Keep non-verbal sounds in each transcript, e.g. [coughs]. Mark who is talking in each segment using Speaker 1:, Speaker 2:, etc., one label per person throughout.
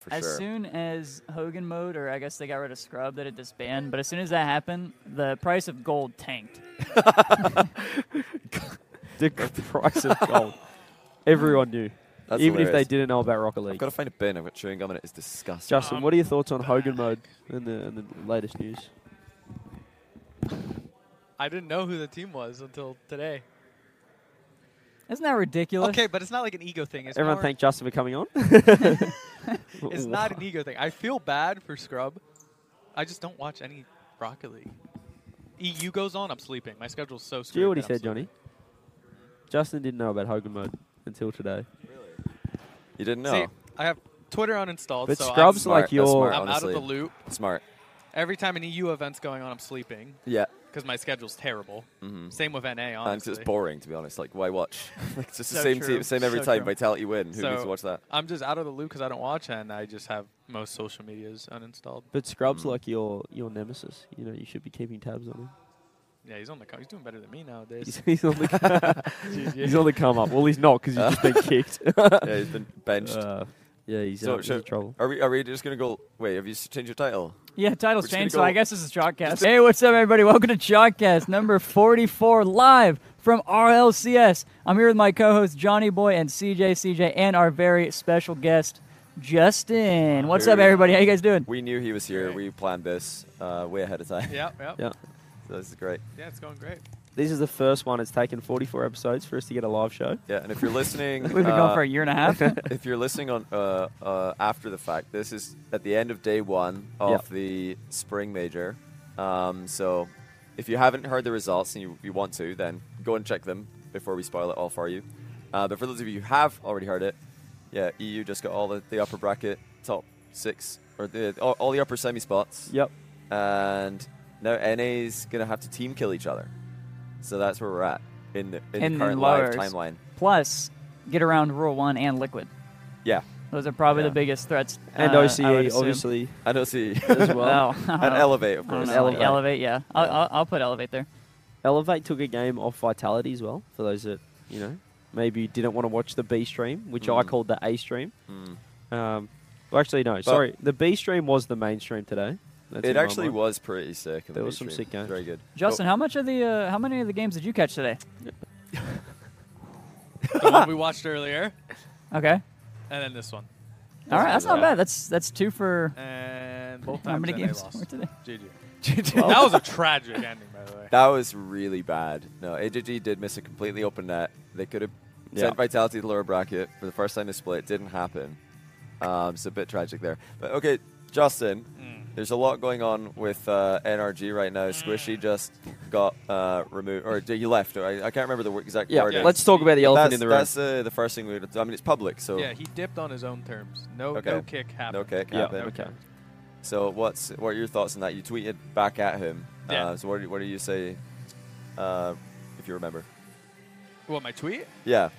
Speaker 1: for
Speaker 2: as
Speaker 1: sure.
Speaker 2: soon as Hogan mode, or I guess they got rid of Scrub that it disbanded, but as soon as that happened, the price of gold tanked.
Speaker 3: The [laughs] price of gold. Everyone knew,
Speaker 1: That's
Speaker 3: even
Speaker 1: hilarious.
Speaker 3: if they didn't know about Rocket League.
Speaker 1: I've got to find a bin. I've got chewing gum in it. It's disgusting.
Speaker 3: Justin, what are your thoughts on Hogan mode and the, and the latest news?
Speaker 4: I didn't know who the team was until today.
Speaker 2: Isn't that ridiculous?
Speaker 4: Okay, but it's not like an ego thing. It's
Speaker 3: Everyone
Speaker 4: more-
Speaker 3: thank Justin for coming on.
Speaker 4: [laughs] It's not
Speaker 3: [laughs]
Speaker 4: an ego thing. I feel bad for Scrub. I just don't watch any Rocket League. EU goes on. I'm sleeping. My schedule's so
Speaker 3: Do
Speaker 4: screwed.
Speaker 3: you hear what he
Speaker 4: that I'm
Speaker 3: said, Johnny? Justin didn't know about Hogan mode until today.
Speaker 1: You didn't know.
Speaker 4: sleeping. See, I have Twitter uninstalled,
Speaker 3: But
Speaker 4: so
Speaker 3: Scrub's
Speaker 4: I'm,
Speaker 1: smart.
Speaker 3: like
Speaker 1: That's
Speaker 3: your
Speaker 1: smart.
Speaker 4: I'm out of the
Speaker 1: honestly.
Speaker 4: loop.
Speaker 1: Smart.
Speaker 4: Every time an EU event's going on, I'm sleeping
Speaker 1: Yeah.
Speaker 4: because my schedule's terrible.
Speaker 1: Mm-hmm.
Speaker 4: Same with NA,
Speaker 1: And 'cause
Speaker 4: honestly.
Speaker 1: it's boring, to be honest. Like, why watch? [laughs] like, it's just the
Speaker 4: So
Speaker 1: same
Speaker 4: true.
Speaker 1: team, same every
Speaker 4: So
Speaker 1: time.
Speaker 4: true.
Speaker 1: Vitality win. Who needs
Speaker 4: So-
Speaker 1: to watch
Speaker 4: [laughs]
Speaker 1: that?
Speaker 4: I'm just out of the loop because I don't watch and I just have most social medias uninstalled.
Speaker 3: But Scrub's
Speaker 1: Mm.
Speaker 3: like your your nemesis. You know, you should be keeping tabs on him.
Speaker 4: Yeah, he's on the co- he's doing better than me
Speaker 3: He's,
Speaker 4: nowadays.
Speaker 3: [laughs] he's on the [laughs] he's on the come up. Well, he's not because he's just [laughs] been kicked.
Speaker 1: yeah, he's been benched.
Speaker 3: Uh, yeah, he's,
Speaker 1: So,
Speaker 3: uh, he's
Speaker 1: so-
Speaker 3: in trouble.
Speaker 1: are we? Are we just gonna go? Wait, have you s- changed your title?
Speaker 2: Yeah,
Speaker 1: We're
Speaker 2: title's
Speaker 1: just gonna
Speaker 2: changed, so I
Speaker 1: go-
Speaker 2: guess this is Shockcast. Hey, what's up, everybody? Welcome to Shockcast number 44, live from RLCS. I'm here with my co host Johnny Boy and CJ, CJ, and our very special guest, Justin. What's up,
Speaker 1: Hey.
Speaker 2: everybody? How you guys doing?
Speaker 1: We knew he was here.
Speaker 4: Great.
Speaker 1: We planned this uh, way ahead of time.
Speaker 4: yeah, yeah,
Speaker 3: [laughs] Yeah.
Speaker 1: so [laughs] this is great.
Speaker 4: yeah. It's going great.
Speaker 3: This is the first one. It's taken 44 episodes for us to get a live show.
Speaker 1: Yeah, and if you're listening,
Speaker 4: [laughs]
Speaker 2: We've been
Speaker 1: uh,
Speaker 2: going for a year and
Speaker 1: [laughs]
Speaker 2: a half.
Speaker 1: if you're listening on uh, uh, after the fact, this is at the end of day one of
Speaker 3: Yep.
Speaker 1: the spring major. Um, so if you haven't heard the results and you, you want to, then go and check them before we spoil it all for you. Uh, but for those of you who have already heard it, yeah, EU just got all the, the upper bracket top six or the all, all the upper semi spots.
Speaker 3: Yep.
Speaker 1: And now NA's gonna have to team kill each other. So that's where we're at in the in,
Speaker 2: In the
Speaker 1: the current live
Speaker 2: lowers.
Speaker 1: timeline.
Speaker 2: Plus, get around Rule 1 and Liquid.
Speaker 1: Yeah,
Speaker 2: Those are probably
Speaker 1: Yeah.
Speaker 2: the biggest threats.
Speaker 3: And
Speaker 2: uh, I
Speaker 3: OCE,
Speaker 2: would assume.
Speaker 3: obviously,
Speaker 1: I don't see.
Speaker 3: as well.
Speaker 2: Well,
Speaker 1: and elevate, of
Speaker 2: [laughs] Uh-huh. I don't
Speaker 1: course.
Speaker 2: know,
Speaker 3: Elevate.
Speaker 2: like elevate, yeah. I'll, I'll, I'll put elevate there.
Speaker 3: Elevate took a game off Vitality as well, for those that, you know, maybe didn't want to watch the B stream, which I
Speaker 2: Hmm.
Speaker 1: Mm.
Speaker 3: called the A stream.
Speaker 1: Mm.
Speaker 3: Um, well, actually, no, sorry. The B stream was the main stream today. That's in
Speaker 1: It
Speaker 3: my
Speaker 1: actually
Speaker 3: mind.
Speaker 1: was pretty sick. in the
Speaker 3: There was some
Speaker 1: mainstream.
Speaker 3: sick games.
Speaker 1: Very good.
Speaker 3: Oh.
Speaker 2: Justin, how much of the uh, how many of the games did you catch today?
Speaker 4: the
Speaker 2: [laughs]
Speaker 4: one we watched earlier,
Speaker 2: Okay,
Speaker 4: and then this one,
Speaker 2: all right, that's not
Speaker 3: uh,
Speaker 1: Yeah.
Speaker 2: bad. That's that's two for
Speaker 4: and both
Speaker 2: how
Speaker 4: times
Speaker 2: many
Speaker 4: NA
Speaker 2: games were
Speaker 4: lost.
Speaker 2: today?
Speaker 4: GG.
Speaker 1: Oh, [laughs]
Speaker 4: that was a tragic ending, by the way.
Speaker 1: that was really bad. No, AJG did miss a completely open net. They could have sent
Speaker 3: Yeah.
Speaker 1: Vitality to the lower bracket for the first time they split. It didn't happen. Um, it's a bit tragic there. But okay, Justin,
Speaker 2: Mm.
Speaker 4: Mm.
Speaker 1: there's a lot going on with uh, NRG right now.
Speaker 2: Mm.
Speaker 1: Squishy just got uh, removed, or he left. Or I, I can't remember the wo- exact
Speaker 3: Yeah,
Speaker 1: wording.
Speaker 3: let's talk about the
Speaker 1: But
Speaker 3: elephant
Speaker 1: that's,
Speaker 3: in the room.
Speaker 1: That's uh, the first thing we. would- I mean, it's public, so
Speaker 4: Yeah, he dipped on his own terms. No,
Speaker 1: Okay.
Speaker 4: no kick happened.
Speaker 1: no kick
Speaker 3: Yeah,
Speaker 1: happened.
Speaker 3: okay.
Speaker 1: So what's what are your thoughts on that? You tweeted back at him.
Speaker 4: Yeah.
Speaker 1: Uh, so what do, what do you say? Uh, if you remember.
Speaker 4: What my tweet?
Speaker 1: Yeah.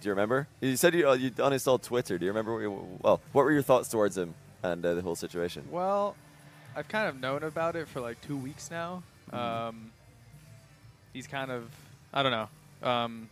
Speaker 1: Do you remember? You said you uh, you uninstalled Twitter. Do you remember? What you, well, what were your thoughts towards him and uh, the whole situation?
Speaker 4: Well, I've kind of known about it for like two weeks now. Um, he's kind of, I don't know. Um,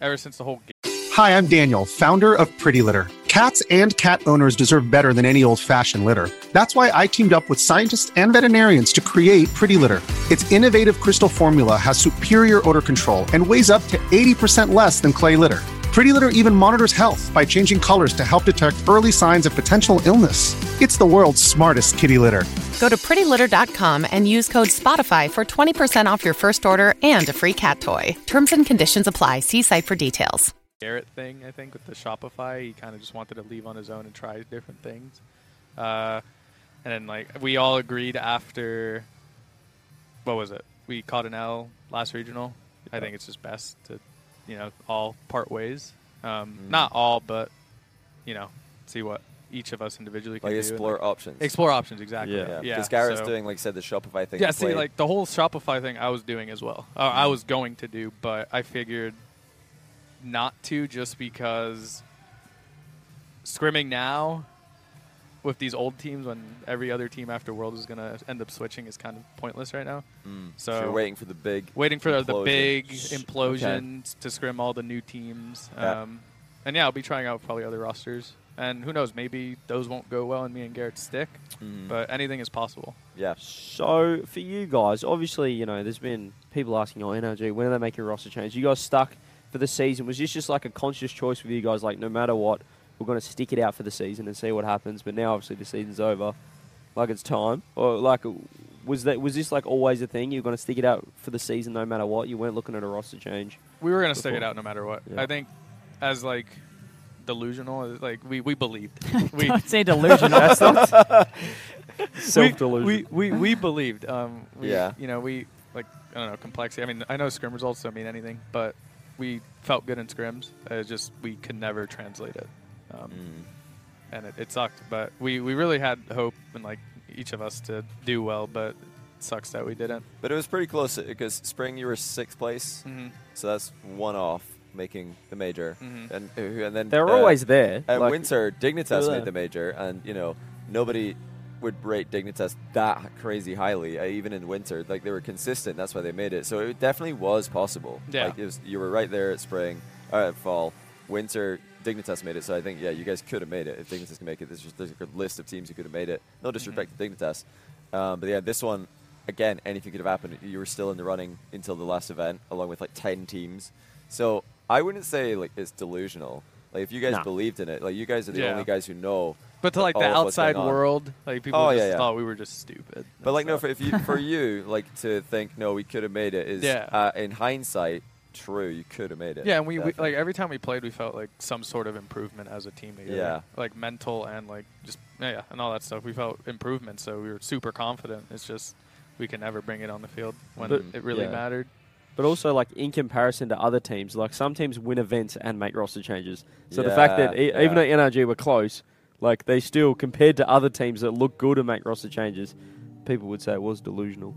Speaker 4: ever since the whole
Speaker 5: Hi, I'm Daniel, founder of Pretty Litter. Cats and cat owners deserve better than any old fashioned litter. That's why I teamed up with scientists and veterinarians to create Pretty Litter. Its innovative crystal formula has superior odor control and weighs up to 80% less than clay litter. Pretty Litter even monitors health by changing colors to help detect early signs of potential illness. It's the world's smartest kitty litter.
Speaker 6: Go to prettylitter.com and use code SPOTIFY for 20% off your first order and a free cat toy. Terms and conditions apply. See site for details.
Speaker 4: Garrett thing, I think, with the Shopify, he kind of just wanted to leave on his own and try different things. Uh, and then, like, we all agreed after, what was it? We caught an L last regional. I think it's just best to, you know, all part ways. Um,
Speaker 1: Mm-hmm.
Speaker 4: Not all, but, you know, see what each of us individually can
Speaker 1: Like
Speaker 4: do.
Speaker 1: explore options.
Speaker 4: Explore options, exactly.
Speaker 3: Yeah.
Speaker 1: Yeah.
Speaker 4: yeah
Speaker 1: Because Garrett's
Speaker 4: so-
Speaker 1: doing like you said the Shopify thing.
Speaker 4: yeah,
Speaker 1: to
Speaker 4: see,
Speaker 1: play. Mm-hmm.
Speaker 4: like the whole Shopify thing, I was doing as well. Uh, I was going to do, but I figured not to, just because scrimming now with these old teams when every other team after World is gonna end up switching is kind of pointless right now.
Speaker 1: So
Speaker 4: So
Speaker 1: Mm, you're waiting for the big.
Speaker 4: waiting for the
Speaker 1: implosion.
Speaker 4: big implosion to scrim all the new teams.
Speaker 1: Yeah.
Speaker 4: Um, And yeah, I'll be trying out probably other rosters And who knows, maybe those won't go well and me and Garrett stick,
Speaker 1: Mm-hmm.
Speaker 4: but anything is possible.
Speaker 1: Yeah.
Speaker 3: So for you guys, obviously, you know, there's been people asking, "Oh, NRG, when are they making a roster change?" You guys stuck for the season. Was this just like a conscious choice with you guys, like no matter what, we're going to stick it out for the season and see what happens? But now, obviously, the season's over. Like it's time, or like was that was this like always a thing? You're going to stick it out for the season no matter what. You weren't looking at a roster change.
Speaker 4: We were gonna stick it
Speaker 3: Before.
Speaker 4: out no matter what.
Speaker 3: Yeah.
Speaker 4: I think, as like delusional, as, like we we believed.
Speaker 2: [laughs]
Speaker 4: we
Speaker 2: Don't say
Speaker 3: [laughs]
Speaker 2: delusional.
Speaker 4: we,
Speaker 3: Self-delusion.
Speaker 4: we, we we believed. Um, we,
Speaker 1: Yeah.
Speaker 4: You know, we like I don't know complexity. I mean, I know scrim results don't mean anything, but we felt good in scrims. It's just we could never translate it, um,
Speaker 1: Mm.
Speaker 4: and it, it sucked. But we we really had hope and like each of us to do well, but. It sucks that we didn't.
Speaker 1: But it was pretty close because spring you were sixth place,
Speaker 4: Mm. Mm-hmm.
Speaker 1: so that's one off making the major,
Speaker 4: Mm-hmm.
Speaker 1: and uh, and then
Speaker 3: They're
Speaker 1: uh,
Speaker 3: always there.
Speaker 1: At
Speaker 3: like-
Speaker 1: winter,
Speaker 3: they
Speaker 1: Dignitas
Speaker 3: were
Speaker 1: made
Speaker 3: there.
Speaker 1: the major, and you know nobody would rate Dignitas that crazy highly, uh, even in winter. Like they were consistent, that's why they made it. So it definitely was possible.
Speaker 4: Yeah.
Speaker 1: like, it was, you were right there at spring, uh, at fall, winter. Dignitas made it, so I think yeah, you guys could have made it if Dignitas can make it. There's just there's a good list of teams who could have made it. No
Speaker 4: Mm-hmm.
Speaker 1: disrespect to Dignitas, um, but yeah, this one again, anything could have happened. You were still in the running until the last event, along with like ten teams. So I wouldn't say like it's delusional. Like if you guys
Speaker 3: Nah.
Speaker 1: believed in it, like you guys are the
Speaker 4: Yeah.
Speaker 1: only guys who know.
Speaker 4: But to
Speaker 1: that
Speaker 4: like the
Speaker 1: all of what's
Speaker 4: outside
Speaker 1: going on.
Speaker 4: world, like people
Speaker 1: Oh,
Speaker 4: just
Speaker 1: yeah, yeah.
Speaker 4: thought we were just stupid.
Speaker 1: But like no,
Speaker 4: So-
Speaker 1: for if you
Speaker 4: [laughs]
Speaker 1: for you like to think no, we could have made it is
Speaker 4: Yeah.
Speaker 1: uh, in hindsight true. You could have made it.
Speaker 4: Yeah, and we, we
Speaker 1: definitely.
Speaker 4: like every time we played, we felt like some sort of improvement as a team. together.
Speaker 1: Yeah.
Speaker 4: like mental and like just yeah, yeah, and all that stuff. We felt improvement, so we were super confident. It's just we can never bring it on the field when
Speaker 3: But-
Speaker 4: it really
Speaker 3: yeah.
Speaker 4: mattered.
Speaker 3: But also, like in comparison to other teams, like some teams win events and make roster changes. So the fact that
Speaker 1: Yeah,
Speaker 3: e- even though
Speaker 1: yeah.
Speaker 3: NRG were close, like they still compared to other teams that look good and make roster changes, people would say it was delusional.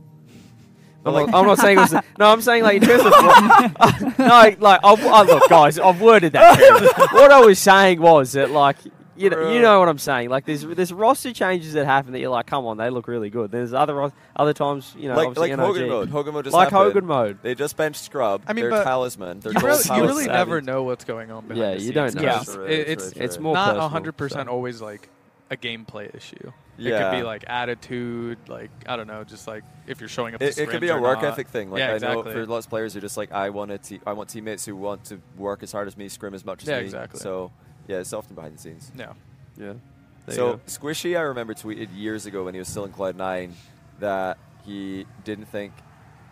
Speaker 3: I'm,
Speaker 1: Well,
Speaker 3: not, I'm not saying it was. No, I'm saying like in terms of what- [laughs] no, like I've, I, look, guys, I've worded that. terribly. what I was saying was that like. You know, you know what I'm saying. Like there's there's roster changes that happen that you're like, come on, they look really good. There's other ros- other times, you know,
Speaker 1: like
Speaker 3: obviously
Speaker 1: like
Speaker 3: NRG.
Speaker 1: Hogan mode. Hogan mode just
Speaker 3: like
Speaker 1: happened.
Speaker 3: Hogan mode.
Speaker 1: They just benched Scrub.
Speaker 4: I mean,
Speaker 1: their
Speaker 4: but
Speaker 1: talisman. Their
Speaker 4: You
Speaker 1: gold
Speaker 4: really, you
Speaker 1: talisman.
Speaker 4: really never know what's going on. Behind
Speaker 3: Yeah,
Speaker 4: the
Speaker 3: you
Speaker 4: scenes
Speaker 3: don't know.
Speaker 4: now.
Speaker 3: Yeah.
Speaker 4: It's,
Speaker 1: True,
Speaker 4: it- it's,
Speaker 1: true,
Speaker 3: it's
Speaker 1: true.
Speaker 3: more
Speaker 4: not
Speaker 3: personal,
Speaker 4: 100%
Speaker 3: so.
Speaker 4: always like a gameplay issue. It could
Speaker 1: Yeah.
Speaker 4: be like attitude, like I don't know, just like if you're showing up.
Speaker 1: It,
Speaker 4: to
Speaker 1: it could be
Speaker 4: scrims
Speaker 1: a
Speaker 4: or
Speaker 1: work
Speaker 4: not.
Speaker 1: ethic thing. Like
Speaker 4: yeah,
Speaker 1: I
Speaker 4: exactly.
Speaker 1: know for lots of players who are just like I want to te- I want teammates who want to work as hard as me, scrim as much as
Speaker 4: Yeah,
Speaker 1: me.
Speaker 4: exactly.
Speaker 1: So yeah, it's often behind the scenes.
Speaker 4: yeah.
Speaker 3: Yeah.
Speaker 1: so Squishy, I remember tweeted years ago when he was still in Cloud Nine that he didn't think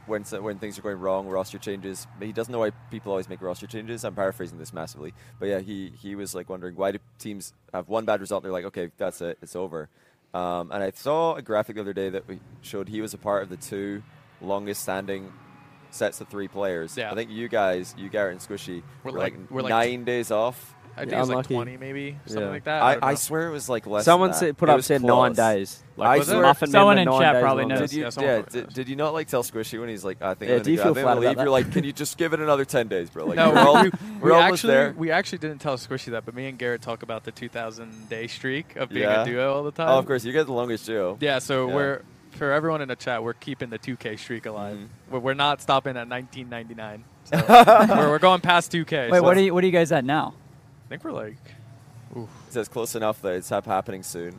Speaker 1: when so- when things are going wrong, roster changes. But he doesn't know why people always make roster changes. I'm paraphrasing this massively, but yeah, he he was like wondering why do teams have one bad result? They're like, okay, that's it, it's over. Um, and I saw a graphic the other day that we showed he was a part of the two longest standing sets of three players.
Speaker 4: Yeah.
Speaker 1: I think you guys, you Garrett and Squishy,
Speaker 4: We're
Speaker 1: were
Speaker 4: like-
Speaker 1: like,
Speaker 4: we're like-
Speaker 1: nine days off.
Speaker 4: I think
Speaker 3: Yeah,
Speaker 4: it was like
Speaker 3: unlucky.
Speaker 4: 20 maybe, something
Speaker 3: Yeah.
Speaker 4: like that. I,
Speaker 1: I,
Speaker 4: don't
Speaker 1: I
Speaker 4: know.
Speaker 1: swear it was like less.
Speaker 3: Someone
Speaker 1: than
Speaker 3: said,
Speaker 1: that.
Speaker 3: put
Speaker 1: It
Speaker 3: up
Speaker 1: was
Speaker 3: said nine
Speaker 1: close.
Speaker 3: days.
Speaker 1: I
Speaker 3: was
Speaker 1: swear-
Speaker 3: Muffin Man
Speaker 2: Someone
Speaker 3: went
Speaker 2: in
Speaker 3: nine
Speaker 2: chat
Speaker 3: days
Speaker 2: probably
Speaker 3: long.
Speaker 2: knows.
Speaker 1: Did you,
Speaker 4: Yeah, someone
Speaker 1: yeah,
Speaker 4: probably
Speaker 1: did,
Speaker 4: knows.
Speaker 1: did you not like tell Squishy when he's like, I think
Speaker 3: Yeah,
Speaker 1: I'm
Speaker 3: do you
Speaker 1: gonna
Speaker 3: feel
Speaker 1: go, I'm
Speaker 3: flat
Speaker 1: gonna
Speaker 3: about
Speaker 1: leave?
Speaker 3: that?
Speaker 1: You're like, can you just give it another ten days, bro? Like,
Speaker 4: No,
Speaker 1: we're all,
Speaker 4: we,
Speaker 1: we're
Speaker 4: we
Speaker 1: almost
Speaker 4: actually
Speaker 1: there.
Speaker 4: we actually didn't tell Squishy that, but me and Garrett talk about the 2,000 day streak of being
Speaker 1: Yeah.
Speaker 4: a duo all the time.
Speaker 1: oh, of course, you guys are the longest duo.
Speaker 4: uh, Yeah, so
Speaker 1: Yeah.
Speaker 4: we're for everyone in the chat, we're keeping the 2K streak alive.
Speaker 1: Mm-hmm.
Speaker 4: We're, we're not stopping
Speaker 1: [laughs]
Speaker 4: at 1999. So we're, we're going past 2K.
Speaker 2: Wait,
Speaker 4: so
Speaker 2: what are you? What are you guys at now?
Speaker 4: I think we're like
Speaker 1: It says close enough that it's hap- happening soon.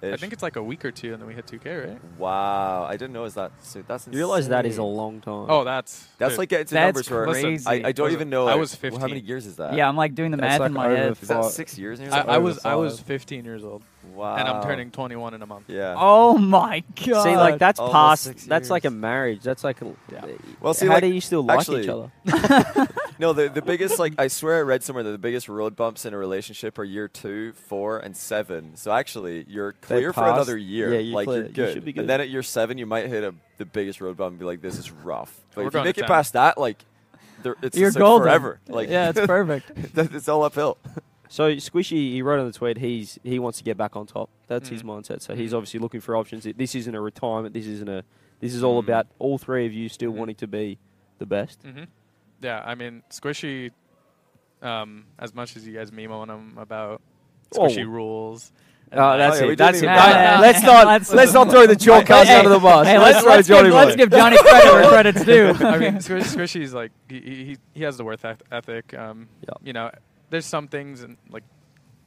Speaker 4: I think it's like a week or two, and then we hit 2K, right?
Speaker 1: Wow, I didn't know it was that soon. That's
Speaker 3: You realize that is a
Speaker 1: insane.
Speaker 3: long time.
Speaker 4: Oh, that's
Speaker 1: That's
Speaker 4: dude,
Speaker 1: like getting to
Speaker 2: That's
Speaker 1: numbers where
Speaker 2: crazy.
Speaker 1: I, I don't
Speaker 4: Was
Speaker 1: even
Speaker 4: it-
Speaker 1: know.
Speaker 4: I
Speaker 1: like,
Speaker 4: was
Speaker 1: well, how many
Speaker 4: 15.
Speaker 1: years is
Speaker 3: Uh,
Speaker 1: that?
Speaker 2: yeah, I'm like doing the
Speaker 3: That's
Speaker 2: math
Speaker 3: like
Speaker 2: in my
Speaker 3: over
Speaker 2: head.
Speaker 3: f-
Speaker 1: is that
Speaker 3: Fuck.
Speaker 1: six years?
Speaker 4: I, I
Speaker 3: over
Speaker 4: was I was
Speaker 3: five.
Speaker 4: 15 years old,
Speaker 1: wow.
Speaker 4: and I'm turning 21 in a month.
Speaker 1: Yeah.
Speaker 2: Oh my god!
Speaker 3: See, like that's
Speaker 1: Almost
Speaker 3: past.
Speaker 1: Oh, six
Speaker 3: That's like a
Speaker 1: years.
Speaker 3: marriage. That's like. A, uh,
Speaker 4: Yeah.
Speaker 1: Well, see,
Speaker 3: how
Speaker 1: like,
Speaker 3: do you still like
Speaker 1: actually-
Speaker 3: each other?
Speaker 1: No, the, the biggest like I swear I read somewhere that the biggest road bumps in a relationship are year two, four, and seven. So actually, you're clear for
Speaker 3: passed.
Speaker 1: another year.
Speaker 3: Yeah, you
Speaker 1: like
Speaker 3: clear-
Speaker 1: you're
Speaker 3: you
Speaker 1: good.
Speaker 3: should be good.
Speaker 1: And then at year seven, you might hit a, the biggest road bump and be like, "This is rough." But
Speaker 4: We're
Speaker 1: if you
Speaker 4: going
Speaker 1: make
Speaker 4: to
Speaker 1: it
Speaker 4: town.
Speaker 1: past that, like, there, it's
Speaker 2: you're
Speaker 1: just, like,
Speaker 2: golden
Speaker 1: forever. Like,
Speaker 2: yeah,
Speaker 3: [laughs]
Speaker 2: it's perfect.
Speaker 1: that- [laughs] it's all uphill.
Speaker 3: So Squishy, he wrote on the tweet. He's he wants to get back on top. That's his
Speaker 2: Mm.
Speaker 3: mindset. So he's obviously looking for options. It- This isn't a retirement. This isn't a. This is
Speaker 2: Mm.
Speaker 3: all about all three of you still wanting to be the best.
Speaker 4: Mm-hmm. Yeah, I mean Squishy. Um, as much as you guys meme on him about
Speaker 3: Oh.
Speaker 4: Squishy rules, and,
Speaker 3: Oh,
Speaker 4: like,
Speaker 3: that's
Speaker 1: yeah, we
Speaker 3: it. That's it.
Speaker 1: didn't
Speaker 2: even- Yeah,
Speaker 3: That-
Speaker 2: yeah,
Speaker 3: Let's
Speaker 2: yeah. [laughs]
Speaker 3: not
Speaker 2: Let's-
Speaker 3: let's, not throw the chalk cards under the bus.
Speaker 2: hey,
Speaker 3: let's,
Speaker 2: let's, let's,
Speaker 3: throw Johnny.
Speaker 2: give, let's
Speaker 3: Boy.
Speaker 2: give Johnny credit where
Speaker 3: [laughs]
Speaker 2: credit's due.
Speaker 4: I mean, Squish, Squishy's like he, he he has the worth eth- ethic. Um,
Speaker 3: Yeah.
Speaker 4: You know, there's some things and like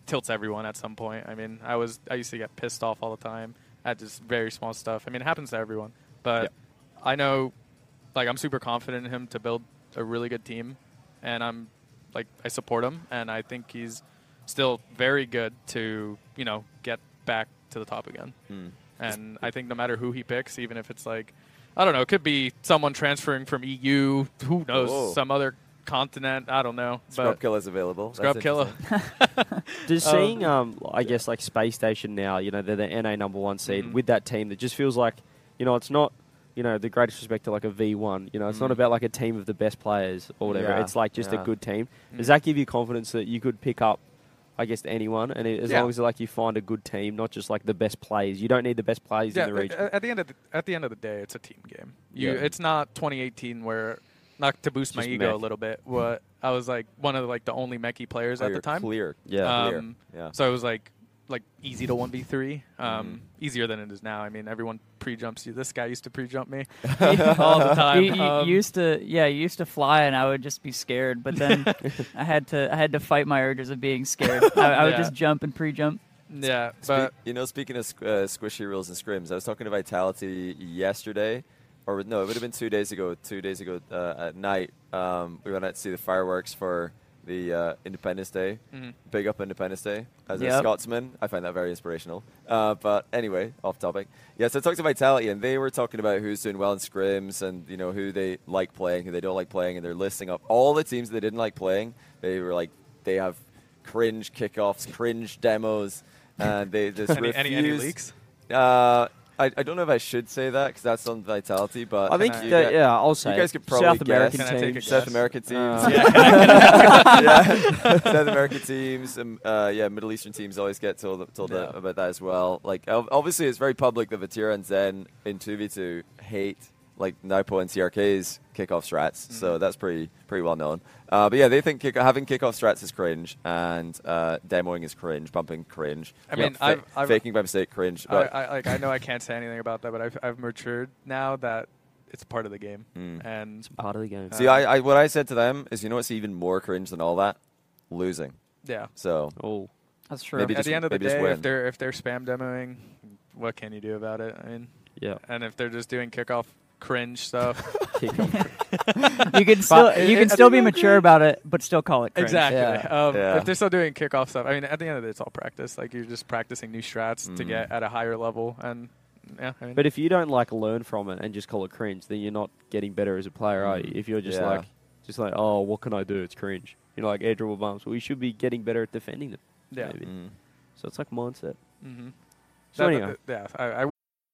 Speaker 4: tilts everyone at some point. I mean, I was I used to get pissed off all the time at just very small stuff. I mean, it happens to everyone, but I know, like, I'm super confident in him to build a really good team, and I'm like I support him, and I think he's still very good to you know get back to the top again.
Speaker 1: Hmm.
Speaker 4: And I think no matter who he picks, even if it's like, I don't know, it could be someone transferring from EU, who knows,
Speaker 1: Whoa.
Speaker 4: some other continent. I don't
Speaker 1: Oh.
Speaker 4: know.
Speaker 1: Scrub
Speaker 4: but
Speaker 1: Killer is available. That's
Speaker 4: Scrub Killer.
Speaker 1: interesting.
Speaker 3: Does seeing, um, I guess, like Space Station now, you know, they're the NA number one seed with that team that just feels like, you know, it's not, you know, the greatest respect to like a V1. You know, it's not about like a team of the best players or whatever.
Speaker 1: Yeah,
Speaker 3: It's like just
Speaker 1: yeah.
Speaker 3: a good team. Does that give you confidence that you could pick up, I guess, anyone? And it, as
Speaker 4: Yeah.
Speaker 3: long as like you find a good team, not just like the best players. You don't need the best players
Speaker 4: yeah, uh,
Speaker 3: in the region.
Speaker 4: a- At the end of the, at the end of the day, it's a team game. You,
Speaker 3: Yeah.
Speaker 4: it's not 2018 where not to boost my
Speaker 3: Just
Speaker 4: ego a
Speaker 3: mech.
Speaker 4: little bit. What I was like one of the, like the only Mechie players
Speaker 1: Oh,
Speaker 4: at
Speaker 1: you're
Speaker 4: the time.
Speaker 1: Clear.
Speaker 3: Yeah.
Speaker 1: clear.
Speaker 4: Um,
Speaker 1: Yeah.
Speaker 4: So it was like like easy to one v three, um,
Speaker 1: Mm-hmm.
Speaker 4: easier than it is now. I mean, everyone pre jumps you. This guy used to pre
Speaker 1: [laughs]
Speaker 4: jump me [laughs] all the
Speaker 2: [laughs]
Speaker 4: time.
Speaker 2: You, you
Speaker 4: Um,
Speaker 2: used to, yeah, you used to fly, and I would just be scared. But
Speaker 4: [laughs]
Speaker 2: then I had to, I had to fight my urges of being scared. I, I would
Speaker 4: Yeah.
Speaker 2: just jump and pre-jump.
Speaker 4: yeah,
Speaker 1: Spe-
Speaker 4: but
Speaker 1: you know, speaking of squ- uh, squishy rules and scrims, I was talking to Vitality yesterday, or no, it would have been two days ago. Two days ago uh, at night, um, we went out to see the fireworks for the uh, Independence Day. Big up Independence Day. As a
Speaker 2: Yep.
Speaker 1: Scotsman, I find that very inspirational. Uh, but anyway, off topic. Yeah, so I talked to Vitality, and they were talking about who's doing well in scrims, and you know who they like playing, who they don't like playing, and they're listing up all the teams they didn't like playing. They were like, they have cringe kickoffs, cringe demos, and
Speaker 4: [laughs]
Speaker 1: they just
Speaker 4: Any-
Speaker 1: refuse.
Speaker 4: any- any leaks?
Speaker 1: Uh, I, I don't know if I should say that because that's on Vitality, but
Speaker 3: I think
Speaker 4: I-
Speaker 1: you
Speaker 3: that,
Speaker 1: gu-
Speaker 3: yeah, I'll say
Speaker 1: guys
Speaker 3: it.
Speaker 1: could probably
Speaker 3: South American
Speaker 1: guess.
Speaker 4: Can I take a
Speaker 3: teams.
Speaker 1: South
Speaker 4: guess?
Speaker 1: American teams,
Speaker 4: Oh.
Speaker 3: Uh,
Speaker 1: [laughs] yeah, [laughs] South American teams, um, uh, yeah, Middle Eastern teams always get told told
Speaker 4: Yeah.
Speaker 1: about that as well. Like ob- obviously, it's very public that Vatira and Zen in two v two hate like Naipo and CRK's kickoff strats, so that's pretty pretty well known. Uh, but yeah, they think kick- having kickoff strats is cringe and uh, demoing is cringe, bumping cringe.
Speaker 4: I
Speaker 1: Yeah,
Speaker 4: mean, I've- I've-
Speaker 1: faking by mistake cringe.
Speaker 4: I,
Speaker 1: But
Speaker 4: I, like I know I can't say anything about that, but I've I've matured now that it's part of the game,
Speaker 1: Hmm.
Speaker 4: and
Speaker 3: Part of the game.
Speaker 4: uh,
Speaker 1: see, I, I what I said to them is, you know, what's even more cringe than all that? Losing.
Speaker 4: yeah.
Speaker 1: So
Speaker 3: oh.
Speaker 2: That's true.
Speaker 1: Maybe
Speaker 4: At
Speaker 1: just-
Speaker 4: the end of the
Speaker 1: maybe just
Speaker 4: day,
Speaker 1: win.
Speaker 4: if they're if they're spam demoing, what can you do about it? I mean,
Speaker 3: Yeah.
Speaker 4: and if they're just doing kickoff cringe stuff,
Speaker 3: Kick off.
Speaker 2: you
Speaker 4: [laughs]
Speaker 2: can still,
Speaker 4: it-
Speaker 2: you can
Speaker 4: it-
Speaker 2: still be mature about it, but still call it cringe.
Speaker 4: Exactly.
Speaker 3: Yeah.
Speaker 4: Um,
Speaker 1: Yeah.
Speaker 4: If they're still doing kickoff stuff, I mean, at the end of the day, it's all practice. Like you're just practicing new strats to get at a higher level, and yeah, I mean,
Speaker 3: But if you don't like learn from it and just call it cringe, then you're not getting better as a player, are you? If you're just
Speaker 1: Mm. Yeah.
Speaker 3: like, just like, oh, what can I do? It's cringe. You know, like air dribble bumps. Well, you should be getting better at defending them.
Speaker 4: yeah,
Speaker 3: Maybe.
Speaker 1: mm.
Speaker 3: So it's like mindset.
Speaker 4: hmm
Speaker 1: Mm-hmm.
Speaker 3: So
Speaker 1: uh,
Speaker 3: anyway,
Speaker 4: yeah, I, I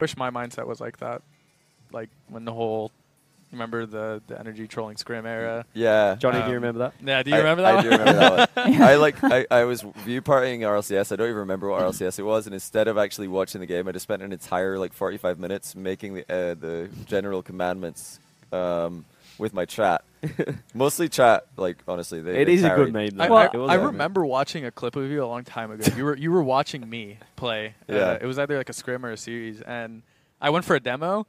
Speaker 4: wish my mindset was like that. Like when the whole, remember the the energy trolling scrim era?
Speaker 1: yeah.
Speaker 3: Johnny, do
Speaker 4: Um,
Speaker 3: you remember that?
Speaker 4: Yeah, do
Speaker 1: Mm-hmm.
Speaker 4: you
Speaker 1: I-
Speaker 4: remember that?
Speaker 1: I
Speaker 4: one?
Speaker 1: do remember that
Speaker 4: [laughs]
Speaker 1: one. I like I, I was view partying RLCS. I don't even remember what RLCS it was, and instead of actually watching the game, I just spent an entire like 45 minutes making the uh, the general commandments um, with my chat. [laughs] Mostly chat, like honestly, they,
Speaker 3: It
Speaker 1: they
Speaker 3: is a
Speaker 1: carried.
Speaker 3: good meme. Though.
Speaker 4: I,
Speaker 2: Well,
Speaker 3: It was
Speaker 4: I, I
Speaker 3: a good meme.
Speaker 4: remember watching a clip of you a long time ago. You were you were watching me play.
Speaker 1: Yeah.
Speaker 4: Uh, it was either like a scrim or a series, and I went for a demo,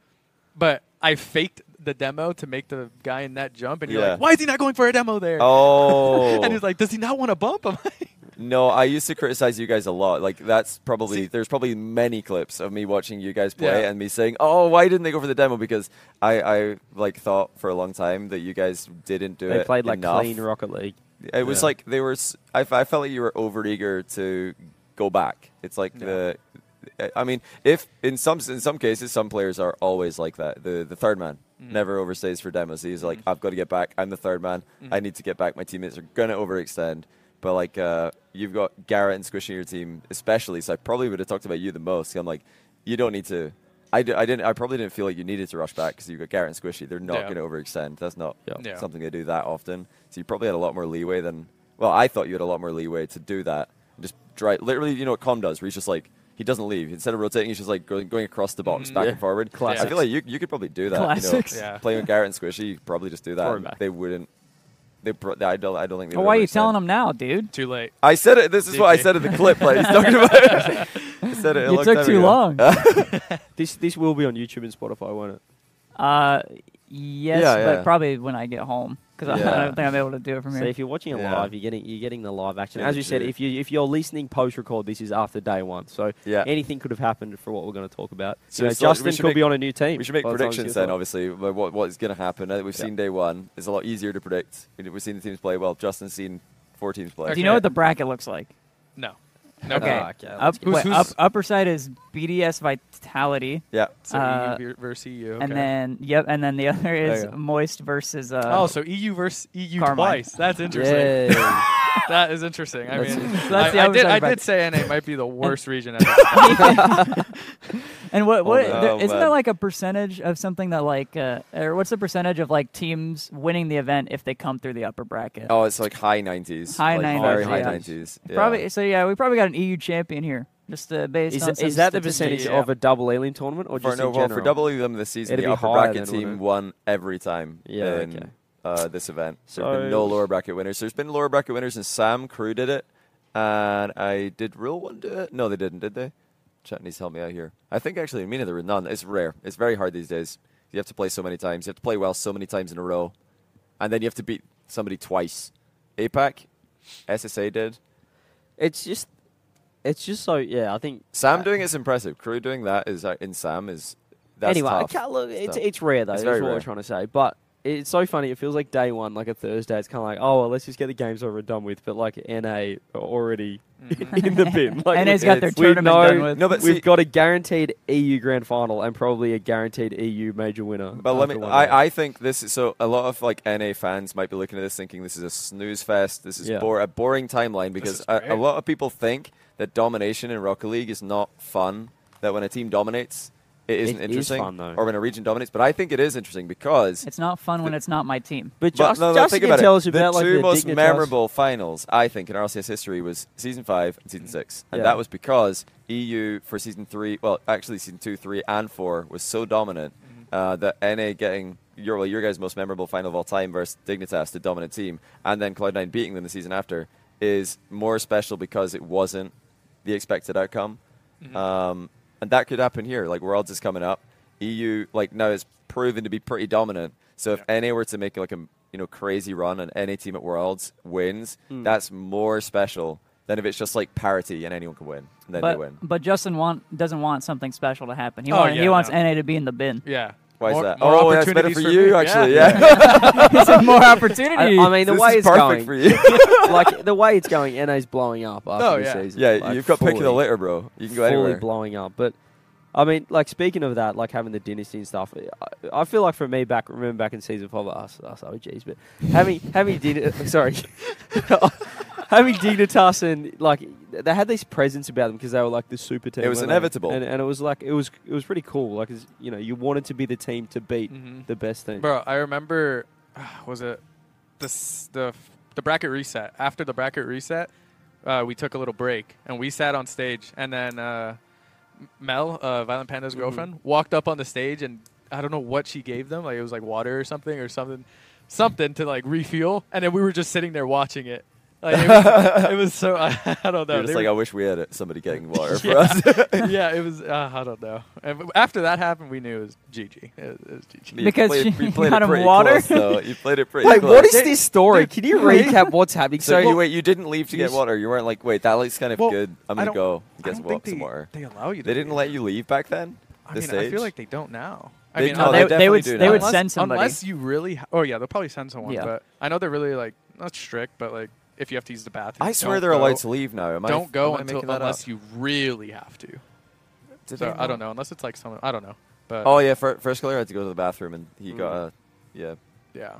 Speaker 4: but I faked the demo to make the guy in that jump, and you're
Speaker 1: Yeah.
Speaker 4: like, "Why is he not going for a demo there?"
Speaker 1: [laughs]
Speaker 3: [laughs]
Speaker 1: Oh,
Speaker 4: And he's like, "Does he not want to bump?" I'm like,
Speaker 1: No, I used to criticize you guys a lot. Like that's probably there's probably many clips of me watching you guys play
Speaker 4: Yeah.
Speaker 1: and me saying, "Oh, why didn't they go for the demo?" Because I, I like thought for a long time that you guys didn't do it.
Speaker 3: They played like
Speaker 1: enough.
Speaker 3: clean Rocket League.
Speaker 1: It was
Speaker 3: Yeah.
Speaker 1: like they were. s- I, f- I felt like you were over eager to go back. It's like the. eh, I mean, if in some in some cases, some players are always like that. The the third man
Speaker 4: Mm-hmm.
Speaker 1: never overstays for demos. He's like, I've got to get back. I'm the third man.
Speaker 4: Mm-hmm.
Speaker 1: I need to get back. My teammates are gonna overextend. But like, uh, you've got Garrett and Squishy in your team, especially. So I probably would have talked about you the most. I'm like, you don't need to. I, d- I didn't. I probably didn't feel like you needed to rush back because you've got Garrett and Squishy. They're not going
Speaker 4: Yeah.
Speaker 1: to overextend. That's not
Speaker 4: Yeah.
Speaker 1: something they do that often. So you probably had a lot more leeway than. Well, I thought you had a lot more leeway to do that. Just dry. Literally, you know what Com does, where he's just like he doesn't leave. Instead of rotating, he's just like going, going across the box, back and forward. I
Speaker 4: Classics.
Speaker 1: feel like you you could probably do that.
Speaker 2: Classics.
Speaker 1: You know,
Speaker 4: Yeah.
Speaker 1: Playing with Garrett and Squishy, you could probably just do that.
Speaker 3: Forward
Speaker 1: and
Speaker 3: back.
Speaker 1: They wouldn't. They pro- I don't. I don't think they.
Speaker 2: Well,
Speaker 1: would
Speaker 2: why are you
Speaker 1: understand.
Speaker 2: telling him now, dude?
Speaker 4: Too late.
Speaker 1: I said it. This is what I
Speaker 4: DJ.
Speaker 1: said in the clip. Like he's talking about. I said it. [laughs] a
Speaker 2: You
Speaker 1: long
Speaker 2: took
Speaker 1: time
Speaker 2: too
Speaker 1: ago. [laughs]
Speaker 2: long.
Speaker 3: This this will be on YouTube and Spotify, won't it?
Speaker 2: Uh, yes,
Speaker 1: Yeah, yeah.
Speaker 2: but probably when I get home because
Speaker 1: Yeah.
Speaker 2: I don't think I'm able to do it from
Speaker 3: So
Speaker 2: here.
Speaker 3: if you're watching it
Speaker 1: Yeah.
Speaker 3: live, you're getting you're getting the live action.
Speaker 1: Yeah,
Speaker 3: As you said,
Speaker 1: true.
Speaker 3: if you if you're listening post record, this is after day one. So
Speaker 1: Yeah.
Speaker 3: anything could have happened for what we're going to talk about.
Speaker 1: So
Speaker 3: you know,
Speaker 1: it's like- we
Speaker 3: Justin
Speaker 1: should
Speaker 3: could be
Speaker 1: make-
Speaker 3: on a new team.
Speaker 1: We should make
Speaker 3: by the time this
Speaker 1: predictions
Speaker 3: gets
Speaker 1: then,
Speaker 3: live.
Speaker 1: obviously, about what, what is going to happen. Now that we've seen day one, it's a lot easier to predict. We- We've seen the teams play well. Justin's seen four teams play.
Speaker 2: Do you know what the bracket looks like?
Speaker 4: No. No.
Speaker 2: Okay.
Speaker 3: Ah, okay,
Speaker 2: Up,
Speaker 3: let's
Speaker 4: go.
Speaker 2: wait,
Speaker 4: Who's-
Speaker 2: up,
Speaker 4: who's-
Speaker 2: upper side is BDS Vitality,
Speaker 1: Yeah.
Speaker 4: So
Speaker 2: Uh,
Speaker 4: EU ver- versus EU.
Speaker 2: and
Speaker 4: okay.
Speaker 2: then yep, and then the [laughs] other is
Speaker 1: There you go.
Speaker 2: Moist versus. Uh,
Speaker 4: Oh, so EU versus EU
Speaker 2: Carmine.
Speaker 4: twice. That's interesting.
Speaker 1: [laughs]
Speaker 3: Yeah.
Speaker 4: That is interesting. I
Speaker 2: That's-
Speaker 4: mean,
Speaker 2: so that's
Speaker 4: I,
Speaker 2: the
Speaker 4: I
Speaker 2: other
Speaker 4: did,
Speaker 2: side
Speaker 4: I
Speaker 2: of
Speaker 4: did
Speaker 2: Brexit.
Speaker 4: say NA might be
Speaker 2: [laughs]
Speaker 4: the worst region ever.
Speaker 2: and what what
Speaker 1: no.
Speaker 2: there,
Speaker 1: Oh,
Speaker 2: isn't there
Speaker 1: man.
Speaker 2: like a percentage of something that like uh, or what's the percentage of like teams winning the event if they come through the upper bracket?
Speaker 1: Oh, it's like high 90s.
Speaker 2: High
Speaker 1: like Very
Speaker 2: 90s,
Speaker 1: high
Speaker 2: yeah.
Speaker 1: 90s. Yeah.
Speaker 2: Probably so. Yeah, we probably got an EU champion here. Just uh, based
Speaker 3: is,
Speaker 2: on some
Speaker 3: is that the
Speaker 2: statistics.
Speaker 3: percentage of a double alien tournament or
Speaker 1: For,
Speaker 3: just
Speaker 1: no,
Speaker 3: in
Speaker 1: well,
Speaker 3: general?
Speaker 1: for double them this season,
Speaker 3: It'd
Speaker 1: the
Speaker 3: be
Speaker 1: upper
Speaker 3: higher
Speaker 1: bracket
Speaker 3: then,
Speaker 1: team
Speaker 3: wouldn't it?
Speaker 1: won every time
Speaker 3: Yeah,
Speaker 1: in
Speaker 3: okay.
Speaker 1: uh, this event. So there's been
Speaker 3: So-
Speaker 1: no lower bracket winners. There's been lower bracket winners, and Sam Crew did it. And I did Real One do it? No, they didn't, did they? Chat needs to help me out here. I think actually, Mina, there were none. It's rare. It's very hard these days. You have to play so many times. You have to play well so many times in a row. And then you have to beat somebody twice. APAC, SSA did.
Speaker 3: It's just it's just so yeah. I think Uh,
Speaker 1: Sam doing it's impressive. Crew doing that is uh, in Sam is that's
Speaker 3: anyway, I
Speaker 1: tough.
Speaker 3: can't look, it's,
Speaker 1: tough.
Speaker 3: it's rare though.
Speaker 1: It's
Speaker 3: That's
Speaker 1: very
Speaker 3: what
Speaker 1: rare.
Speaker 3: we're trying to say. But it's so funny. It feels like day one, like a Thursday. It's kind of like, oh, well, let's just get the games over and done with. But like NA are already [laughs] in the bin.
Speaker 2: [laughs]
Speaker 3: Like,
Speaker 2: NA's Mm. got their
Speaker 3: we
Speaker 2: tournament
Speaker 3: know-
Speaker 2: done with.
Speaker 1: No, but
Speaker 3: we've
Speaker 1: see-
Speaker 3: got a guaranteed EU grand final and probably a guaranteed EU major winner.
Speaker 1: But let
Speaker 3: after
Speaker 1: me.
Speaker 3: one round.
Speaker 1: I, I think this is so. A lot of like NA fans might be looking at this thinking this is a snooze fest. This is
Speaker 3: Yeah.
Speaker 1: bore, a boring timeline because
Speaker 4: is
Speaker 1: a, a
Speaker 4: great.
Speaker 1: lot of people think that domination in Rocket League is not fun. That when a team dominates, it isn't
Speaker 3: is
Speaker 1: interesting,
Speaker 3: fun, though.
Speaker 1: or when a region dominates. But I think it is interesting because
Speaker 2: It's not fun when it's not my team.
Speaker 3: but
Speaker 1: but
Speaker 3: just,
Speaker 1: no, no,
Speaker 3: Justin
Speaker 1: think
Speaker 3: can
Speaker 1: about
Speaker 3: tell
Speaker 1: it.
Speaker 3: us about
Speaker 1: the
Speaker 3: like
Speaker 1: two
Speaker 3: the
Speaker 1: most
Speaker 3: dignitas-
Speaker 1: memorable finals I think in RLCS history was season five and season six, and
Speaker 3: Yeah.
Speaker 1: that was because EU for season three, well, actually season two, three, and four was so dominant
Speaker 3: Mm-hmm.
Speaker 1: uh, that NA getting your well, your guys' most memorable final of all time versus Dignitas, the dominant team, and then Cloud Nine beating them the season after is more special because it wasn't the expected outcome. Um, and that could happen here. Like Worlds is coming up. EU like now is proven to be pretty dominant. So if NA were to make like a you know crazy run and any team at Worlds wins, that's more special than if it's just like parity and anyone can win. And then they
Speaker 2: But,
Speaker 1: win.
Speaker 2: but Justin want, doesn't want something special to happen. He,
Speaker 4: Oh,
Speaker 2: want, he
Speaker 4: yeah,
Speaker 2: wants
Speaker 4: no.
Speaker 2: NA to be in the bin.
Speaker 4: yeah.
Speaker 1: Why is
Speaker 4: more,
Speaker 1: that?
Speaker 4: More
Speaker 1: oh, that's
Speaker 4: opportunities
Speaker 1: better for,
Speaker 4: me.
Speaker 1: you
Speaker 4: Yeah.
Speaker 1: actually. Yeah.
Speaker 2: It's a more
Speaker 3: I,
Speaker 2: opportunity.
Speaker 3: I mean, the
Speaker 1: This
Speaker 3: way
Speaker 1: is
Speaker 3: it's
Speaker 1: perfect
Speaker 3: going,
Speaker 1: for you.
Speaker 3: like the way it's going, NA's blowing up after
Speaker 4: Oh,
Speaker 3: the
Speaker 4: yeah.
Speaker 3: season.
Speaker 1: yeah,
Speaker 3: like,
Speaker 1: you've got pick of the
Speaker 3: fully.
Speaker 1: litter, bro. You can go
Speaker 3: fully
Speaker 1: anywhere.
Speaker 3: blowing up. But I mean, like speaking of that, like having the dynasty and stuff, I, I feel like for me back, remember back in season five, us, us OGs, oh, but having having din- [laughs] sorry, having Dignitas and like they had this presence about them because they were like the super team.
Speaker 1: It was
Speaker 3: weren't they?
Speaker 1: inevitable.
Speaker 3: and, and it was like it was it was pretty cool. Like 'cause, you know, you wanted to be the team to beat
Speaker 4: Mhm.
Speaker 3: the best team.
Speaker 4: Bro, I remember, [sighs] was it the s- the f- the bracket reset? After the bracket reset, uh, we took a little break and we sat on stage, and then uh, M- Mel, uh, Violent Panda's
Speaker 1: Mm-hmm.
Speaker 4: girlfriend, walked up on the stage, and I don't know what she gave them. Like it was like water or something or something, something to like refuel, and then we were just sitting there watching it. Like it
Speaker 1: [laughs]
Speaker 4: was, it was so [laughs] I, don't know.
Speaker 1: You're just
Speaker 4: They
Speaker 1: like,
Speaker 4: were-
Speaker 1: I wish we had it, somebody getting water for
Speaker 4: Yeah.
Speaker 1: us. [laughs]
Speaker 4: yeah, it was. Uh, I don't know. And w- after that happened, we knew it was GG. It was, it was GG.
Speaker 1: You
Speaker 2: Because
Speaker 1: played,
Speaker 2: you
Speaker 1: you played
Speaker 2: got
Speaker 1: it
Speaker 2: him
Speaker 1: pretty
Speaker 2: water?
Speaker 1: Close, though. You played it pretty
Speaker 3: Wait,
Speaker 1: close.
Speaker 3: what is this story? Can you
Speaker 1: [laughs]
Speaker 3: recap what's happening?
Speaker 1: So
Speaker 3: So,
Speaker 1: you wait, you didn't leave to get
Speaker 3: Yes.
Speaker 1: water. You weren't like, wait, that looks kind of
Speaker 4: Well,
Speaker 1: good. I'm gonna
Speaker 4: I don't-
Speaker 1: go and
Speaker 4: I
Speaker 1: get some,
Speaker 4: don't
Speaker 1: wa-
Speaker 4: think
Speaker 1: some
Speaker 4: they,
Speaker 1: water.
Speaker 4: They allow you. To
Speaker 1: They didn't let you leave back then.
Speaker 4: I
Speaker 1: the
Speaker 4: mean, I
Speaker 1: stage?
Speaker 4: feel like they don't now. I
Speaker 1: They
Speaker 4: mean,
Speaker 1: don't.
Speaker 2: no, they,
Speaker 4: unless,
Speaker 1: they
Speaker 2: they would,
Speaker 1: definitely do
Speaker 2: they
Speaker 1: now.
Speaker 2: would
Speaker 1: Unless-
Speaker 2: send somebody.
Speaker 4: unless you really. Ha- oh yeah, they'll probably send someone.
Speaker 2: Yeah.
Speaker 4: But I know they're really like not strict, but like if you have to use the bathroom,
Speaker 1: I swear
Speaker 4: don't
Speaker 1: they're allowed
Speaker 4: go-
Speaker 1: to leave now. Am I,
Speaker 4: Don't go
Speaker 1: am I
Speaker 4: until
Speaker 1: making that
Speaker 4: unless
Speaker 1: up?
Speaker 4: you really have to.
Speaker 1: Did
Speaker 4: So
Speaker 1: they
Speaker 4: I don't
Speaker 1: not?
Speaker 4: know. Unless it's like someone. I don't know. But
Speaker 1: Oh yeah, fir- first color had to go to the
Speaker 4: Mm.
Speaker 1: bathroom and he got a yeah,
Speaker 4: yeah.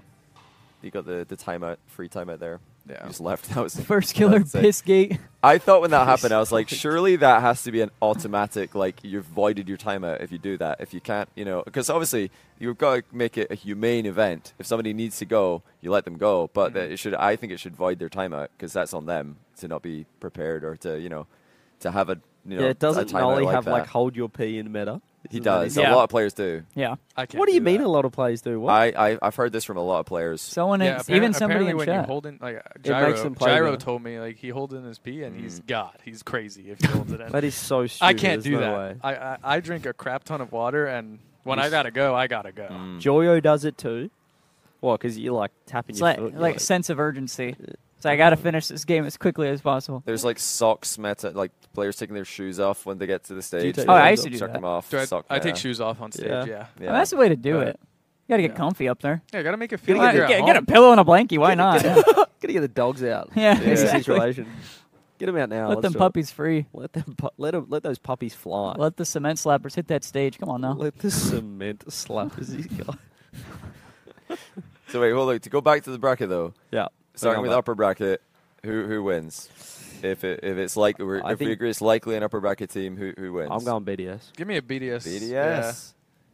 Speaker 1: he got the the timeout, free timeout there.
Speaker 4: Yeah.
Speaker 1: You just left. [laughs] That was
Speaker 2: [laughs] First killer,
Speaker 1: that's it.
Speaker 2: Pissgate.
Speaker 1: I thought when that happened, I was like, surely that has to be an automatic, like, you've voided your timeout if you do that. If you can't, you know, because obviously you've got to make it a humane event. If somebody needs to go, you let them go. But it should, I think it should void their timeout because that's on them to not be prepared or to, you know, to have a, you know,
Speaker 3: yeah, doesn't
Speaker 1: a timeout
Speaker 3: Nolly
Speaker 1: like
Speaker 3: have
Speaker 1: that.
Speaker 3: like hold your pee in meta?
Speaker 1: He
Speaker 3: Isn't that
Speaker 1: does. A
Speaker 4: Yeah.
Speaker 1: lot of players do.
Speaker 2: Yeah.
Speaker 4: I
Speaker 3: it?
Speaker 4: can't
Speaker 3: What do you
Speaker 4: do
Speaker 3: mean
Speaker 4: that.
Speaker 3: a lot of players do? What?
Speaker 1: I, I, I've heard this from a lot of players.
Speaker 2: Someone,
Speaker 4: Yeah,
Speaker 2: in,
Speaker 4: appar-
Speaker 2: even somebody
Speaker 4: apparently
Speaker 2: in
Speaker 4: when you
Speaker 2: chat.
Speaker 4: hold in like uh,
Speaker 3: makes
Speaker 4: gyro,
Speaker 3: them play
Speaker 4: gyro
Speaker 3: better.
Speaker 4: told me like he holds in his pee and he's god. He's crazy if he holds it in.
Speaker 3: [laughs] that is so stupid.
Speaker 4: I can't
Speaker 3: There's
Speaker 4: do
Speaker 3: no
Speaker 4: that.
Speaker 3: Way.
Speaker 4: I, I I drink a crap ton of water and when I
Speaker 3: Yes.
Speaker 4: gotta go, I gotta go.
Speaker 1: Mm.
Speaker 3: Joyo does it too. What? Because you're like tapping
Speaker 2: It's
Speaker 3: your
Speaker 2: like,
Speaker 3: foot. you're
Speaker 2: like a sense of urgency. It's like, I got to finish this game as quickly as possible.
Speaker 1: There's like socks meta, like players taking their shoes off when they get to the stage. They
Speaker 3: take Oh,
Speaker 2: I
Speaker 1: like
Speaker 2: used to do
Speaker 1: chuck
Speaker 2: that.
Speaker 1: them off.
Speaker 4: Do Oh, I,
Speaker 1: sock
Speaker 4: I take
Speaker 1: meta.
Speaker 4: shoes off on stage.
Speaker 3: Yeah.
Speaker 4: Yeah, yeah.
Speaker 1: Yeah.
Speaker 2: that's the way to do
Speaker 4: But-
Speaker 2: it. You got to get
Speaker 4: Yeah.
Speaker 2: comfy up there.
Speaker 4: you gotta make it feel
Speaker 3: Gotta
Speaker 4: like
Speaker 2: Why-
Speaker 4: you're
Speaker 2: Get,
Speaker 4: at
Speaker 2: get a
Speaker 4: home.
Speaker 2: pillow and a blanket. Why not? [laughs] Yeah,
Speaker 3: Gotta get the dogs out.
Speaker 2: Yeah,
Speaker 3: This is the
Speaker 2: exactly.
Speaker 3: situation. Get them out now.
Speaker 2: Let
Speaker 3: Let's
Speaker 2: them
Speaker 3: do it.
Speaker 2: puppies free.
Speaker 3: Let them. Pu- let 'em- Let those puppies fly.
Speaker 2: Let the cement slappers hit that stage. Come on now.
Speaker 3: Let the cement slap as he got.
Speaker 1: So wait, hold on. To go back to the bracket though,
Speaker 3: Yeah.
Speaker 1: starting with
Speaker 3: Remember.
Speaker 1: upper bracket, who who wins? If it, if it's like we're-
Speaker 3: I
Speaker 1: if we
Speaker 3: think-
Speaker 1: agree it's likely an upper bracket team, who who wins?
Speaker 3: I'm going BDS.
Speaker 4: Give me a BDS.
Speaker 1: BDS.
Speaker 4: yeah.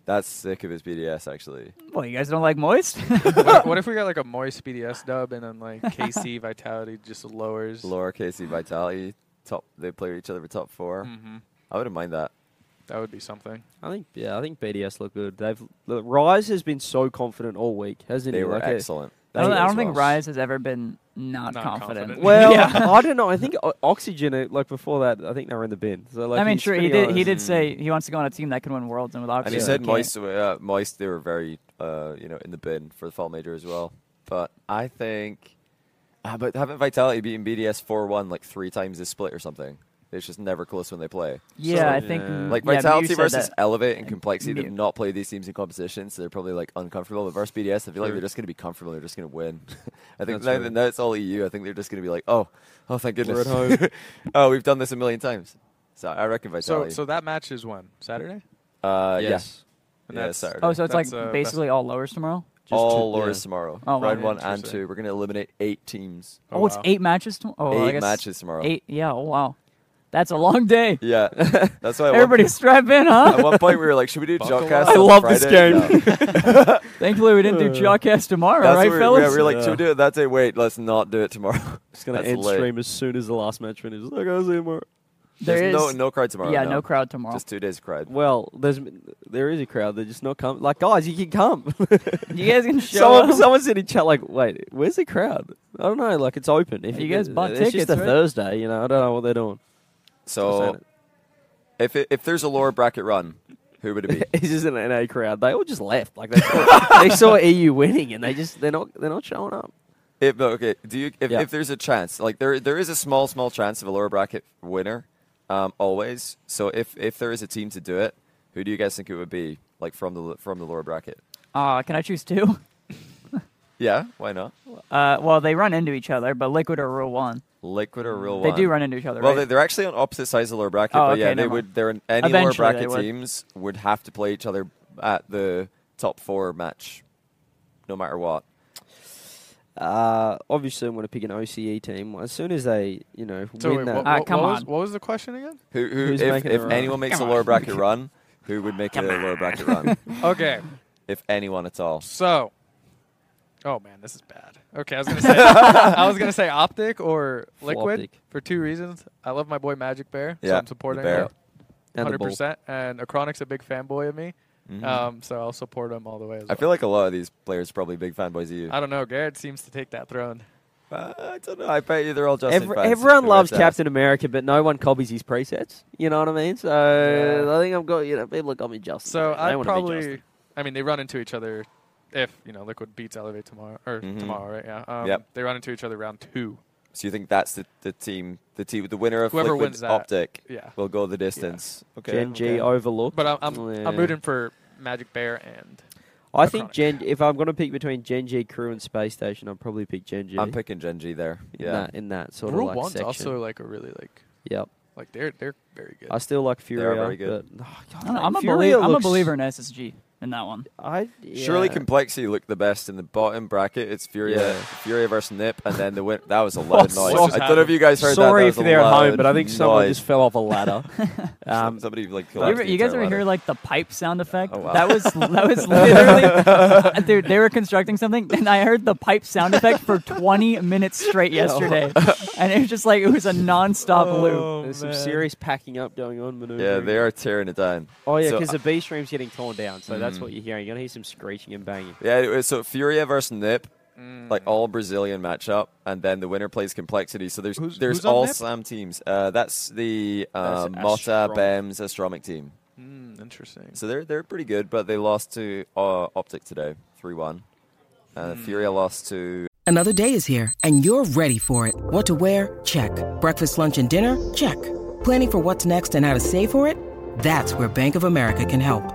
Speaker 1: That's sick of his BDS actually.
Speaker 2: Well, you guys don't like moist? [laughs]
Speaker 4: what, what if we got like a moist BDS dub and then like KC Vitality just lowers?
Speaker 1: Laura, Casey, Vitality, e top. They play each other for top 4
Speaker 4: hmm
Speaker 1: I wouldn't mind that.
Speaker 4: That would be something.
Speaker 3: I think yeah, I think BDS look good. They've look, Rise has been so confident all week, hasn't
Speaker 1: They
Speaker 3: he?
Speaker 1: were
Speaker 3: Like, uh,
Speaker 1: excellent.
Speaker 2: I don't, I don't
Speaker 1: As
Speaker 2: think
Speaker 1: well.
Speaker 2: Rise has ever been not,
Speaker 4: Not
Speaker 2: confident.
Speaker 4: confident.
Speaker 3: [laughs] Well,
Speaker 2: Yeah.
Speaker 3: I don't know. I think O- Oxygen uh, like before that, I think they were in the bin. So like,
Speaker 2: I mean,
Speaker 3: he's
Speaker 2: sure, he
Speaker 3: pretty
Speaker 2: did. He
Speaker 3: honest.
Speaker 2: did
Speaker 1: Mm.
Speaker 2: say he wants to go on a team that can win worlds, and with Oxygen,
Speaker 1: And he
Speaker 3: Yeah.
Speaker 1: said
Speaker 2: can't.
Speaker 1: Moist, uh, Moist, they were very, uh, you know, in the bin for the fall major as well. But I think, ah, but haven't Vitality beaten BDS four one like three times this split or something? It's just never close when they play.
Speaker 2: Yeah, I
Speaker 3: So-
Speaker 2: think
Speaker 3: Yeah.
Speaker 1: [laughs]
Speaker 2: mm,
Speaker 1: Like
Speaker 2: yeah,
Speaker 1: Vitality
Speaker 2: Mew said
Speaker 1: versus
Speaker 2: that.
Speaker 1: Elevate and Complexity, they've
Speaker 2: Mew.
Speaker 1: not played these teams in competition, so they're probably like uncomfortable. But versus BDS, I feel like
Speaker 3: True.
Speaker 1: they're just going to be comfortable. They're just going to win. [laughs] I think
Speaker 3: That's
Speaker 1: now,
Speaker 3: true.
Speaker 1: now it's all EU. I think they're just going to be like, oh, oh, thank
Speaker 3: We're
Speaker 1: goodness,
Speaker 3: at home.
Speaker 1: [laughs] oh, we've done this a million times. So I reckon
Speaker 4: So
Speaker 1: Vitality.
Speaker 4: so that match is when Saturday.
Speaker 1: uh, yeah.
Speaker 3: Mm. yes.
Speaker 4: And
Speaker 1: Yeah,
Speaker 4: that's-
Speaker 1: Saturday.
Speaker 2: Oh, so it's
Speaker 4: That's,
Speaker 2: like
Speaker 4: uh, best-
Speaker 2: basically all lowers tomorrow.
Speaker 3: Just
Speaker 1: all
Speaker 3: two-
Speaker 1: Laura's
Speaker 3: yeah.
Speaker 1: tomorrow.
Speaker 2: Oh, wow.
Speaker 1: Round one and
Speaker 4: Interesting.
Speaker 1: two. We're gonna eliminate eight teams.
Speaker 2: Oh, it's
Speaker 4: wow.
Speaker 2: eight matches. tomorrow. oh, I
Speaker 1: eight
Speaker 2: guess
Speaker 1: matches tomorrow.
Speaker 2: Eight. Yeah. Oh, wow. That's a long day.
Speaker 1: [laughs] Yeah, that's why. at one-
Speaker 2: Everybody strap in,
Speaker 1: At
Speaker 2: huh?
Speaker 1: one point, we were like, "Should we do
Speaker 4: Buckle
Speaker 1: Jogcast?"
Speaker 4: up. I
Speaker 1: on
Speaker 3: love this
Speaker 1: Friday?
Speaker 2: [laughs]
Speaker 3: game.
Speaker 1: No. That's
Speaker 2: Thankfully,
Speaker 1: [laughs]
Speaker 2: we didn't do Jawcast tomorrow,
Speaker 1: what
Speaker 2: right,
Speaker 1: we were,
Speaker 2: fellas?
Speaker 1: yeah, we were like,
Speaker 3: Yeah.
Speaker 1: "Should we do it that day?" Wait, let's not do it tomorrow.
Speaker 3: It's gonna
Speaker 1: That's
Speaker 3: end
Speaker 1: lit.
Speaker 3: stream as soon as the last match finishes. Like, I'll see you tomorrow.
Speaker 2: There
Speaker 1: There's
Speaker 2: is-
Speaker 1: no no crowd tomorrow.
Speaker 2: yeah,
Speaker 1: no.
Speaker 2: no crowd tomorrow.
Speaker 1: Just two days of crowd.
Speaker 3: Well, there's there is a crowd. They're just not coming. Like, guys, you can come.
Speaker 2: [laughs] you
Speaker 1: [laughs]
Speaker 2: guys can show
Speaker 3: someone,
Speaker 2: up.
Speaker 3: someone said in chat, like, wait, where's the crowd? I don't know. Like, it's open. If
Speaker 2: You guys bought
Speaker 3: it's
Speaker 2: tickets,
Speaker 3: just a
Speaker 2: right?
Speaker 3: Thursday. You know, I don't know what they're doing.
Speaker 1: So if it, if there's a Laura bracket run, who would it
Speaker 2: [laughs]
Speaker 1: be?
Speaker 3: It's just an NA crowd. They all just left. Like they saw, [laughs] they saw EU winning, and they just they're not they're not showing up.
Speaker 1: if, no, okay, do you if,
Speaker 3: Yeah.
Speaker 1: if there's a chance, like there there is a small small chance of a Laura bracket winner, um, always. So if if there is a team to do it, who do you guys think it would be? Like from the from the Laura bracket?
Speaker 2: Ah, can I choose two?
Speaker 1: Yeah, why not?
Speaker 2: Uh, well, they run into each other, but Liquid or Rule One,
Speaker 1: Liquid or real
Speaker 2: Mm. they
Speaker 1: one?
Speaker 2: do run into each other.
Speaker 1: Well,
Speaker 2: right?
Speaker 1: they- they're actually on opposite sides of the lower bracket,
Speaker 2: Oh,
Speaker 1: but
Speaker 2: okay,
Speaker 1: yeah, they
Speaker 2: never
Speaker 1: would.
Speaker 2: mind.
Speaker 1: They're in, any lower
Speaker 2: Eventually they
Speaker 1: bracket
Speaker 2: would.
Speaker 1: teams would have to play each other at the top four match, no matter what.
Speaker 3: Uh, obviously, I'm going to pick an OCE team as soon as they you know
Speaker 4: So
Speaker 3: win
Speaker 4: wait,
Speaker 3: that.
Speaker 4: what,
Speaker 2: Ah,
Speaker 4: what-
Speaker 2: come
Speaker 4: what was,
Speaker 2: on.
Speaker 4: what was the question again?
Speaker 1: Who, who
Speaker 3: Who's
Speaker 1: if,
Speaker 3: making the
Speaker 1: if
Speaker 3: run?
Speaker 1: anyone makes a lower
Speaker 4: [laughs]
Speaker 1: bracket run, who would make a lower bracket run?
Speaker 4: Okay,
Speaker 1: If anyone at all.
Speaker 4: so. Oh man, this is bad. Okay, I was gonna say
Speaker 1: [laughs]
Speaker 4: I was gonna say optic or liquid
Speaker 3: Floptic.
Speaker 4: for two reasons. I love my boy Magic Bear, so
Speaker 1: Yeah,
Speaker 4: I'm supporting
Speaker 1: the bear.
Speaker 4: him
Speaker 3: and the
Speaker 4: 100.
Speaker 3: ball.
Speaker 4: percent And Achronic's a big fanboy of me, um, so I'll support him all the way. As
Speaker 1: Mm-hmm. I
Speaker 4: well.
Speaker 1: feel like a lot of these players are probably big fanboys of you.
Speaker 4: I don't know. Garrett seems to take that throne.
Speaker 1: Uh, I don't know. I bet you they're all Justin
Speaker 3: Every,
Speaker 1: fans.
Speaker 3: everyone
Speaker 1: The rest
Speaker 3: loves
Speaker 1: of us.
Speaker 3: Captain America, but no one copies his presets. You know what I mean? So
Speaker 4: Yeah.
Speaker 3: I think I've got you know people have got me Justin.
Speaker 4: So
Speaker 3: I
Speaker 4: I probably, I mean, they run into each other if you know Liquid beats Elevate tomorrow or
Speaker 1: Mhm.
Speaker 4: tomorrow, right? Yeah. Um,
Speaker 1: Yep.
Speaker 4: They run into each other round two.
Speaker 1: So you think that's the, the team, the team, the winner of
Speaker 4: Whoever
Speaker 1: Liquid
Speaker 4: wins that.
Speaker 1: Optic
Speaker 4: Yeah.
Speaker 1: will go the distance. Okay.
Speaker 3: Gen G
Speaker 1: okay.
Speaker 3: overlooked.
Speaker 4: But I'm I'm, I'm
Speaker 3: Yeah.
Speaker 4: rooting for Magic Bear and
Speaker 3: I think
Speaker 4: Chronic.
Speaker 3: Gen. If I'm going to pick between Gen G crew and Space Station, I'd probably pick Gen G.
Speaker 1: I'm picking Gen G there.
Speaker 3: in
Speaker 1: Yeah.
Speaker 3: that, in that sort
Speaker 4: Rule
Speaker 3: of like
Speaker 4: One's
Speaker 3: section.
Speaker 4: also like a really like
Speaker 3: yep.
Speaker 4: like they're they're very good.
Speaker 3: I still like
Speaker 1: They are
Speaker 3: Furia.
Speaker 1: very good.
Speaker 3: But, oh, God,
Speaker 2: I don't know, I'm a
Speaker 3: Furia
Speaker 2: believer. I'm a
Speaker 3: looks-
Speaker 2: believer in SSG. in that one.
Speaker 3: I
Speaker 1: Surely
Speaker 3: yeah.
Speaker 1: complexity looked the best in the bottom bracket. It's Furia,
Speaker 3: Yeah.
Speaker 1: Furia versus Nip, and then the win. That was a loud
Speaker 3: Oh,
Speaker 1: noise.
Speaker 4: so-
Speaker 1: I don't know if you guys heard that.
Speaker 3: Sorry
Speaker 1: that.
Speaker 3: if
Speaker 1: was a
Speaker 3: they're at home,
Speaker 1: loud
Speaker 3: but I think someone
Speaker 1: noise.
Speaker 3: just fell off a
Speaker 1: [laughs]
Speaker 3: ladder. um,
Speaker 1: somebody like.
Speaker 2: You, ever- you guys ever hear like the pipe sound effect?
Speaker 1: Oh, wow. [laughs]
Speaker 2: That was that was literally uh, dude. They were constructing something, and I heard the pipe sound effect for 20 minutes
Speaker 1: [laughs]
Speaker 2: straight yesterday, and it was just like it was a nonstop
Speaker 1: Oh,
Speaker 2: loop.
Speaker 3: there's some serious packing up going on.
Speaker 1: Yeah,
Speaker 3: Maneuvering.
Speaker 1: they are tearing it down.
Speaker 3: Oh yeah,
Speaker 1: So- Mm.
Speaker 3: because the B stream's getting torn down, so that's what you're hearing. You're gonna hear some screeching and banging.
Speaker 1: Yeah, it was, so Furia versus Nip, like all Brazilian matchup, and then the winner plays Complexity. So there's
Speaker 4: Who's-
Speaker 1: there's
Speaker 4: who's on
Speaker 1: all
Speaker 4: Nip?
Speaker 1: Slam teams. Uh, that's the uh,
Speaker 3: That's
Speaker 1: Mota
Speaker 3: Astrom-
Speaker 1: Bems Astromic team.
Speaker 4: Mm, interesting.
Speaker 1: So they're they're pretty good, but they lost to uh, Optic today, three one. Uh, Furia lost to
Speaker 7: Another day is here, and you're ready for it. What to wear? Check. Breakfast, lunch, and dinner? Check. Planning for what's next and how to save for it? That's where Bank of America can help.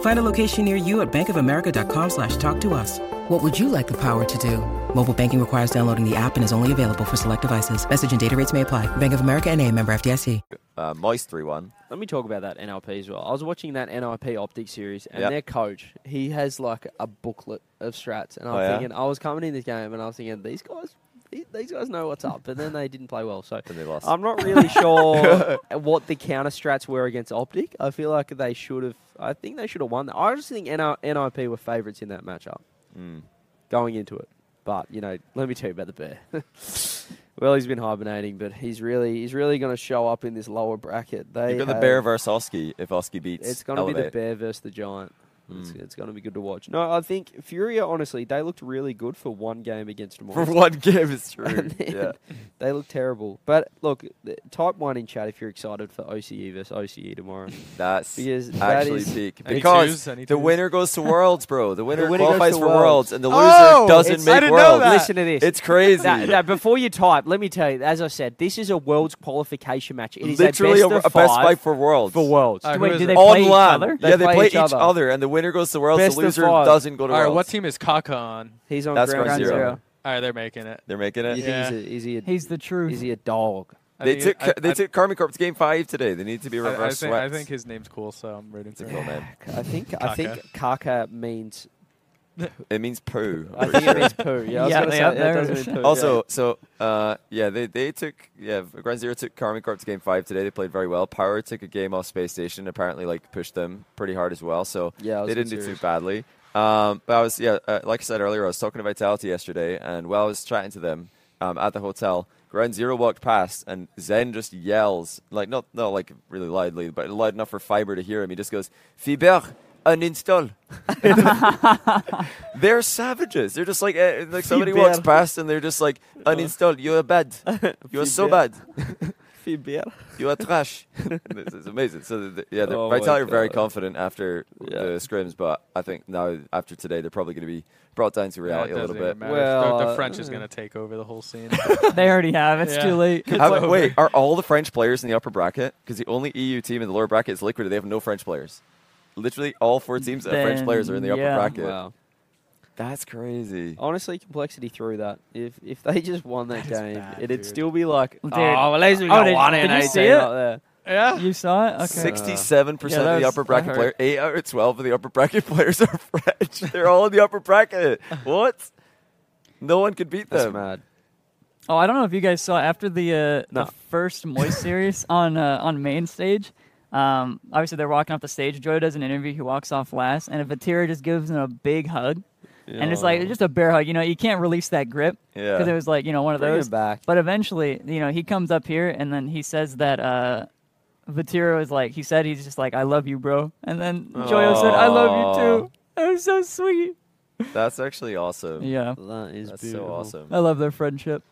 Speaker 7: Find a location near you at bankofamerica.com slash talk to us. What would you like the power to do? Mobile banking requires downloading the app and is only available for select devices. Message and data rates may apply. Bank of America and a member FDIC.
Speaker 1: uh, Moist three one.
Speaker 3: Let me talk about that NLP as well. I was watching that NIP optic series, and
Speaker 1: Yep.
Speaker 3: their coach he has like a booklet of strats, and I'm
Speaker 1: Oh, yeah?
Speaker 3: thinking I was coming in this game, and I was thinking these guys. the- These guys know what's up, but then they didn't play well. So
Speaker 1: And they lost.
Speaker 3: [laughs] I'm not really
Speaker 1: [laughs]
Speaker 3: sure what the counter strats were against Optic. I feel like they should have. I think they should have won. I just think NI NIP were favourites in that matchup
Speaker 1: Hmm.
Speaker 3: going into it. But you know, let me tell you about the bear. [laughs] well, he's been hibernating, but he's really he's really going to show up in this lower bracket. They
Speaker 1: You've got the
Speaker 3: have-
Speaker 1: Bear versus Oski if Oski beats.
Speaker 3: um, it's going to be the
Speaker 1: Elevate. Hmm.
Speaker 3: bear versus the giant. It's, it's going to be good to watch. No, I think Furia. Honestly, they looked really good for one game against
Speaker 1: For [laughs]
Speaker 3: Moist.
Speaker 1: one game, it's true.
Speaker 3: [laughs] And then
Speaker 1: yeah.
Speaker 3: They look terrible. But look, th- type one in chat if you're excited for OCE versus OCE tomorrow.
Speaker 1: That's
Speaker 3: Because that
Speaker 1: actually
Speaker 3: is-
Speaker 1: peak.
Speaker 4: Any
Speaker 1: Because
Speaker 4: twos? Any
Speaker 1: the
Speaker 4: twos?
Speaker 1: winner goes to Worlds, bro. The winner,
Speaker 3: winner goes
Speaker 1: qualifies
Speaker 3: to
Speaker 1: for worlds.
Speaker 3: Worlds.
Speaker 1: and the loser
Speaker 3: Oh!
Speaker 1: doesn't
Speaker 3: It's- I
Speaker 1: make
Speaker 3: didn't know
Speaker 1: Worlds.
Speaker 3: that. Listen to this.
Speaker 1: It's crazy.
Speaker 3: Now, now, before you type, let me tell you. As I said, this is a world's qualification match. It is
Speaker 1: Literally
Speaker 3: a
Speaker 1: a,
Speaker 3: best,
Speaker 1: a
Speaker 3: of
Speaker 1: best
Speaker 3: five Uh,
Speaker 1: fight for Worlds.
Speaker 3: for worlds.
Speaker 4: All right, who
Speaker 2: Wait,
Speaker 4: is
Speaker 2: do
Speaker 4: it?
Speaker 2: they
Speaker 1: On
Speaker 2: play each
Speaker 1: LAN.
Speaker 2: other?
Speaker 1: Yeah, they play, each other. and the winner goes to Worlds,
Speaker 3: Best
Speaker 1: the
Speaker 3: of
Speaker 1: loser
Speaker 3: five.
Speaker 1: doesn't go to
Speaker 4: All right,
Speaker 1: Worlds.
Speaker 4: what team is Kaka on?
Speaker 3: He's on
Speaker 1: That's
Speaker 3: ground,
Speaker 1: ground
Speaker 3: zero.
Speaker 1: zero.
Speaker 4: All right, they're making it.
Speaker 1: They're making it.
Speaker 3: You
Speaker 4: Yeah.
Speaker 3: think he's a, is he a,
Speaker 2: He's the truth.
Speaker 3: is he a dog?
Speaker 4: I
Speaker 1: They
Speaker 4: think
Speaker 1: took
Speaker 4: it- I-
Speaker 1: they
Speaker 4: I-
Speaker 1: took Carmi Corp's game five today. They need to be
Speaker 4: I- I,
Speaker 1: reverse
Speaker 4: think, I
Speaker 1: swept.
Speaker 4: think his name's cool, so I'm rooting for
Speaker 1: It's a cool
Speaker 4: him.
Speaker 1: name.
Speaker 3: I think I think Kaka means
Speaker 1: It means poo.
Speaker 3: I
Speaker 1: I'm
Speaker 3: think
Speaker 1: pretty
Speaker 3: it
Speaker 1: sure.
Speaker 3: means poo. Yeah, I was
Speaker 2: Yeah,
Speaker 3: gonna say
Speaker 2: yeah,
Speaker 3: it
Speaker 2: there
Speaker 3: does
Speaker 2: it is.
Speaker 3: mean poo,
Speaker 1: Also,
Speaker 3: yeah.
Speaker 1: so uh, yeah, they they took yeah Ground Zero took Carmen Corp to game five today. They played very well. Power took a game off Space Station. Apparently, like pushed them pretty hard as well. So
Speaker 3: Yeah, I was
Speaker 1: they didn't do
Speaker 3: serious.
Speaker 1: too badly. Um, but I was yeah, uh, like I said earlier, I was talking to Vitality yesterday, and while I was chatting to them um, at the hotel, Ground Zero walked past, and Zen just yells like not not like really loudly, but loud enough for Fiber to hear him. He just goes Fiber. Uninstall. [laughs] they're savages. They're just like uh, like somebody
Speaker 3: Fiber.
Speaker 1: walks past and they're just like uninstall. You are bad. You are so
Speaker 3: Fiber.
Speaker 1: bad.
Speaker 3: Fiber.
Speaker 1: You are trash. [laughs] this is amazing. So th- th- yeah, the
Speaker 3: Oh my
Speaker 1: Vitality are very
Speaker 3: God.
Speaker 1: confident after
Speaker 3: Yeah.
Speaker 1: the scrims, but I think now after today they're probably going to be brought down to
Speaker 4: Yeah,
Speaker 1: reality
Speaker 4: it
Speaker 1: a little
Speaker 4: doesn't even
Speaker 1: bit.
Speaker 4: matter.
Speaker 3: Well,
Speaker 4: the,
Speaker 3: uh,
Speaker 4: the French is going to take over the
Speaker 3: [laughs]
Speaker 4: whole scene.
Speaker 2: [laughs] They already have. It's
Speaker 4: Yeah.
Speaker 2: too late.
Speaker 1: Have- wait, are all the French players in the upper bracket? Because the only EU team in the lower bracket is Liquid. and They have no French players. Literally, all four teams that have French players are in the
Speaker 2: Then, yeah. Oh,
Speaker 1: upper bracket.
Speaker 3: Wow.
Speaker 1: That's crazy.
Speaker 3: Honestly, complexity through that. If if they just won that,
Speaker 4: is
Speaker 3: game,
Speaker 4: bad,
Speaker 3: it'd
Speaker 4: dude.
Speaker 3: still be like,
Speaker 2: Dude.
Speaker 3: oh, well, at least we
Speaker 2: Oh,
Speaker 3: got
Speaker 2: did-
Speaker 3: one
Speaker 2: did
Speaker 3: in
Speaker 2: you
Speaker 3: 18
Speaker 2: see it?
Speaker 3: up there.
Speaker 4: yeah.
Speaker 2: You saw it. Okay.
Speaker 1: Sixty-seven percent
Speaker 2: Yeah,
Speaker 1: of
Speaker 2: that
Speaker 1: the
Speaker 2: was-
Speaker 1: upper
Speaker 2: that
Speaker 1: bracket
Speaker 2: hurt.
Speaker 1: player, eight out of twelve of the upper bracket [laughs] players are French. They're all in the upper bracket. What? No one could beat
Speaker 3: That's
Speaker 1: them.
Speaker 3: mad.
Speaker 2: Oh, I don't know if you guys saw after the uh,
Speaker 3: No.
Speaker 2: the first Moist series on uh, on main stage. Um, obviously they're walking off the stage. Joy does an interview. He walks off last, and Vatira just gives him a big hug, and it's like just a bear hug. You know, you can't release that grip
Speaker 1: Yeah.
Speaker 2: because it was like you know one of
Speaker 3: Bring him
Speaker 2: those.
Speaker 3: back.
Speaker 2: But eventually, you know, he comes up here, and then he says that. Uh, Vatira was like, he said he's just like, I love you, bro. And then Joyo said, I love you too. It was so sweet.
Speaker 1: That's actually awesome.
Speaker 2: Yeah.
Speaker 3: That is
Speaker 1: That's
Speaker 3: beautiful.
Speaker 1: so awesome.
Speaker 2: I love their friendship.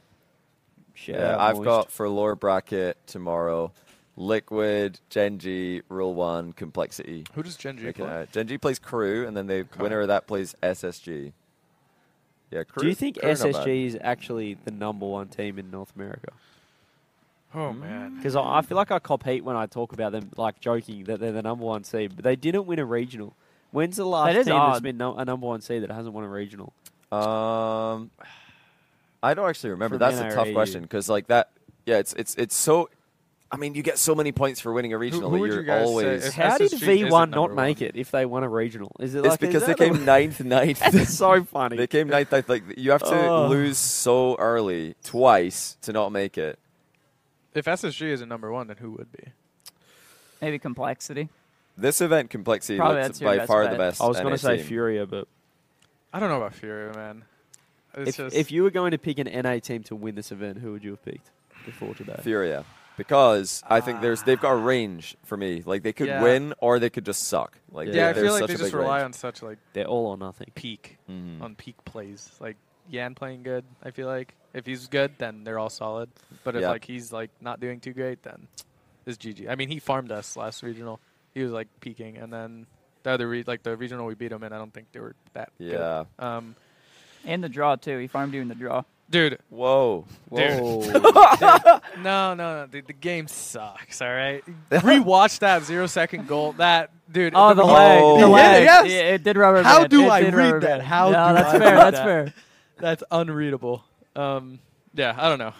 Speaker 3: Shout
Speaker 1: Yeah,
Speaker 3: out
Speaker 1: I've
Speaker 3: Moist.
Speaker 1: got for lower bracket tomorrow, Liquid, Genji, Rule One, Complexity.
Speaker 4: Who does Genji
Speaker 1: Making it
Speaker 4: play?
Speaker 1: out. Genji plays Crew, and then the winner of that plays SSG. Yeah, Crew.
Speaker 3: Do you think
Speaker 1: Crew not bad.
Speaker 3: SSG is actually the number one team in North America?
Speaker 4: Oh
Speaker 3: Hmm?
Speaker 4: man,
Speaker 3: Because I, I feel like I cop heat when I talk about them, like joking that they're the number one seed, but they didn't win a regional. When's the last
Speaker 2: is
Speaker 1: Oh.
Speaker 3: team that's
Speaker 2: odd.
Speaker 3: been no, a number one seed that hasn't won a regional?
Speaker 1: Um, I don't actually remember.
Speaker 3: From
Speaker 1: That's a tough
Speaker 3: NRAU.
Speaker 1: question because like that. Yeah, it's it's it's so. I mean, you get so many points for winning a regional
Speaker 4: who
Speaker 1: that
Speaker 4: would
Speaker 1: you're
Speaker 4: you guys say
Speaker 1: always.
Speaker 4: if-
Speaker 3: How did
Speaker 4: SSG isn't
Speaker 3: V1 not
Speaker 4: number
Speaker 3: make
Speaker 4: one.
Speaker 3: it if they won a regional? Is it
Speaker 1: it's
Speaker 3: like, is
Speaker 1: because they
Speaker 3: that
Speaker 1: came
Speaker 3: a-
Speaker 1: ninth, ninth.
Speaker 3: [laughs]
Speaker 1: [laughs]
Speaker 3: That's so funny.
Speaker 1: They came ninth, ninth. Like you have to
Speaker 3: Oh.
Speaker 1: lose so early twice to not make it.
Speaker 4: If SSG isn't number one, then who would be?
Speaker 2: Maybe complexity.
Speaker 1: This event complexity
Speaker 2: Probably
Speaker 1: looked
Speaker 2: that's your
Speaker 1: by
Speaker 2: best
Speaker 1: far the
Speaker 2: bet.
Speaker 1: best.
Speaker 3: I was going
Speaker 1: NA
Speaker 3: to say
Speaker 1: team.
Speaker 3: Furia, but
Speaker 4: I don't know about Fury, man. It's
Speaker 3: if,
Speaker 4: just
Speaker 3: if you were going to pick an NA team to win this event, who would you have picked before today?
Speaker 1: Furia because I think there's they've got a range for me. Like they could
Speaker 4: Yeah.
Speaker 1: win or they could just suck. Like
Speaker 3: Yeah,
Speaker 4: yeah, I
Speaker 1: there's
Speaker 4: feel like
Speaker 1: such
Speaker 4: they
Speaker 1: a
Speaker 4: just
Speaker 1: big
Speaker 4: rely
Speaker 1: range.
Speaker 4: on such like
Speaker 3: They're all or nothing.
Speaker 4: peak
Speaker 1: Mhm.
Speaker 4: on peak plays. Like Yan playing good, I feel like if he's good, then they're all solid. But if
Speaker 1: Yeah.
Speaker 4: like he's like not doing too great, then it's GG. I mean, he farmed us last regional. He was like peaking, and then the other re- like the regional we beat him in. I don't think they were that
Speaker 1: Yeah.
Speaker 4: good. Um,
Speaker 2: And the draw, too. He farmed you in the draw.
Speaker 4: dude,
Speaker 1: Whoa.
Speaker 4: Dude.
Speaker 3: Whoa.
Speaker 4: no, no, no, dude, the game sucks. All right, rewatch that zero second goal. That dude.
Speaker 2: Oh, the leg.
Speaker 1: Oh.
Speaker 2: The
Speaker 1: Yeah,
Speaker 2: leg.
Speaker 4: yes.
Speaker 2: Yeah, it did rubber
Speaker 4: How
Speaker 2: band.
Speaker 4: do
Speaker 2: It
Speaker 4: I
Speaker 2: did
Speaker 4: read
Speaker 2: rubber
Speaker 4: that?
Speaker 2: band. no,
Speaker 4: How do
Speaker 2: that's
Speaker 4: I
Speaker 2: fair.
Speaker 4: read
Speaker 2: That's
Speaker 4: that?
Speaker 2: fair.
Speaker 4: That's unreadable. Um, yeah, I don't know.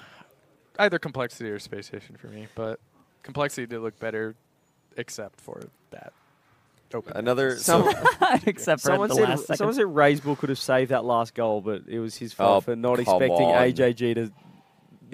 Speaker 4: Either complexity or space station for me, but complexity did look better, except for that. Open.
Speaker 1: [laughs] Another so-
Speaker 3: Some-
Speaker 2: [laughs] Except for at
Speaker 3: someone,
Speaker 2: the
Speaker 3: said,
Speaker 2: last second.
Speaker 3: someone said Raisbull could have saved that last goal, but it was his
Speaker 1: Oh,
Speaker 3: fault for not
Speaker 1: come
Speaker 3: expecting
Speaker 1: on.
Speaker 3: AJG to.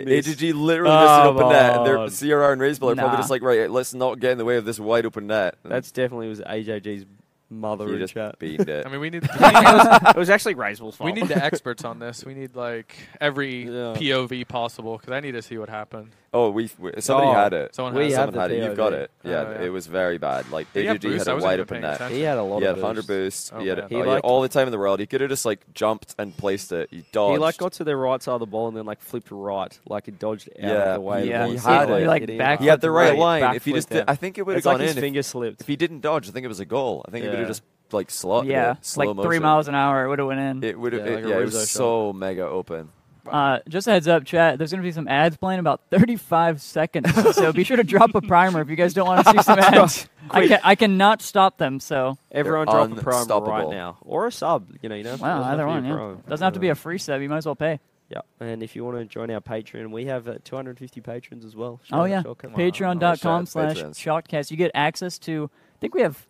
Speaker 3: miss.
Speaker 1: AGG literally missed an
Speaker 3: Come
Speaker 1: open net. And their
Speaker 3: on.
Speaker 1: CRR and Raisebell are
Speaker 2: Nah.
Speaker 1: probably just like, right, let's not get in the way of this wide open net. And
Speaker 3: That's definitely was AJG's mother
Speaker 1: you
Speaker 3: in
Speaker 1: just
Speaker 3: chat.
Speaker 1: beamed
Speaker 4: [laughs]
Speaker 1: it.
Speaker 4: I mean, we need we
Speaker 3: it was actually Raisbull's fault.
Speaker 4: need, we need the experts on this. We need like every
Speaker 3: Yeah.
Speaker 4: POV possible because I need to see what happened.
Speaker 1: oh, we we- somebody
Speaker 3: Oh,
Speaker 1: had it.
Speaker 4: Someone
Speaker 3: We
Speaker 4: has
Speaker 3: have
Speaker 1: Someone
Speaker 3: the
Speaker 1: had it. You've got
Speaker 3: POV.
Speaker 1: it. Yeah,
Speaker 4: Oh, yeah.
Speaker 1: it was very bad. Like
Speaker 4: Did he have
Speaker 1: AGG
Speaker 4: boost?
Speaker 1: had
Speaker 4: I
Speaker 1: a
Speaker 4: wasn't
Speaker 1: wide
Speaker 4: even
Speaker 1: open
Speaker 4: paying
Speaker 1: net.
Speaker 4: attention.
Speaker 3: he had a lot
Speaker 1: He had
Speaker 3: of
Speaker 1: 100
Speaker 3: boosts.
Speaker 1: boost.
Speaker 4: Oh,
Speaker 1: he had
Speaker 4: man.
Speaker 3: He
Speaker 1: oh, yeah,
Speaker 3: like-
Speaker 1: all the time in the world. He could have just like jumped and placed it. He dodged.
Speaker 3: He like got to the right side of the ball and then like flipped right, like it dodged out
Speaker 1: Yeah,
Speaker 3: of the way.
Speaker 1: he-
Speaker 3: of the
Speaker 1: he
Speaker 3: ball instead
Speaker 1: had
Speaker 3: of,
Speaker 1: it. He,
Speaker 2: like,
Speaker 3: hitting it
Speaker 2: backflipped
Speaker 1: he had the right,
Speaker 2: Right,
Speaker 1: line. If he just,
Speaker 3: backflipped
Speaker 1: did,
Speaker 3: it.
Speaker 1: I think it would have
Speaker 3: it's like
Speaker 1: gone
Speaker 3: his
Speaker 1: in. If,
Speaker 3: finger slipped.
Speaker 1: if he didn't dodge, I think it was a goal. I think it would
Speaker 3: Yeah.
Speaker 1: have just like slotted
Speaker 2: yeah,
Speaker 1: it. Slow
Speaker 2: like three
Speaker 1: motion.
Speaker 2: miles an hour. It would have went in.
Speaker 1: It would have.
Speaker 3: Yeah,
Speaker 1: Yeah,
Speaker 3: like a
Speaker 1: it
Speaker 3: Rizzo
Speaker 1: was
Speaker 3: shot.
Speaker 1: so mega open.
Speaker 2: Uh, just a heads up, chat. There's going to be some ads playing in about 35 seconds, so be sure to drop a primer if you guys don't want to see some ads. I, can, I cannot stop them, so
Speaker 3: Everyone drop a prime right
Speaker 1: unstoppable.
Speaker 3: now, or a sub. You know, you know.
Speaker 2: wow, either one. Yeah. Doesn't have to be a free sub. You might as well pay.
Speaker 3: Yeah, and if you want to join our Patreon, we have uh, 250 patrons as well. Shout
Speaker 2: Oh
Speaker 3: out
Speaker 2: yeah,
Speaker 3: Shotcut.
Speaker 1: Wow.
Speaker 2: Patreon.com slash
Speaker 1: Patrons.
Speaker 2: Shockcast. You get access to. I think we have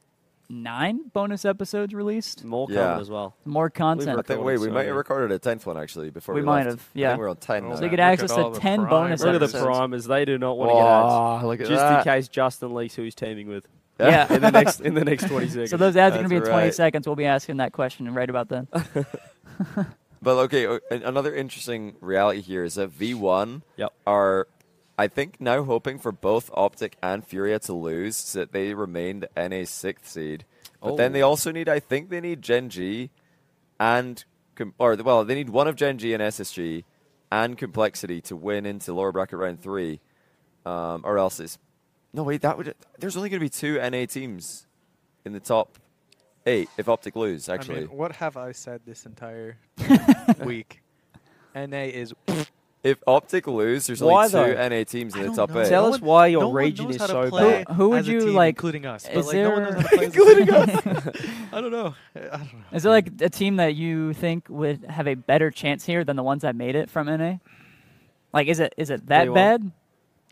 Speaker 2: nine bonus episodes released.
Speaker 3: More coming
Speaker 1: Yeah.
Speaker 3: as well.
Speaker 2: More
Speaker 1: I
Speaker 2: content.
Speaker 3: recorded
Speaker 1: think wait, we
Speaker 3: so
Speaker 1: might
Speaker 3: many.
Speaker 1: have recorded a tenth one actually before
Speaker 2: We
Speaker 1: we,
Speaker 2: might
Speaker 1: left.
Speaker 2: have, yeah.
Speaker 1: I think we're on ten.
Speaker 4: Oh,
Speaker 1: now.
Speaker 2: So you get
Speaker 4: Look at
Speaker 2: access
Speaker 4: all
Speaker 2: to
Speaker 4: the
Speaker 2: 10
Speaker 4: prime.
Speaker 2: bonus
Speaker 3: Look at the
Speaker 2: episodes.
Speaker 3: primers; they do not want to
Speaker 1: Oh,
Speaker 3: get ads.
Speaker 1: look at
Speaker 3: Just
Speaker 1: that.
Speaker 3: in case Justin leaks who his teaming with
Speaker 1: [laughs]
Speaker 2: Yeah.
Speaker 3: in the next in the [laughs] next 20 seconds.
Speaker 2: So those ads are going to be in
Speaker 1: That's
Speaker 2: 20
Speaker 1: right.
Speaker 2: seconds. We'll be asking that question right about then.
Speaker 1: But okay, o- an- another interesting reality here is that V1
Speaker 3: Yep.
Speaker 1: are, I think, now hoping for both Optic and Furia to lose so that they remain the NA sixth seed. But then
Speaker 4: Oh.
Speaker 1: they also need, I think, they need Gen G and, com- or well, they need one of Gen G and SSG and Complexity to win into lower bracket round three, um, or else it's. No, wait, that would. There's only going to be two NA teams in the top eight if Optic lose, actually.
Speaker 4: I mean, what have I said
Speaker 2: [laughs]
Speaker 4: this entire week? NA is
Speaker 1: If Optic lose, there's
Speaker 3: Why,
Speaker 1: only two
Speaker 3: though?
Speaker 1: NA teams in the
Speaker 4: don't
Speaker 1: top
Speaker 4: know.
Speaker 1: eight.
Speaker 3: Tell
Speaker 4: No
Speaker 3: us
Speaker 4: one-
Speaker 3: why your
Speaker 4: no one
Speaker 3: region
Speaker 4: knows
Speaker 3: is
Speaker 4: how to
Speaker 3: so
Speaker 4: play
Speaker 3: bad.
Speaker 2: Who- who would
Speaker 4: as a
Speaker 2: you,
Speaker 4: team,
Speaker 2: like-
Speaker 4: including us? But
Speaker 2: is
Speaker 4: like no one [laughs]
Speaker 2: there-
Speaker 4: knows how to play as a team. [laughs] I don't know. I don't know.
Speaker 2: Is there like a team that you think would have a better chance here than the ones that made it from NA? Like, is it is it that
Speaker 3: V1.
Speaker 2: bad?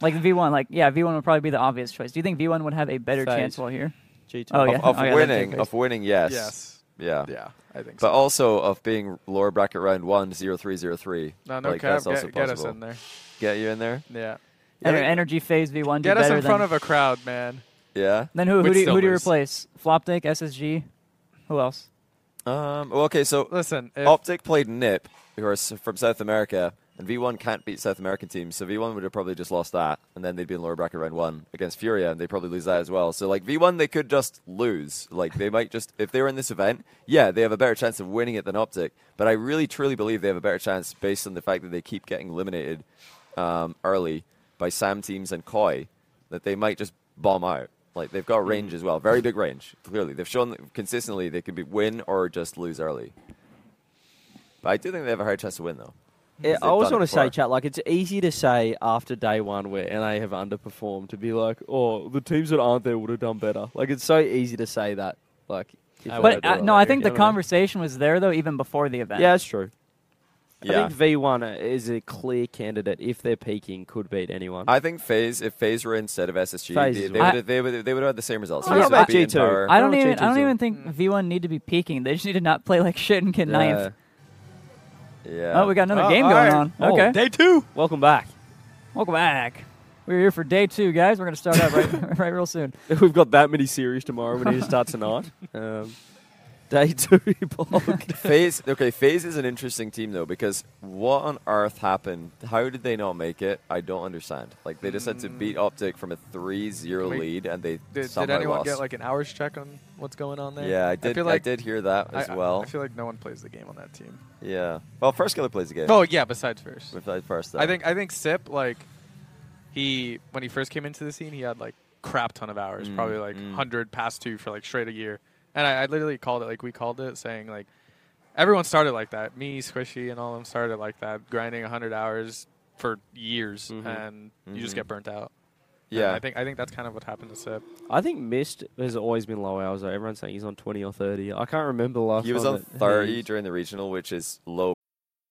Speaker 2: Like V1, like yeah, V1 would probably be the obvious choice. Do you think V1 would have a better
Speaker 3: Phase.
Speaker 2: chance while here?
Speaker 3: G2.
Speaker 2: Oh, yeah.
Speaker 1: Of, of
Speaker 2: Oh, that's
Speaker 1: winning,
Speaker 2: okay.
Speaker 1: of winning, yes.
Speaker 4: Yes.
Speaker 1: Yeah.
Speaker 4: Yeah, I think
Speaker 1: But
Speaker 4: so.
Speaker 1: also of being lower bracket round one, zero three, zero three.
Speaker 4: No, no
Speaker 1: like,
Speaker 4: cap.
Speaker 1: That's also
Speaker 4: Get, get us
Speaker 1: possible.
Speaker 4: in there.
Speaker 1: Get you in there?
Speaker 4: Yeah.
Speaker 2: Ener- energy phase V1 do
Speaker 4: Get us
Speaker 2: better
Speaker 4: in front
Speaker 2: than,
Speaker 4: of a crowd, man.
Speaker 1: Yeah.
Speaker 2: Then who who
Speaker 4: We'd
Speaker 2: do, you,
Speaker 4: still
Speaker 2: who do you
Speaker 4: lose.
Speaker 2: replace? Floptic, SSG, who else?
Speaker 1: Um, well, okay, so
Speaker 4: Listen, if,
Speaker 1: Optic played Nip, who are s- from South America, and V1 can't beat South American teams, so V1 would have probably just lost that, and then they'd be in lower bracket round one against Furia, and they probably lose that as well. So like V1, they could just lose. Like they might just if they were in this event, yeah, they have a better chance of winning it than Optic. But I really truly believe they have a better chance based on the fact that they keep getting eliminated um, early by Sam teams and Koi, that they might just bomb out. Like they've got range as well, very big range. Clearly, they've shown that consistently they can be win or just lose early. But I do think they have a hard chance to win, though.
Speaker 3: Yeah, I
Speaker 1: they've
Speaker 3: always
Speaker 1: done it
Speaker 3: want to say,
Speaker 1: before.
Speaker 3: chat, like it's easy to say after day one where NA have underperformed to be like, oh, the teams that aren't there would have done better. Like it's so easy to say that. Like, if
Speaker 4: I
Speaker 3: they
Speaker 4: would
Speaker 2: But
Speaker 4: have
Speaker 3: do
Speaker 2: uh,
Speaker 3: it
Speaker 2: no, I
Speaker 3: later,
Speaker 2: think
Speaker 3: you
Speaker 2: the
Speaker 3: know what I mean?
Speaker 2: conversation was there though even before the event.
Speaker 3: Yeah, that's true.
Speaker 1: Yeah.
Speaker 3: I think V1 is a clear candidate if they're peaking could beat anyone.
Speaker 1: I think Phase if Phase were instead of SSG,
Speaker 3: FaZe
Speaker 1: they,
Speaker 3: is
Speaker 1: they
Speaker 2: right.
Speaker 1: would they would they would have had the same results.
Speaker 3: What
Speaker 1: FaZe
Speaker 3: about
Speaker 1: would have
Speaker 3: G2?
Speaker 1: beaten Power.
Speaker 2: I don't
Speaker 3: Well,
Speaker 2: even. I don't
Speaker 3: JJ's
Speaker 2: even think V1 need to be peaking. They just need to not play like shit and get
Speaker 3: Yeah.
Speaker 2: ninth.
Speaker 1: yeah.
Speaker 2: Oh, we got another
Speaker 4: Oh,
Speaker 2: game
Speaker 4: all
Speaker 2: going
Speaker 4: right.
Speaker 2: on.
Speaker 3: Oh,
Speaker 2: Okay,
Speaker 4: Day two.
Speaker 3: Welcome back.
Speaker 2: welcome back. We're here for day two, guys. We're gonna start out right, right, real soon.
Speaker 3: [laughs] We've got that many series tomorrow. We need to start [laughs] tonight. Um, day two, [laughs] block.
Speaker 1: Phase okay, Phase is an interesting team though because what on earth happened? How did they not make it? I don't understand. Like they just had to beat Optic from a 3-0
Speaker 4: Wait,
Speaker 1: lead and they
Speaker 4: Mm. Did, did
Speaker 1: somehow
Speaker 4: anyone
Speaker 1: lost.
Speaker 4: get like an hour's check on what's going on there?
Speaker 1: yeah, I did. I,
Speaker 4: feel like
Speaker 1: did hear that as
Speaker 4: I- I-
Speaker 1: well.
Speaker 4: I feel like no one plays the game on that team.
Speaker 1: yeah. Well, first killer plays the game.
Speaker 4: Oh yeah, besides first.
Speaker 1: we played first. Though.
Speaker 4: I think I think Sip like he when he first came into the scene he had like crap ton of hours,
Speaker 1: Mm,
Speaker 4: probably like
Speaker 1: mm.
Speaker 4: hundred past two for like straight a year. And I, I literally called it like we called it saying like everyone started like that. Me, Squishy, and all of them started like that, grinding hundred hours for years, and you just
Speaker 1: Mhm.
Speaker 4: get burnt out. And
Speaker 1: yeah.
Speaker 4: I think I think that's kind of what happened to Sip.
Speaker 3: I think Mist has always been low hours. Though. Everyone's saying he's on 20 or 30. I can't remember the last
Speaker 1: he was
Speaker 3: time
Speaker 1: on
Speaker 3: that-
Speaker 1: 30 during the regional, which is low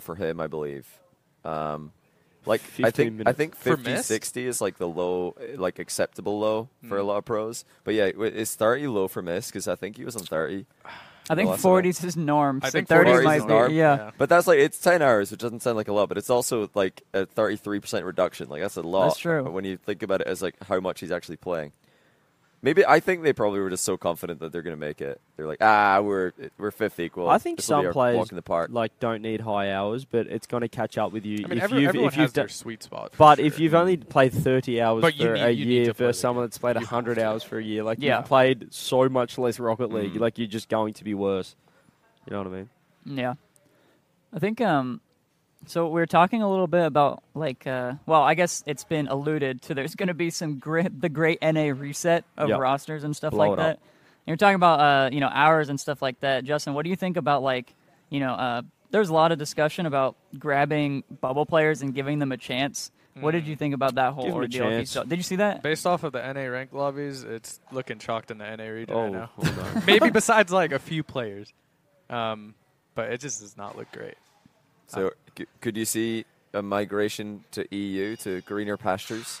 Speaker 1: for him, I believe. Um, like I
Speaker 3: 15
Speaker 1: think I
Speaker 3: minutes.
Speaker 1: think
Speaker 4: For
Speaker 1: 50,
Speaker 4: missed?
Speaker 1: 60 is like the low, uh, like acceptable low for a lot of pros. But yeah, wi- is thirty low for miss? Because I think he was on thirty.
Speaker 2: I think
Speaker 1: Well, that's
Speaker 2: 40s is norm.
Speaker 4: I
Speaker 2: so
Speaker 4: think
Speaker 2: 30s
Speaker 1: 40s
Speaker 2: might
Speaker 1: is
Speaker 2: be.
Speaker 1: norm.
Speaker 2: Yeah.
Speaker 1: But that's like it's ten hours, which doesn't sound like a lot, but it's also like a thirty-three percent reduction. Like that's a lot.
Speaker 2: true.
Speaker 1: When you think about it as like how much he's actually playing. Maybe I think they probably were just so confident that they're going to make it. They're like, ah, we're we're fifth equal.
Speaker 3: I think
Speaker 1: This'll be
Speaker 3: some
Speaker 1: our
Speaker 3: players
Speaker 1: walk in the park.
Speaker 3: like don't need high hours, but it's going to catch up with you
Speaker 4: I mean,
Speaker 3: if
Speaker 4: every-
Speaker 3: you've
Speaker 4: everyone
Speaker 3: if
Speaker 4: has
Speaker 3: you've
Speaker 4: their
Speaker 3: done.
Speaker 4: sweet spot. for
Speaker 3: But
Speaker 4: sure.
Speaker 3: if you've only played 30 hours
Speaker 4: But you
Speaker 3: for
Speaker 4: need-
Speaker 3: a
Speaker 4: you need
Speaker 3: year
Speaker 4: to play
Speaker 3: versus
Speaker 4: the
Speaker 3: someone
Speaker 4: game.
Speaker 3: that's played
Speaker 4: You have
Speaker 3: 100
Speaker 4: to.
Speaker 3: hours for a year, like
Speaker 2: Yeah.
Speaker 3: you've played so much less Rocket League,
Speaker 1: Mm.
Speaker 3: like you're just going to be worse. You know what I mean?
Speaker 2: Yeah. I think um so we are talking a little bit about like uh well, I guess it's been alluded to there's going to be some great the great NA reset of
Speaker 3: Yeah.
Speaker 2: rosters and stuff
Speaker 3: Blow
Speaker 2: like
Speaker 3: it up.
Speaker 2: that. And you're talking about uh you know hours and stuff like that. Justin, what do you think about like, you know, uh there's a lot of discussion about grabbing bubble players and giving them a chance. What did you think about that whole
Speaker 3: Give 'em a
Speaker 2: ordeal? If you
Speaker 3: chance.
Speaker 2: saw- Did you see that?
Speaker 4: based off of the NA ranked lobbies, it's looking chalked in the NA region right now.
Speaker 3: hold on.
Speaker 4: [laughs] maybe besides like a few players. Um, but it just does not look great.
Speaker 1: So, c- could you see a migration to EU to greener pastures?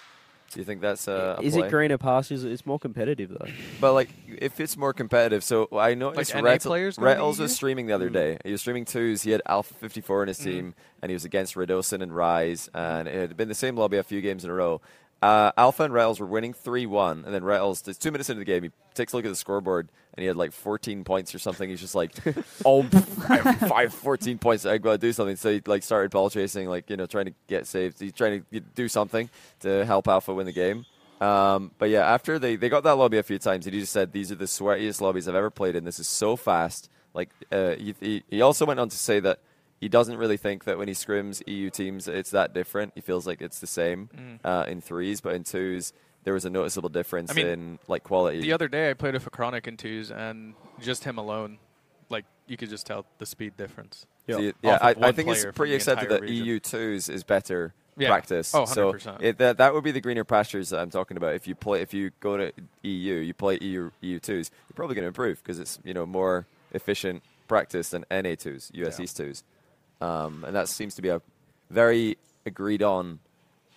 Speaker 1: Do you think that's uh,
Speaker 4: Uh,
Speaker 1: a, a
Speaker 3: is
Speaker 1: play?
Speaker 3: it greener pastures? It's more competitive though.
Speaker 1: But like, if it's more competitive, so I noticed
Speaker 4: NA
Speaker 1: Rettles,
Speaker 4: players going to E
Speaker 1: Rettles was
Speaker 4: EU?
Speaker 1: streaming the other
Speaker 3: Mm.
Speaker 1: day. He was streaming twos. He had Alpha Fifty Four in his team, and he was against Redosin and Rise, and it had been the same lobby a few games in a row. Uh, Alpha and Rettles were winning three one, and then Rettles, just two minutes into the game, he takes a look at the scoreboard, and he had like fourteen points or something. He's just like,
Speaker 4: [laughs]
Speaker 1: oh, I have five, 14 points. I gotta do something. So he like started ball chasing, like you know, trying to get saved. He's trying to do something to help Alpha win the game. Um, but yeah, after they, they got that lobby a few times, and he just said, These are the sweatiest lobbies I've ever played in. This is so fast. Like, uh, he, he, he also went on to say that he doesn't really think that when he scrims EU teams, it's that different. He feels like it's the same uh, in threes, but in twos, there was a noticeable difference
Speaker 4: Mm. I mean,
Speaker 1: in like quality.
Speaker 4: The other day I played with a Chronic in twos and just him alone, like you could just tell the speed difference.
Speaker 1: So you-
Speaker 4: Off
Speaker 1: yeah,
Speaker 4: of
Speaker 1: I, I
Speaker 4: one
Speaker 1: think it's
Speaker 4: player from
Speaker 1: pretty
Speaker 4: the
Speaker 1: accepted
Speaker 4: entire
Speaker 1: that E
Speaker 4: region.
Speaker 1: EU twos is better
Speaker 4: Yeah.
Speaker 1: practice.
Speaker 4: Oh,
Speaker 1: So
Speaker 4: 100%.
Speaker 1: it, that that would be the greener pastures that I'm talking about. If you play, if you go to EU, you play E EU EU twos, you're probably going to improve because it's you know more efficient practice than NA twos, US
Speaker 4: Yeah.
Speaker 1: East twos, um, and that seems to be a very agreed on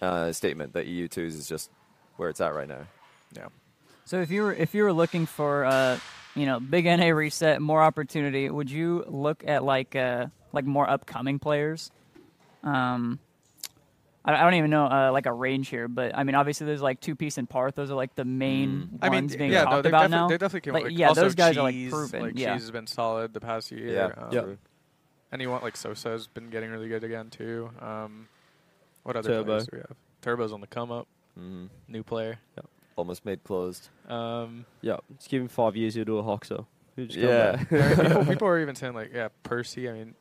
Speaker 1: uh, statement that EU twos is just where it's at right now.
Speaker 4: Yeah.
Speaker 2: So if you were if you were looking for uh you know big NA reset more opportunity, would you look at like uh like more upcoming players? Um, I, I don't even know uh, like a range here, but I mean obviously there's like Two Piece and Parth. Those are like the main
Speaker 4: Mm-hmm. I mean,
Speaker 2: ones being
Speaker 4: yeah, no,
Speaker 2: talked
Speaker 4: they
Speaker 2: about
Speaker 4: defi-
Speaker 2: now.
Speaker 4: They definitely came
Speaker 2: Like,
Speaker 4: like,
Speaker 2: yeah,
Speaker 4: also
Speaker 2: those guys
Speaker 4: cheese,
Speaker 2: are like proven.
Speaker 4: Like,
Speaker 2: yeah,
Speaker 4: Cheese has been solid the past year.
Speaker 1: Yeah.
Speaker 4: Um,
Speaker 3: Yeah.
Speaker 4: Anyone like Sosa's been getting really good again too. Um, what other
Speaker 3: Turbo.
Speaker 4: players do we have? Turbo's on the come up,
Speaker 1: Mhm.
Speaker 4: new player.
Speaker 1: Almost made closed.
Speaker 4: [laughs] Um,
Speaker 3: Yeah, just give him five years, he'll do a Hoxer. He'll just come
Speaker 1: Yeah.
Speaker 3: back. [laughs]
Speaker 4: people, people are even saying like, yeah, Percy. I mean,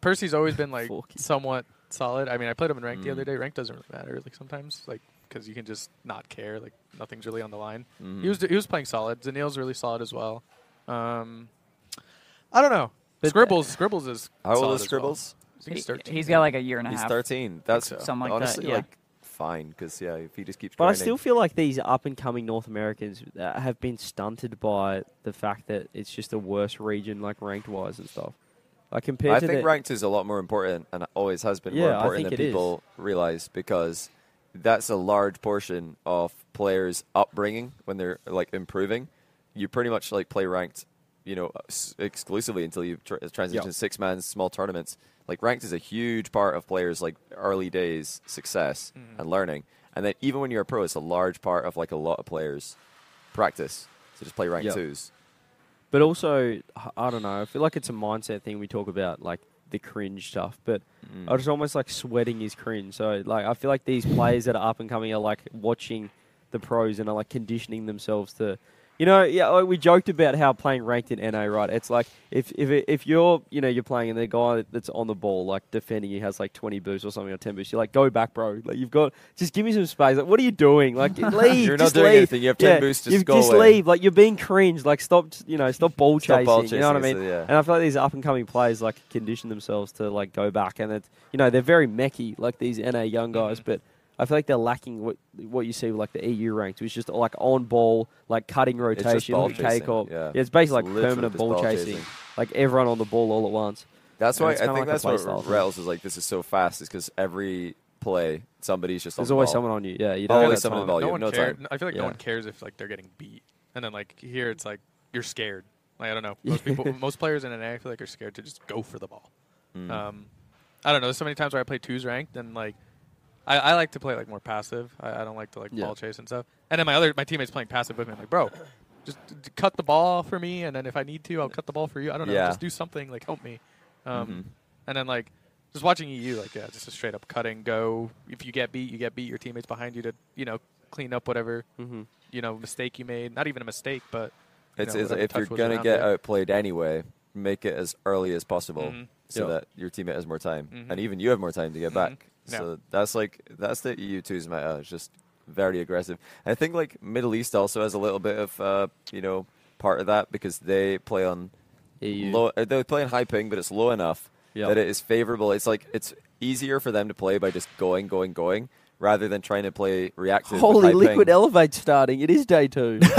Speaker 4: Percy's always been like
Speaker 3: Forky.
Speaker 4: somewhat solid. I mean, I played him in ranked the
Speaker 1: Mm.
Speaker 4: other day. Rank doesn't really matter. Like sometimes, like because you can just not care. Like nothing's really on the line.
Speaker 1: Mhm.
Speaker 4: He was he was playing solid. Zanil's really solid as well. Um, I don't know.
Speaker 3: But-
Speaker 4: Scribbles, Scribbles is
Speaker 1: How
Speaker 4: solid
Speaker 1: old
Speaker 4: as
Speaker 1: is Scribbles?
Speaker 4: Well. I think he's 13.
Speaker 2: he's got like a year and a
Speaker 1: He's
Speaker 2: half.
Speaker 1: 13. That's
Speaker 4: so.
Speaker 2: Something like that,
Speaker 1: honestly
Speaker 2: yeah.
Speaker 1: like fine because yeah, if he just keeps.
Speaker 3: But I
Speaker 1: grinding-
Speaker 3: still feel like these up and coming North Americans uh, have been stunted by the fact that it's just the worst region, like ranked wise and stuff. Like compared
Speaker 1: I
Speaker 3: to
Speaker 1: think
Speaker 3: the,
Speaker 1: ranked is a lot more important and always has been more
Speaker 3: Yeah, I
Speaker 1: important
Speaker 3: think
Speaker 1: than
Speaker 3: it is.
Speaker 1: people realize because that's a large portion of players' upbringing when they're like improving. You pretty much like play ranked, you know, s- exclusively until you tr- transition
Speaker 3: Yeah.
Speaker 1: to six man small tournaments. Like ranked is a huge part of players' like early days success and learning. And then even when you're a pro, it's a large part of like a lot of players' practice. So just play ranked
Speaker 3: Yeah.
Speaker 1: twos.
Speaker 3: But also, h- I don't know. I feel like it's a mindset thing we talk about, like the cringe stuff. But
Speaker 1: Mm.
Speaker 3: I was almost like sweating is cringe. So like, I feel like these players that are up and coming are like watching the pros and are like conditioning themselves to, you know, yeah. like, We joked about how playing ranked in NA, right? It's like if if it- if you're you know you're playing and the guy that's on the ball like defending you has like 20 boosts or something or 10 boosts, you're like, go back, bro. Like you've got just give me some space. Like what are you
Speaker 1: [laughs]
Speaker 3: doing? Like leave.
Speaker 1: You're not
Speaker 3: just
Speaker 1: doing
Speaker 3: leave.
Speaker 1: anything. You have 10 boosts, just
Speaker 3: you
Speaker 1: go
Speaker 3: just
Speaker 1: away.
Speaker 3: leave like you're being cringe. Like stop, you know, stop ball
Speaker 1: Stop
Speaker 3: chasing.
Speaker 1: ball
Speaker 3: you know what I
Speaker 1: chasing,
Speaker 3: mean?
Speaker 1: so, yeah.
Speaker 3: And I feel like these up and coming players like condition themselves to like go back, and it, you know they're very mecky like these NA young guys,
Speaker 1: Mm-hmm.
Speaker 3: but. I feel like they're lacking what what you see with like the EU ranked, which is just like on ball, like cutting
Speaker 1: just
Speaker 3: rotation,
Speaker 1: ball
Speaker 3: like cake
Speaker 1: chasing,
Speaker 3: up.
Speaker 1: yeah.
Speaker 3: it's basically
Speaker 1: It's
Speaker 3: like
Speaker 1: literally
Speaker 3: permanent
Speaker 1: just
Speaker 3: ball,
Speaker 1: ball
Speaker 3: chasing.
Speaker 1: chasing.
Speaker 3: like everyone on the ball all at once.
Speaker 1: That's
Speaker 3: And
Speaker 1: why I
Speaker 3: it's kinda
Speaker 1: think
Speaker 3: like a
Speaker 1: that's
Speaker 3: play
Speaker 1: what
Speaker 3: style thing.
Speaker 1: Rattles is like. This is so fast is because every play somebody's just.
Speaker 3: There's
Speaker 1: on
Speaker 3: always
Speaker 1: the ball.
Speaker 3: someone on you. Yeah, you don't
Speaker 1: Always
Speaker 3: have that
Speaker 1: someone
Speaker 3: time.
Speaker 1: on the ball.
Speaker 4: no
Speaker 1: you
Speaker 4: one
Speaker 1: no
Speaker 4: cares.
Speaker 1: time.
Speaker 4: I feel like
Speaker 3: Yeah.
Speaker 4: no one cares if like they're getting beat, and then like here it's like you're scared. Like I don't know, most people, most players in NA, I feel like are scared to just go for the ball. Um, I don't know. There's so many times where I play twos ranked, and like I, I like to play like more passive. I, I don't like to like
Speaker 3: Yeah.
Speaker 4: ball chase and stuff. And then my other my teammates playing passive with me. I'm like, bro, just d- d- cut the ball for me, and then if I need to, I'll cut the ball for you. I don't know.
Speaker 1: Yeah.
Speaker 4: Just do something. Like help me. Um,
Speaker 1: Mm-hmm.
Speaker 4: And then like just watching EU, like yeah, just a straight up cut and go. If you get beat, you get beat. Your teammates behind you to you know clean up whatever
Speaker 3: Mhm.
Speaker 4: you know mistake you made. Not even a mistake, but you
Speaker 1: It's,
Speaker 4: know,
Speaker 1: it's
Speaker 4: whatever
Speaker 1: if
Speaker 4: touch
Speaker 1: you're
Speaker 4: was
Speaker 1: gonna
Speaker 4: around
Speaker 1: get
Speaker 4: it.
Speaker 1: outplayed anyway, make it as early as possible
Speaker 4: Mhm.
Speaker 1: so
Speaker 3: Yeah.
Speaker 1: that your teammate has more time,
Speaker 4: Mhm.
Speaker 1: and even you have more time to get
Speaker 4: Mhm.
Speaker 1: back.
Speaker 4: Yeah.
Speaker 1: So that's like that's the E EU 2s meta. It's just very aggressive. I think like Middle East also has a little bit of uh, you know part of that because they play on
Speaker 3: EU.
Speaker 1: low. uh, They play on high ping, but it's low enough
Speaker 3: Yeah.
Speaker 1: that it is favorable. It's like it's easier for them to play by just going, going, going, rather than trying to play reactive. with
Speaker 3: Holy
Speaker 1: high
Speaker 3: liquid
Speaker 1: ping.
Speaker 3: elevate starting. It is day two. [laughs]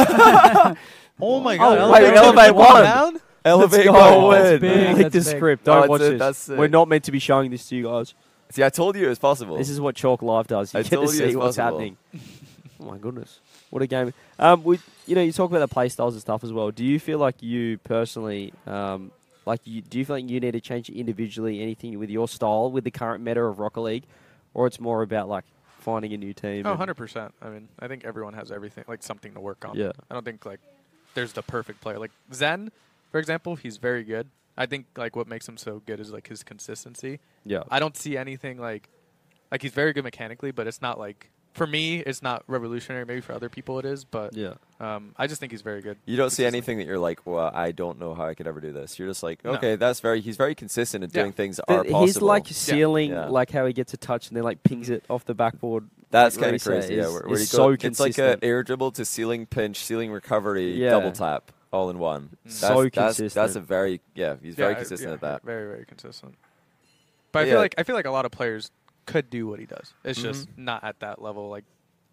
Speaker 4: Oh my
Speaker 3: Oh,
Speaker 4: god!
Speaker 3: God, wait, Elevate Elevate won. won.
Speaker 1: Elevate
Speaker 3: Let's
Speaker 1: go
Speaker 3: go.
Speaker 1: win.
Speaker 2: big.
Speaker 3: Click
Speaker 2: That's
Speaker 3: the
Speaker 2: big.
Speaker 3: script.
Speaker 1: No,
Speaker 3: Don't
Speaker 1: it's
Speaker 3: watch
Speaker 1: it,
Speaker 3: this.
Speaker 1: that's it.
Speaker 3: We're not meant to be showing this to you guys.
Speaker 1: See, I told you it was possible.
Speaker 3: This is what Chalk Live does. You
Speaker 1: I
Speaker 3: get to
Speaker 1: told you
Speaker 3: see
Speaker 1: it's
Speaker 3: what's
Speaker 1: possible.
Speaker 3: happening. oh my goodness, what a game! Um, we, you know, you talk about the play styles and stuff as well. Do you feel like you personally, um, like, you, do you feel like you need to change individually anything with your style with the current meta of Rocket League, or it's more about like finding a new team?
Speaker 4: Oh,
Speaker 3: and-
Speaker 4: 100%. I mean, I think everyone has everything, like something to work on.
Speaker 3: Yeah.
Speaker 4: I don't think, like, there's the perfect player. Like, Zen, for example, he's very good. I think, like, what makes him so good is, like, his consistency.
Speaker 3: Yeah,
Speaker 4: I don't see anything, like, like, he's very good mechanically, but it's not, like, for me, it's not revolutionary. Maybe for other people it is, but
Speaker 3: yeah.
Speaker 4: um, I just think he's very good.
Speaker 1: you don't see
Speaker 4: Consistent.
Speaker 1: anything that you're like, well, I don't know how I could ever do this. You're just like,
Speaker 4: No.
Speaker 1: okay, that's very. He's very consistent in
Speaker 4: Yeah.
Speaker 1: doing things that are
Speaker 3: But
Speaker 1: possible.
Speaker 3: he's like sealing,
Speaker 1: Yeah.
Speaker 3: like how he gets a touch and then like pings it off the backboard.
Speaker 1: that's
Speaker 3: like
Speaker 1: kind of
Speaker 3: Racer
Speaker 1: crazy. yeah,
Speaker 3: is-
Speaker 1: where, where
Speaker 3: is
Speaker 1: he go,
Speaker 3: so
Speaker 1: it's like a
Speaker 3: consistent.
Speaker 1: air dribble to ceiling pinch, ceiling recovery,
Speaker 3: Yeah.
Speaker 1: double tap, all in one. That's,
Speaker 3: So
Speaker 1: that's, That's a
Speaker 3: consistent.
Speaker 1: very yeah. He's
Speaker 4: Mm. Yeah,
Speaker 1: very
Speaker 4: I-
Speaker 1: consistent
Speaker 4: yeah,
Speaker 1: at that.
Speaker 4: Very, very consistent. But I
Speaker 1: Yeah. Mm-hmm.
Speaker 4: feel like I feel like a lot of players could do what he does. It's just not at that level, like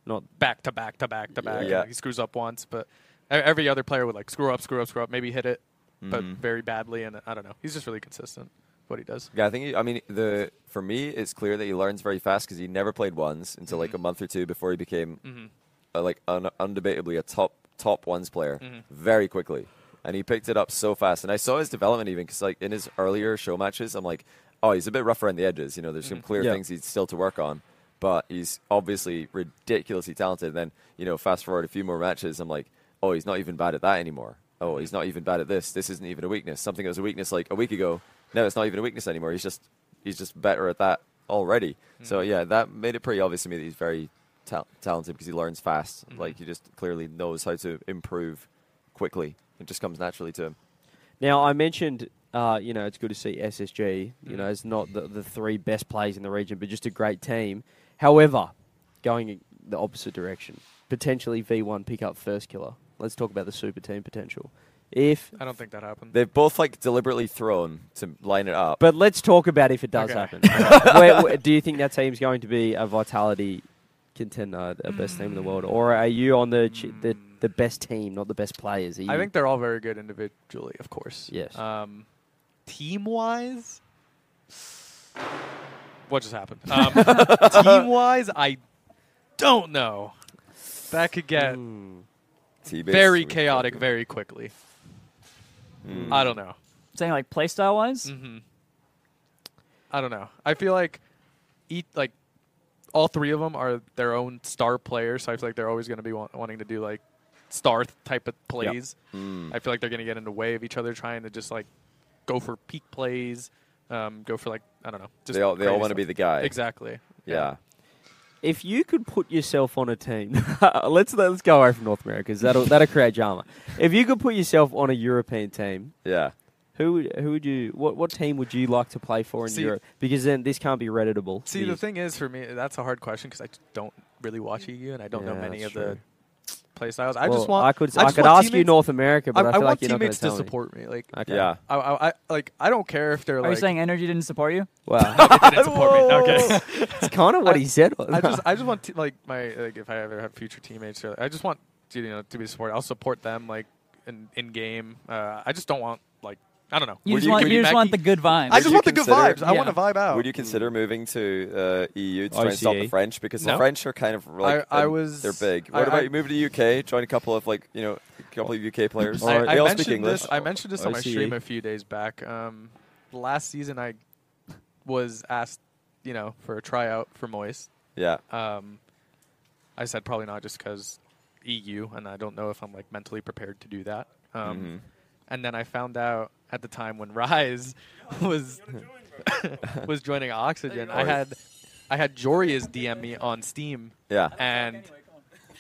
Speaker 3: Not
Speaker 4: back to back to back to back. and,
Speaker 1: Yeah.
Speaker 4: like, he screws up once, but e- every other player would like screw up, screw up, screw up, maybe hit it, but very badly. And I don't know. He's just really consistent with what he does.
Speaker 1: Mm-hmm. Yeah, I think. He, I mean, the for me, it's clear that he learns very fast because he never played ones until like a month or two before he became uh, like un- undebatably a top top ones player very quickly, and he picked it up so fast. And I saw his development even because like in his earlier show matches, I'm like, oh, he's a bit rough around the edges. You know, there's some clear
Speaker 3: Yeah.
Speaker 1: things he's still to work on, but he's obviously ridiculously talented. And then you know, fast forward a few more matches, I'm like, oh, he's not even bad at that anymore. Oh, he's not even bad at this. This isn't even a weakness. Something that was a weakness like a week ago. No, it's not even a weakness anymore. He's just he's just better at that already. So yeah, that made it pretty obvious to me that he's very ta- talented because he learns fast.
Speaker 4: Mm-hmm.
Speaker 1: Like he just clearly knows how to improve quickly. It just comes naturally to him.
Speaker 3: Now I mentioned uh, you know, it's good to see SSG.
Speaker 1: Mm.
Speaker 3: You know, it's not the, the three best players in the region, but just a great team. However, going in the opposite direction, potentially V1 pick up first killer. Let's talk about the super team potential. If,
Speaker 4: I don't think that happened.
Speaker 1: They've both like deliberately thrown to line it up.
Speaker 3: but let's talk about if it does
Speaker 4: Okay.
Speaker 3: happen. [laughs] Alright. Where- where- do you think that team's going to be a vitality contender, the best team in the world, or are you on the ch- the, the best team, not the best players? Are
Speaker 4: Mm. I
Speaker 3: you-
Speaker 4: think they're all very good individually, of course.
Speaker 3: Yes.
Speaker 4: Um, team wise, what
Speaker 1: [laughs]
Speaker 4: just happened? Um, team wise, I don't know. That could get
Speaker 3: Hmm.
Speaker 1: Teammates
Speaker 4: very
Speaker 1: would be
Speaker 4: chaotic
Speaker 1: good.
Speaker 4: very quickly.
Speaker 1: Mm.
Speaker 4: I don't know.
Speaker 2: Saying like playstyle wise,
Speaker 4: hmm I don't know. I feel like each like all three of them are their own star players, so I feel like they're always going to be wa- wanting to do like star th- type of plays.
Speaker 3: Mm.
Speaker 4: I feel like they're going to get in the way of each other, trying to just like go for peak plays, um, go for like I don't know. Just
Speaker 1: They all they all
Speaker 4: crazy
Speaker 1: want to
Speaker 4: stuff.
Speaker 1: be the guy.
Speaker 4: exactly.
Speaker 1: Yeah.
Speaker 3: If you could put yourself on a team, [laughs] let's let's go away from North America because that'll that'll create drama. If you could put yourself on a European team,
Speaker 1: Yeah.
Speaker 3: who would who would you what what team would you like to play for in
Speaker 4: See-
Speaker 3: Europe? Because then this can't be redditable.
Speaker 4: See, the thing is, for me, that's a hard question because I just don't really watch EU and I don't know
Speaker 3: Yeah,
Speaker 4: many of
Speaker 3: that's
Speaker 4: the play styles. I just
Speaker 3: Well,
Speaker 4: want
Speaker 3: I could
Speaker 4: I
Speaker 3: I,
Speaker 4: just
Speaker 3: could
Speaker 4: want
Speaker 3: ask you
Speaker 4: teammates-
Speaker 3: North America,
Speaker 4: I,
Speaker 3: but I, feel
Speaker 4: want
Speaker 3: like you're not going
Speaker 4: teammates
Speaker 3: tell
Speaker 4: to
Speaker 3: me.
Speaker 4: support me. Like
Speaker 3: Okay.
Speaker 1: Yeah.
Speaker 4: I, I, I like I don't care if they're
Speaker 2: are
Speaker 4: like
Speaker 2: you saying energy didn't support you?
Speaker 3: Wow,
Speaker 4: It didn't support [laughs] me. Okay.
Speaker 3: [laughs] it's kind of what he said.
Speaker 1: [laughs]
Speaker 4: I [laughs] just I just want to, like my like if I ever have future teammates, or, I just want to, you know to be supported. I'll support them like in in game. Uh, I just don't want like I don't know.
Speaker 2: You
Speaker 1: Would
Speaker 2: just
Speaker 1: you-
Speaker 2: want
Speaker 1: would
Speaker 2: you
Speaker 1: you
Speaker 2: just
Speaker 1: back-
Speaker 2: want the good vibes.
Speaker 4: I
Speaker 1: Would
Speaker 4: just
Speaker 1: you
Speaker 4: want the good
Speaker 1: consider-
Speaker 4: vibes. I want to vibe out.
Speaker 1: Would you consider moving to uh, EU to try and stop the
Speaker 3: ICA?
Speaker 1: French because the
Speaker 4: No.
Speaker 1: French are kind of like
Speaker 4: I
Speaker 1: um,
Speaker 4: was-
Speaker 1: they're big.
Speaker 4: I-
Speaker 1: What about
Speaker 4: I-
Speaker 1: you move to UK, join a couple of like you know a couple of UK players.
Speaker 4: I,
Speaker 1: they
Speaker 4: I
Speaker 1: all
Speaker 4: mentioned
Speaker 1: speak English. Oh,
Speaker 4: this. I mentioned this on my
Speaker 3: ICA.
Speaker 4: stream a few days back. Um, last season I was asked, you know, for a tryout for Moist.
Speaker 1: yeah.
Speaker 4: Um, I said probably not just because EU, and I don't know if I'm like mentally prepared to do that.
Speaker 1: Mhm.
Speaker 4: Um, And then I found out at the time when [laughs] Rise was [laughs] was joining Oxygen, I had I had Jorius DM me on Steam,
Speaker 1: Yeah.
Speaker 4: and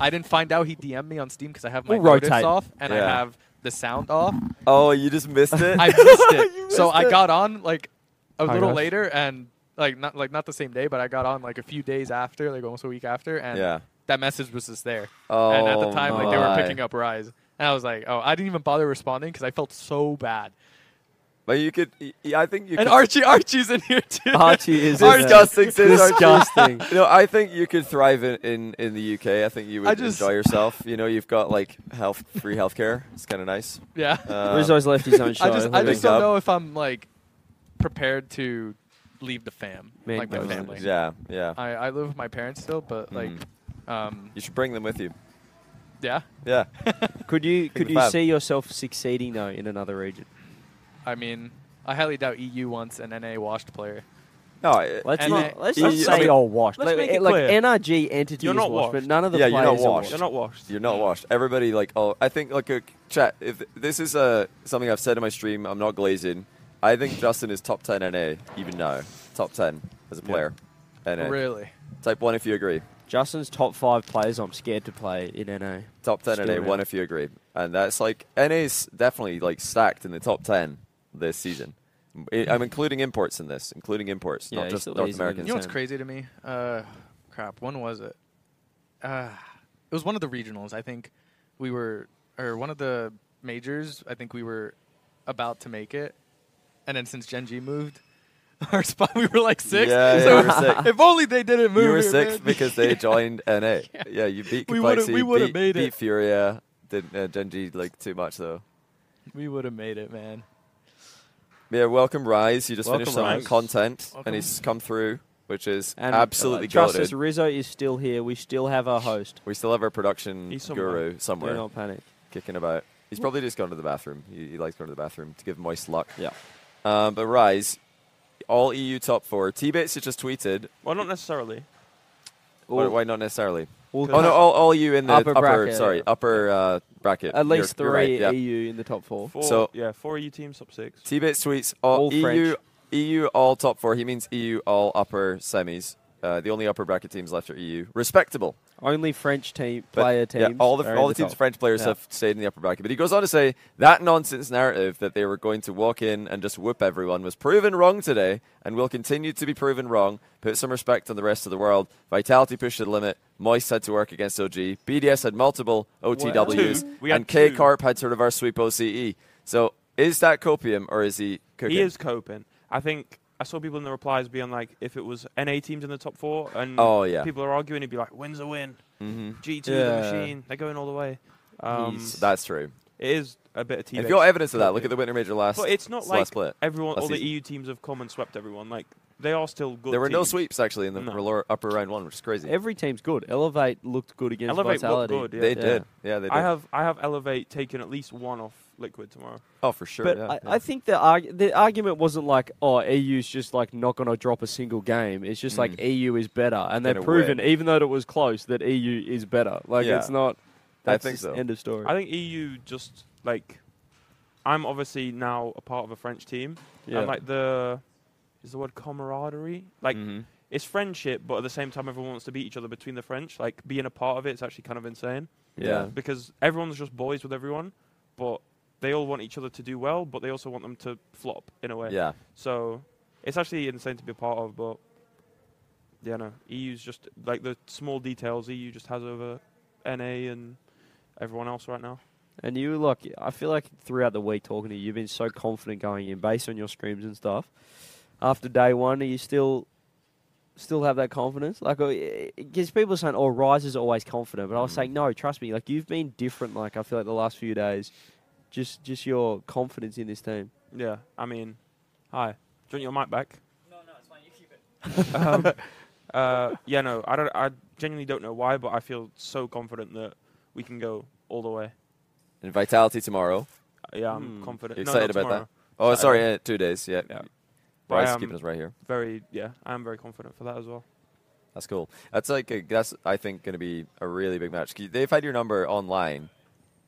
Speaker 4: I didn't find out he DM'd me on Steam because I have my
Speaker 3: We'll
Speaker 4: notice
Speaker 3: rotate.
Speaker 4: off and I
Speaker 1: Yeah.
Speaker 4: have the sound off.
Speaker 1: Oh, you just missed it.
Speaker 4: [laughs] I
Speaker 1: [laughs]
Speaker 4: missed it, so
Speaker 1: missed
Speaker 4: I
Speaker 1: it.
Speaker 4: got on like a
Speaker 3: my
Speaker 4: little
Speaker 3: gosh.
Speaker 4: later and. Like not like not the same day, but I got on like a few days after, like almost a week after, and
Speaker 1: yeah.
Speaker 4: that message was just there.
Speaker 1: Oh,
Speaker 4: and at the time, like they were
Speaker 1: my.
Speaker 4: picking up Rise, and I was like, oh, I didn't even bother responding because I felt so bad.
Speaker 1: But you could. y- y- I think you.
Speaker 4: And
Speaker 1: could [laughs]
Speaker 4: Archie, Archie's in here too.
Speaker 3: [laughs] Archie is in there.
Speaker 1: disgusting. sis, Archie.
Speaker 4: [laughs]
Speaker 3: disgusting.
Speaker 1: No, I think you could thrive in, in, in the UK. I think you
Speaker 4: I
Speaker 1: would
Speaker 4: just-
Speaker 1: enjoy yourself. You know, you've got like health free healthcare. It's kind of nice.
Speaker 4: [laughs] Yeah,
Speaker 1: Um,
Speaker 3: Rizzo's left his own show.
Speaker 4: Uh, I just, I
Speaker 1: Living
Speaker 4: just don't
Speaker 1: up.
Speaker 4: know if I'm like prepared to leave the fam,
Speaker 3: Man
Speaker 4: like my
Speaker 3: goes-
Speaker 4: family.
Speaker 1: yeah, Mm. yeah.
Speaker 4: I, I live with my parents still, but like, um,
Speaker 1: You should bring them with you.
Speaker 4: yeah. [laughs]
Speaker 1: Yeah.
Speaker 3: Could you
Speaker 1: Think
Speaker 3: could
Speaker 1: the
Speaker 3: you
Speaker 1: vibe.
Speaker 3: see yourself succeeding though in another region?
Speaker 4: I mean, I highly doubt EU wants an NA washed player.
Speaker 1: No. I-
Speaker 3: Let's
Speaker 1: you-
Speaker 4: And
Speaker 3: not,
Speaker 4: it-
Speaker 3: let's
Speaker 1: you-
Speaker 3: not
Speaker 1: I
Speaker 3: say
Speaker 1: mean-
Speaker 3: all washed.
Speaker 8: Let's
Speaker 3: like,
Speaker 8: make it
Speaker 3: like,
Speaker 8: clear.
Speaker 3: NRG entity
Speaker 8: You're
Speaker 3: is
Speaker 8: not
Speaker 3: washed, but
Speaker 8: washed.
Speaker 3: none of the
Speaker 1: Yeah, you're
Speaker 3: players
Speaker 1: not
Speaker 3: are
Speaker 1: washed.
Speaker 8: You're not washed.
Speaker 1: You're not washed. Everybody like oh, I think like a chat. If this is uh, something I've said in my stream, I'm not glazing. I think Justin is top ten NA even now. Top ten as a player. NA.
Speaker 4: Really?
Speaker 1: Type one if you agree.
Speaker 3: Justin's top five players. I'm scared to play in NA.
Speaker 1: Top ten
Speaker 3: Still
Speaker 1: NA.
Speaker 3: around.
Speaker 1: One if you agree. And that's like NA's definitely like stacked in the top ten this season. I- I'm including imports in this, including imports,
Speaker 3: Yeah,
Speaker 1: not
Speaker 3: he's
Speaker 1: just
Speaker 3: still
Speaker 1: North
Speaker 3: easily in
Speaker 1: Americans.
Speaker 4: You know what's
Speaker 3: Sam.
Speaker 4: crazy to me? Uh, crap. When was it? Uh, it was one of the regionals. I think we were, or one of the majors. I think we were about to make it, and then since Gen G moved, [laughs] our spot we were like sixth.
Speaker 1: Yeah,
Speaker 4: [laughs] so
Speaker 1: yeah, we were sixth.
Speaker 4: if only they didn't move.
Speaker 1: You were
Speaker 4: here,
Speaker 1: sixth
Speaker 4: man.
Speaker 1: because they joined NA. Yeah, you beat
Speaker 4: We would've-
Speaker 1: Complexity,
Speaker 4: we would've
Speaker 1: beat,
Speaker 4: made
Speaker 1: beat
Speaker 4: it.
Speaker 1: Furia. Didn't uh, Genji like too much though?
Speaker 4: we would have made it, man.
Speaker 1: Yeah, welcome Rise. You just
Speaker 3: Welcome,
Speaker 1: finished some
Speaker 3: Rise.
Speaker 1: content,
Speaker 4: Welcome.
Speaker 1: and he's come through, which is
Speaker 3: And uh,
Speaker 1: absolutely
Speaker 3: trust
Speaker 1: goated.
Speaker 3: us. Rizzo is still here. We still have our host.
Speaker 1: We still have our production
Speaker 8: He's somewhere.
Speaker 1: guru somewhere
Speaker 3: Do not panic.
Speaker 1: kicking about. He's probably just gone to the bathroom. He, he likes going to the bathroom to give Moist luck.
Speaker 3: Yeah.
Speaker 1: Um, but Rise, all EU top four. T Bates has just tweeted.
Speaker 8: Well, not necessarily.
Speaker 1: Why, why not necessarily?
Speaker 3: Well,
Speaker 1: Oh no, all, all you in the upper,
Speaker 3: Upper bracket.
Speaker 1: sorry upper uh, bracket.
Speaker 3: at least E
Speaker 1: You're- you're
Speaker 3: 3
Speaker 1: right, yeah.
Speaker 3: EU in the top four.
Speaker 8: Four,
Speaker 1: So-
Speaker 8: yeah, four EU teams, top six.
Speaker 1: T-Bits tweets all, E
Speaker 3: All
Speaker 1: EU
Speaker 3: French.
Speaker 1: EU all top four. He means EU all E upper semis. Uh, the only upper bracket teams left are EU. Respectable.
Speaker 3: Only French team
Speaker 1: But,
Speaker 3: player teams.
Speaker 1: yeah, all the
Speaker 3: are
Speaker 1: all
Speaker 3: in
Speaker 1: the teams
Speaker 3: top.
Speaker 1: French players
Speaker 3: Yeah.
Speaker 1: have stayed in the upper bracket. But he goes on to say that nonsense narrative that they were going to walk in and just whoop everyone was proven wrong today, and will continue to be proven wrong. Put some respect on the rest of the world. Vitality pushed to the limit. Moist had to work against OG. BDS had multiple OTWs,
Speaker 8: Two. We had
Speaker 1: and K
Speaker 8: two.
Speaker 1: Carp had to reverse sweep OCE. So is that copium or is he cooking?
Speaker 8: He is coping. I think I saw people in the replies being like, if it was NA teams in the top four, and
Speaker 1: Oh, yeah.
Speaker 8: people are arguing, he'd be like, "Wins a win."
Speaker 1: Mhm.
Speaker 8: G2
Speaker 3: Yeah.
Speaker 8: the machine. They're going all the way. Um,
Speaker 3: He's-
Speaker 1: That's true.
Speaker 8: it is a bit of team.
Speaker 1: If you got evidence of that, look at the winter major last.
Speaker 8: But it's not
Speaker 1: last
Speaker 8: like
Speaker 1: split.
Speaker 8: everyone,
Speaker 1: last
Speaker 8: all the
Speaker 1: season.
Speaker 8: EU teams have come and swept everyone. Like they are still good.
Speaker 1: There were no
Speaker 8: teams.
Speaker 1: sweeps actually in the
Speaker 8: No.
Speaker 1: lower- upper round one, which is crazy.
Speaker 3: Every team's good. Elevate looked good against
Speaker 8: Elevate looked
Speaker 3: Vitality.
Speaker 8: good, yeah.
Speaker 1: They did. Yeah, they did.
Speaker 8: I have I have Elevate taken at least one off Liquid tomorrow.
Speaker 1: oh, for sure.
Speaker 3: But
Speaker 1: yeah,
Speaker 3: I,
Speaker 1: yeah.
Speaker 3: I think the arg- the argument wasn't like, oh, EU's just like not going to drop a single game. It's just like EU is better, and they've
Speaker 1: Mm. Gonna
Speaker 3: proven,
Speaker 1: win.
Speaker 3: even though it was close, that EU is better. Like
Speaker 1: Yeah.
Speaker 3: it's not.
Speaker 1: I
Speaker 3: That's
Speaker 1: think
Speaker 3: just
Speaker 1: so.
Speaker 3: End of story.
Speaker 8: I think EU just like I'm obviously now a part of a French team,
Speaker 3: yeah.
Speaker 8: and like the is the word camaraderie like.
Speaker 1: Mhm.
Speaker 8: It's friendship, but at the same time, everyone wants to beat each other between the French. Like being a part of it, it's actually kind of insane
Speaker 1: yeah.
Speaker 8: because everyone's just boys with everyone, but they all want each other to do well, but they also want them to flop in a way.
Speaker 1: Yeah.
Speaker 8: So it's actually insane to be a part of, but yeah, no. EU's just like the small details EU just has over NA and everyone else right now.
Speaker 3: And you like, I feel like throughout the week talking to you, you've been so confident going in based on your screams and stuff. After day one, are you still, still have that confidence? Like, because people are saying, "Oh, Rise is always confident," but I was saying,
Speaker 8: Mm.
Speaker 3: "No, trust me. Like, you've been different. Like, I feel like the last few days, just, just your confidence in this team."
Speaker 8: Yeah, I mean, hi. Do you want your mic back?
Speaker 2: No, no, it's fine. You keep it.
Speaker 8: um, uh, yeah, no, I don't. I genuinely don't know why, but I feel so confident that we can go all the way.
Speaker 1: And Vitality tomorrow.
Speaker 8: Uh, Yeah, I'm
Speaker 3: Hmm.
Speaker 8: confident.
Speaker 1: You
Speaker 8: No,
Speaker 1: excited
Speaker 8: not
Speaker 1: about that?
Speaker 8: tomorrow,
Speaker 1: Oh,
Speaker 8: Saturday.
Speaker 1: sorry, yeah, two days. Yeah.
Speaker 8: Yeah. But um,
Speaker 1: Bryce
Speaker 8: I am
Speaker 1: keeping us right here.
Speaker 8: very, yeah, I am very confident for that as well.
Speaker 1: That's cool. That's like a, that's I think going to be a really big match. 'Cause They've had your number online,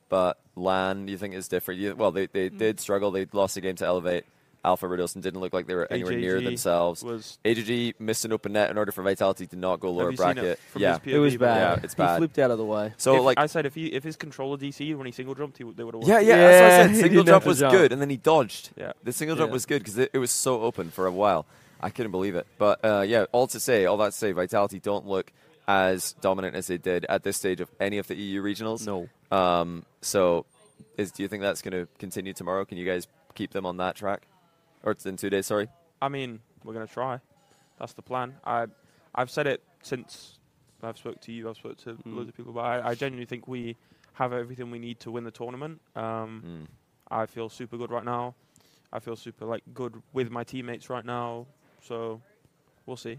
Speaker 1: but LAN you think is different. You, well, they
Speaker 8: Hmm.
Speaker 1: they did struggle. They lost the game to Elevate. Alpha Riddles and didn't look like they were anywhere near
Speaker 8: AJG
Speaker 1: themselves.
Speaker 8: Was
Speaker 1: AGG missed an open net in order for Vitality to not go lower
Speaker 8: have you
Speaker 1: bracket.
Speaker 8: Seen it from
Speaker 1: yeah.
Speaker 8: his POV,
Speaker 3: it was
Speaker 8: by the
Speaker 3: bad.
Speaker 8: way?
Speaker 1: Yeah, it's
Speaker 3: He
Speaker 1: bad.
Speaker 3: flipped out of the way.
Speaker 1: So
Speaker 8: If-
Speaker 1: like
Speaker 8: I said, if he if his controller DC'd when he single jumped, he w- they would have won.
Speaker 1: Yeah, yeah, that's
Speaker 8: [laughs]
Speaker 1: what I
Speaker 3: Yeah,
Speaker 1: said.
Speaker 3: he
Speaker 1: Single
Speaker 3: didn't have
Speaker 1: jump
Speaker 3: to
Speaker 1: was
Speaker 3: jump.
Speaker 1: good, and then he dodged.
Speaker 8: Yeah.
Speaker 1: The single jump
Speaker 3: Yeah.
Speaker 1: was good because it, it was so open for a while. I couldn't believe it. But uh, yeah, all to say, all that to say, Vitality don't look as dominant as they did at this stage of any of the EU regionals.
Speaker 3: No.
Speaker 1: Um, so is, do you think that's going to continue tomorrow? Can you guys keep them on that track? Or it's in two days, sorry?
Speaker 8: I mean, we're gonna try. That's the plan. I I've said it since I've spoke to you. I've spoke to
Speaker 1: Mm.
Speaker 8: loads of people, but I, I genuinely think we have everything we need to win the tournament.
Speaker 1: Mm.
Speaker 8: Um, I feel super good right now. I feel super like good with my teammates right now. So we'll see.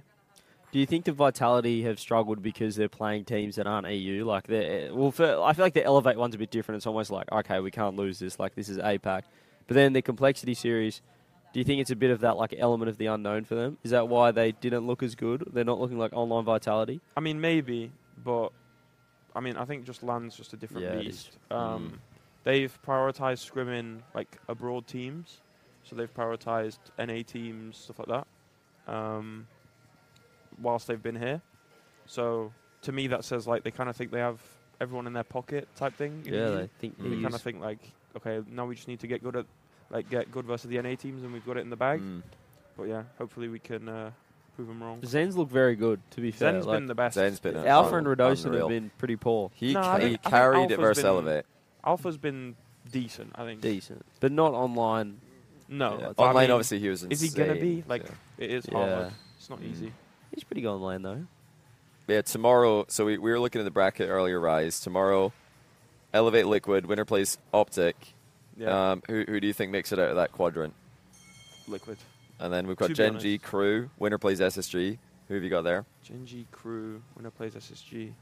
Speaker 3: Do you think the Vitality have struggled because they're playing teams that aren't EU? Like, they're- well, for, I feel like the Elevate one's a bit different. It's almost like, okay, we can't lose this. Like, this is APAC. But then the Complexity series, do you think it's a bit of that, like, element of the unknown for them? Is that why they didn't look as good? They're not looking like online Vitality?
Speaker 8: I mean, maybe, but I mean, I think just land's just a different
Speaker 3: Yeah, it Mm.
Speaker 8: beast. Um, They've prioritized scrimming like abroad teams, so they've prioritized NA teams stuff like that, um, whilst they've been here. So to me, that says like they kind of think they have everyone in their pocket type thing. in
Speaker 3: Yeah,
Speaker 8: EU.
Speaker 3: they think
Speaker 8: they kind
Speaker 3: EU's
Speaker 8: of think like, okay, now we just need to get good at like get good versus the NA teams, and we've got it in the bag.
Speaker 1: Mm.
Speaker 8: But yeah, hopefully we can uh, prove them wrong.
Speaker 3: Zen's look very good, to be fair.
Speaker 8: Zen's
Speaker 3: like,
Speaker 8: been the best.
Speaker 1: Zane's been
Speaker 3: Alpha
Speaker 1: un-
Speaker 3: and Radosin
Speaker 1: unreal.
Speaker 3: have been pretty poor.
Speaker 1: He,
Speaker 8: No, I
Speaker 1: ca-
Speaker 8: think-
Speaker 1: he
Speaker 8: I think
Speaker 1: carried
Speaker 8: Alpha's
Speaker 1: it versus
Speaker 8: been-
Speaker 1: Elevate.
Speaker 8: Alpha's been decent, I think.
Speaker 3: Decent. But not online.
Speaker 8: No,
Speaker 1: Yeah.
Speaker 8: but Oh, I
Speaker 1: Online,
Speaker 8: mean,
Speaker 1: obviously, he was insane.
Speaker 8: Is he gonna be like?
Speaker 1: Yeah.
Speaker 8: It is
Speaker 3: Yeah.
Speaker 8: hard. It's not
Speaker 1: Mm.
Speaker 8: easy.
Speaker 3: He's pretty good online, though.
Speaker 1: Yeah, tomorrow. So we, we were looking at the bracket earlier, Rise. Tomorrow, Elevate Liquid, winner plays Optic.
Speaker 8: Yeah,
Speaker 1: Um, who, who do you think makes it out of that quadrant?
Speaker 8: Liquid,
Speaker 1: And then we've got
Speaker 8: To be
Speaker 1: Gen G Crew, winner plays SSG. Who have you got there?
Speaker 8: Genji crew winner plays SSG,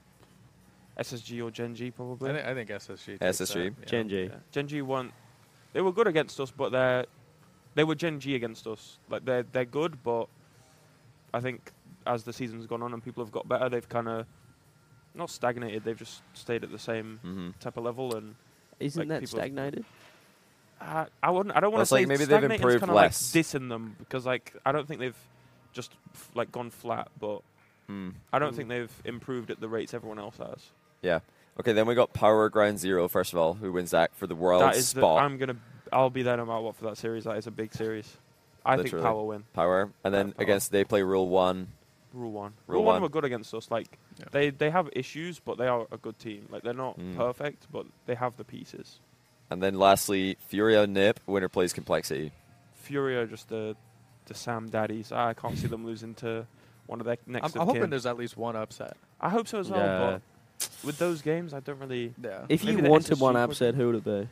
Speaker 8: SSG or Genji
Speaker 4: I,
Speaker 8: probably.
Speaker 4: think, I think SSG. takes
Speaker 1: SSG.
Speaker 4: that, yeah.
Speaker 3: Genji.
Speaker 8: Yeah. Genji won. They were good against us, but they are they were Genji against us. Like they're they're good, but I think as the season's gone on and people have got better, they've kind of not stagnated. They've just stayed at the same
Speaker 1: Mm-hmm.
Speaker 8: type of level and
Speaker 3: Isn't
Speaker 8: Like,
Speaker 3: that
Speaker 8: people-
Speaker 3: stagnated?
Speaker 8: I, I wouldn't. I don't want
Speaker 1: That's
Speaker 8: to say
Speaker 1: like maybe they've
Speaker 8: stagnating's
Speaker 1: improved
Speaker 8: kinda
Speaker 1: less.
Speaker 8: Like dissing them because like I don't think they've just f- like gone flat, but
Speaker 1: Hmm.
Speaker 8: I
Speaker 3: Mm.
Speaker 8: don't think they've improved at the rates everyone else has.
Speaker 1: Yeah. Okay, then we got Power Ground Zero, first of all, who wins that for the world
Speaker 8: That is the,
Speaker 1: spot.
Speaker 8: I'm gonna. I'll be there no matter what for that series. That is a big series. I
Speaker 1: Literally.
Speaker 8: think Power win.
Speaker 1: power. And then
Speaker 8: Yeah, Power.
Speaker 1: against they play Rule 1.
Speaker 8: Rule one.
Speaker 1: Rule
Speaker 8: Rule, one,
Speaker 1: one.
Speaker 8: were good against us. Like
Speaker 4: Yeah.
Speaker 8: they they have issues, but they are a good team. Like they're not
Speaker 1: Mm.
Speaker 8: perfect, but they have the pieces.
Speaker 1: And then lastly, Furio Nip, winner plays Complexity.
Speaker 8: Fury are just the the Sam Daddies. I can't see them losing to one of their
Speaker 4: I'm,
Speaker 8: next.
Speaker 4: I'm
Speaker 8: of
Speaker 4: hoping
Speaker 8: kin.
Speaker 4: there's at least one upset.
Speaker 8: I hope so as well.
Speaker 3: Yeah.
Speaker 8: But with those games, I don't really.
Speaker 4: Yeah.
Speaker 3: If you
Speaker 8: Maybe the
Speaker 3: wanted
Speaker 8: SSG
Speaker 3: one
Speaker 8: would-
Speaker 3: upset, who would it be?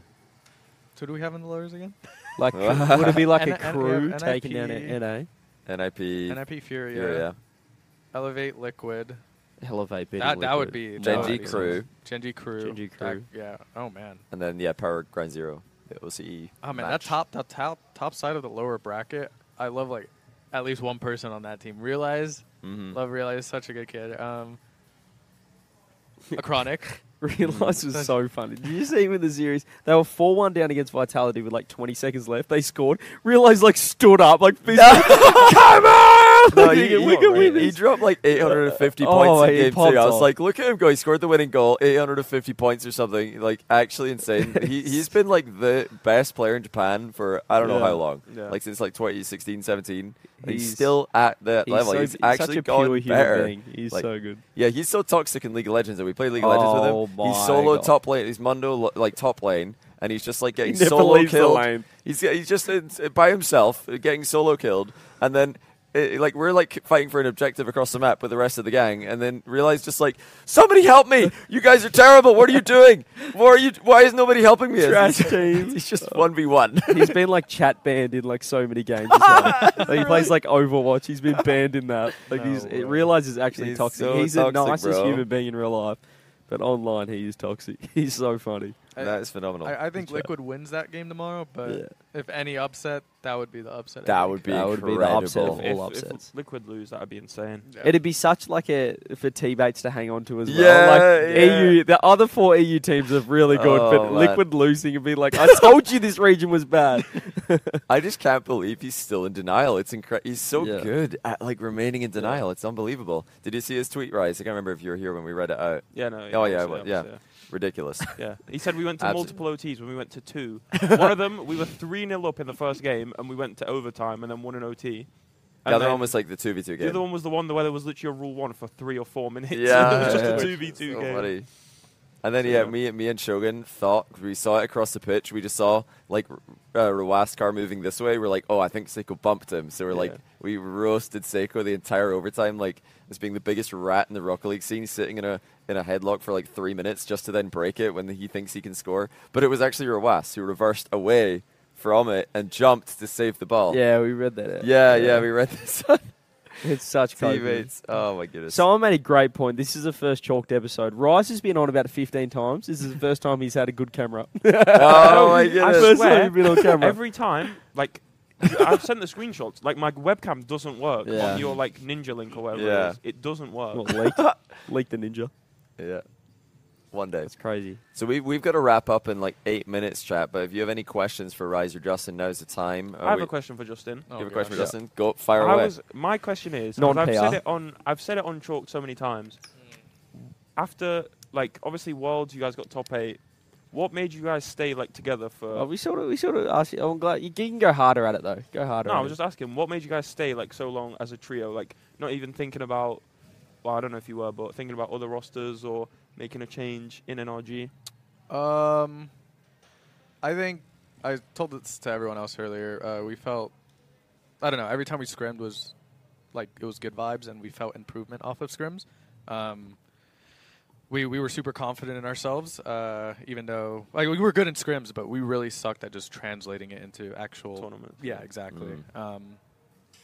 Speaker 4: So do we have in the lowers again?
Speaker 1: [laughs]
Speaker 3: Like, would it be like a
Speaker 4: N- N- we
Speaker 3: crew
Speaker 4: have
Speaker 3: taking down
Speaker 4: NIP.
Speaker 3: an NA?
Speaker 1: NIP.
Speaker 4: NIP Fury,
Speaker 1: Furia.
Speaker 4: Elevate Liquid.
Speaker 3: Elevate bit.
Speaker 4: That, that would be
Speaker 1: Gen
Speaker 4: that
Speaker 1: G
Speaker 4: would be-
Speaker 1: Crew.
Speaker 4: Gen G Crew.
Speaker 3: Gen G
Speaker 4: That-
Speaker 3: Crew.
Speaker 4: yeah. Oh man.
Speaker 1: And then, yeah, Power Ground Zero. E. The OCE.
Speaker 4: Oh man.
Speaker 1: match.
Speaker 4: That top that top top side of the lower bracket. I love like at least one person on that team. Realize
Speaker 1: Mhm.
Speaker 4: love realize such a good kid. Um, a chronic.
Speaker 3: [laughs] Realize was so funny. Did you see him in the series? They were four one down against Vitality with like twenty seconds left. They scored. Realize like stood up like physically. [laughs] Come [laughs] on!
Speaker 1: No,
Speaker 3: Like,
Speaker 1: he,
Speaker 3: we
Speaker 1: he-
Speaker 3: can win
Speaker 1: he
Speaker 3: this.
Speaker 1: dropped like 850
Speaker 3: [laughs] Oh,
Speaker 1: points in
Speaker 3: he
Speaker 1: game two.
Speaker 3: popped
Speaker 1: I was
Speaker 3: off.
Speaker 1: like, look at him go. He scored the winning goal, 850 points or something. Like, actually
Speaker 3: [laughs]
Speaker 1: insane. he, he's been like the best player in Japan for I don't know
Speaker 3: Yeah.
Speaker 1: how long.
Speaker 8: Yeah.
Speaker 1: Like, since like 2016, 17. And He's,
Speaker 3: He's-
Speaker 1: still at that
Speaker 3: He's
Speaker 1: level.
Speaker 3: so-
Speaker 1: he's
Speaker 3: he's
Speaker 1: actually
Speaker 3: such a
Speaker 1: gone
Speaker 3: pure human
Speaker 1: better.
Speaker 3: being. He's
Speaker 1: Like,
Speaker 3: so good.
Speaker 1: Yeah, he's so toxic in League of Legends that we play League of
Speaker 3: Oh
Speaker 1: Legends with him.
Speaker 3: my
Speaker 1: He's solo
Speaker 3: God.
Speaker 1: top lane. He's Mundo lo- like top lane, and he's just like getting
Speaker 3: never
Speaker 1: solo
Speaker 3: leaves the
Speaker 1: killed.
Speaker 3: lane.
Speaker 1: He's he's just in, by himself uh, getting solo killed, and then. It, like we're like fighting for an objective across the map with the rest of the gang, and then realize just like somebody help me! You guys are terrible. What are you doing? Why are you? Why is nobody helping me? [laughs]
Speaker 3: Trash [laughs]
Speaker 1: He's-
Speaker 3: team.
Speaker 1: He's just one v one.
Speaker 3: He's been like chat banned in like so many [laughs] games. As well. like, he plays like Overwatch. He's been banned in that. Like
Speaker 4: No
Speaker 3: he's,
Speaker 4: way.
Speaker 3: it realizes actually
Speaker 1: He's
Speaker 3: toxic.
Speaker 1: so
Speaker 3: he's
Speaker 1: toxic,
Speaker 3: the nicest
Speaker 1: bro.
Speaker 3: human being in real life, but online he is toxic. [laughs] He's so funny.
Speaker 1: That is phenomenal.
Speaker 4: I, I think Liquid wins that game tomorrow, but
Speaker 3: Yeah.
Speaker 4: if any upset, that would be the upset. I
Speaker 1: that
Speaker 4: think.
Speaker 1: would be
Speaker 3: That would be
Speaker 1: incredible.
Speaker 3: the upset of all
Speaker 8: if,
Speaker 3: upsets.
Speaker 8: if Liquid lose, that'd be insane.
Speaker 4: Yeah.
Speaker 3: It'd be such like a for teammates to hang on to as well.
Speaker 1: Yeah,
Speaker 3: like
Speaker 1: yeah.
Speaker 3: EU, the other four EU teams are really good,
Speaker 1: Oh,
Speaker 3: but
Speaker 1: man.
Speaker 3: Liquid losing and be like, I told you this region
Speaker 1: [laughs]
Speaker 3: was bad. [laughs]
Speaker 1: I just can't believe he's still in denial. It's incredible. He's so
Speaker 3: Yeah.
Speaker 1: good at like remaining in denial. It's unbelievable. Did you see his tweet, Rise? I can't remember if you were here when we read it out.
Speaker 8: Yeah, no.
Speaker 1: Oh, yeah,
Speaker 8: obviously,
Speaker 1: well, yeah.
Speaker 8: obviously,
Speaker 1: Ridiculous.
Speaker 8: Yeah, he said we went
Speaker 1: [laughs]
Speaker 8: to
Speaker 1: Abs-
Speaker 8: multiple OTs when we went to two. One of them, we were 3 0 up in the first game and we went to overtime and then won an OT.
Speaker 1: the
Speaker 8: And
Speaker 1: other
Speaker 8: then
Speaker 1: one was like the two v two
Speaker 8: the
Speaker 1: game.
Speaker 8: other one was the one where there was literally a rule one for three or four minutes.
Speaker 1: [laughs] yeah,
Speaker 8: it was just
Speaker 1: yeah.
Speaker 8: a 2v2
Speaker 1: So
Speaker 8: game.
Speaker 1: funny. And then
Speaker 8: So,
Speaker 1: yeah,
Speaker 8: yeah.
Speaker 1: me me and Shogun thought 'cause we saw it across the pitch. We just saw like R- uh, Rawas car moving this way. We're like, oh, I think Seiko bumped him. So we're like,
Speaker 8: Yeah.
Speaker 1: we roasted Seiko the entire overtime, like as being the biggest rat in the Rocket League scene, sitting in a in a headlock for like three minutes just to then break it when he thinks he can score. But it was actually Rawas who reversed away from it and jumped to save the ball.
Speaker 3: yeah, we read that. out.
Speaker 1: yeah, yeah. We read this. on
Speaker 3: it's such COVID.
Speaker 1: Teammates. Oh my goodness.
Speaker 3: Someone made a great point. This is the first chalked episode. Rice has been on about 15 times. This is the first time he's had a good [laughs] camera.
Speaker 1: oh my
Speaker 8: I
Speaker 1: goodness.
Speaker 3: First
Speaker 8: swear,
Speaker 3: time you've been on camera.
Speaker 8: Every time, like, I've sent the screenshots. Like, my webcam doesn't work
Speaker 3: Yeah.
Speaker 8: on your, like, Ninja Link or whatever
Speaker 1: Yeah.
Speaker 8: it is. It doesn't work.
Speaker 3: Well,
Speaker 1: [laughs]
Speaker 3: leaked, leaked the ninja.
Speaker 1: Yeah. One day.
Speaker 3: That's crazy.
Speaker 1: So we, we've got to wrap up in like eight minutes, chat. But if you have any questions for Rise or Justin, now's the time.
Speaker 8: I have a question for Justin.
Speaker 1: You have a
Speaker 4: Oh,
Speaker 1: question for
Speaker 4: gosh.
Speaker 1: Justin? Go fire
Speaker 8: I
Speaker 1: away.
Speaker 8: was. My question is, 'cause I've said
Speaker 3: Non-PR.
Speaker 8: it on. I've said it on chalk so many times. After, like, obviously, worlds, you guys got top eight. What made you guys stay like together for?
Speaker 3: Oh, we sort of, we sort of asked you. I'm glad you, you can go harder at it though. Go harder.
Speaker 8: no,
Speaker 3: at
Speaker 8: I was
Speaker 3: it.
Speaker 8: just asking. What made you guys stay like so long as a trio? Like, not even thinking about. Well, I don't know if you were, but thinking about other rosters or making a change in NRG.
Speaker 4: Um, I think I told this to everyone else earlier. Uh, we felt, I don't know, every time we scrimmed was like it was good vibes, and we felt improvement off of scrims. Um, we we were super confident in ourselves, uh, even though like we were good in scrims, but we really sucked at just translating it into actual
Speaker 8: Tournaments,
Speaker 4: Yeah,
Speaker 8: yeah.
Speaker 4: exactly. Um,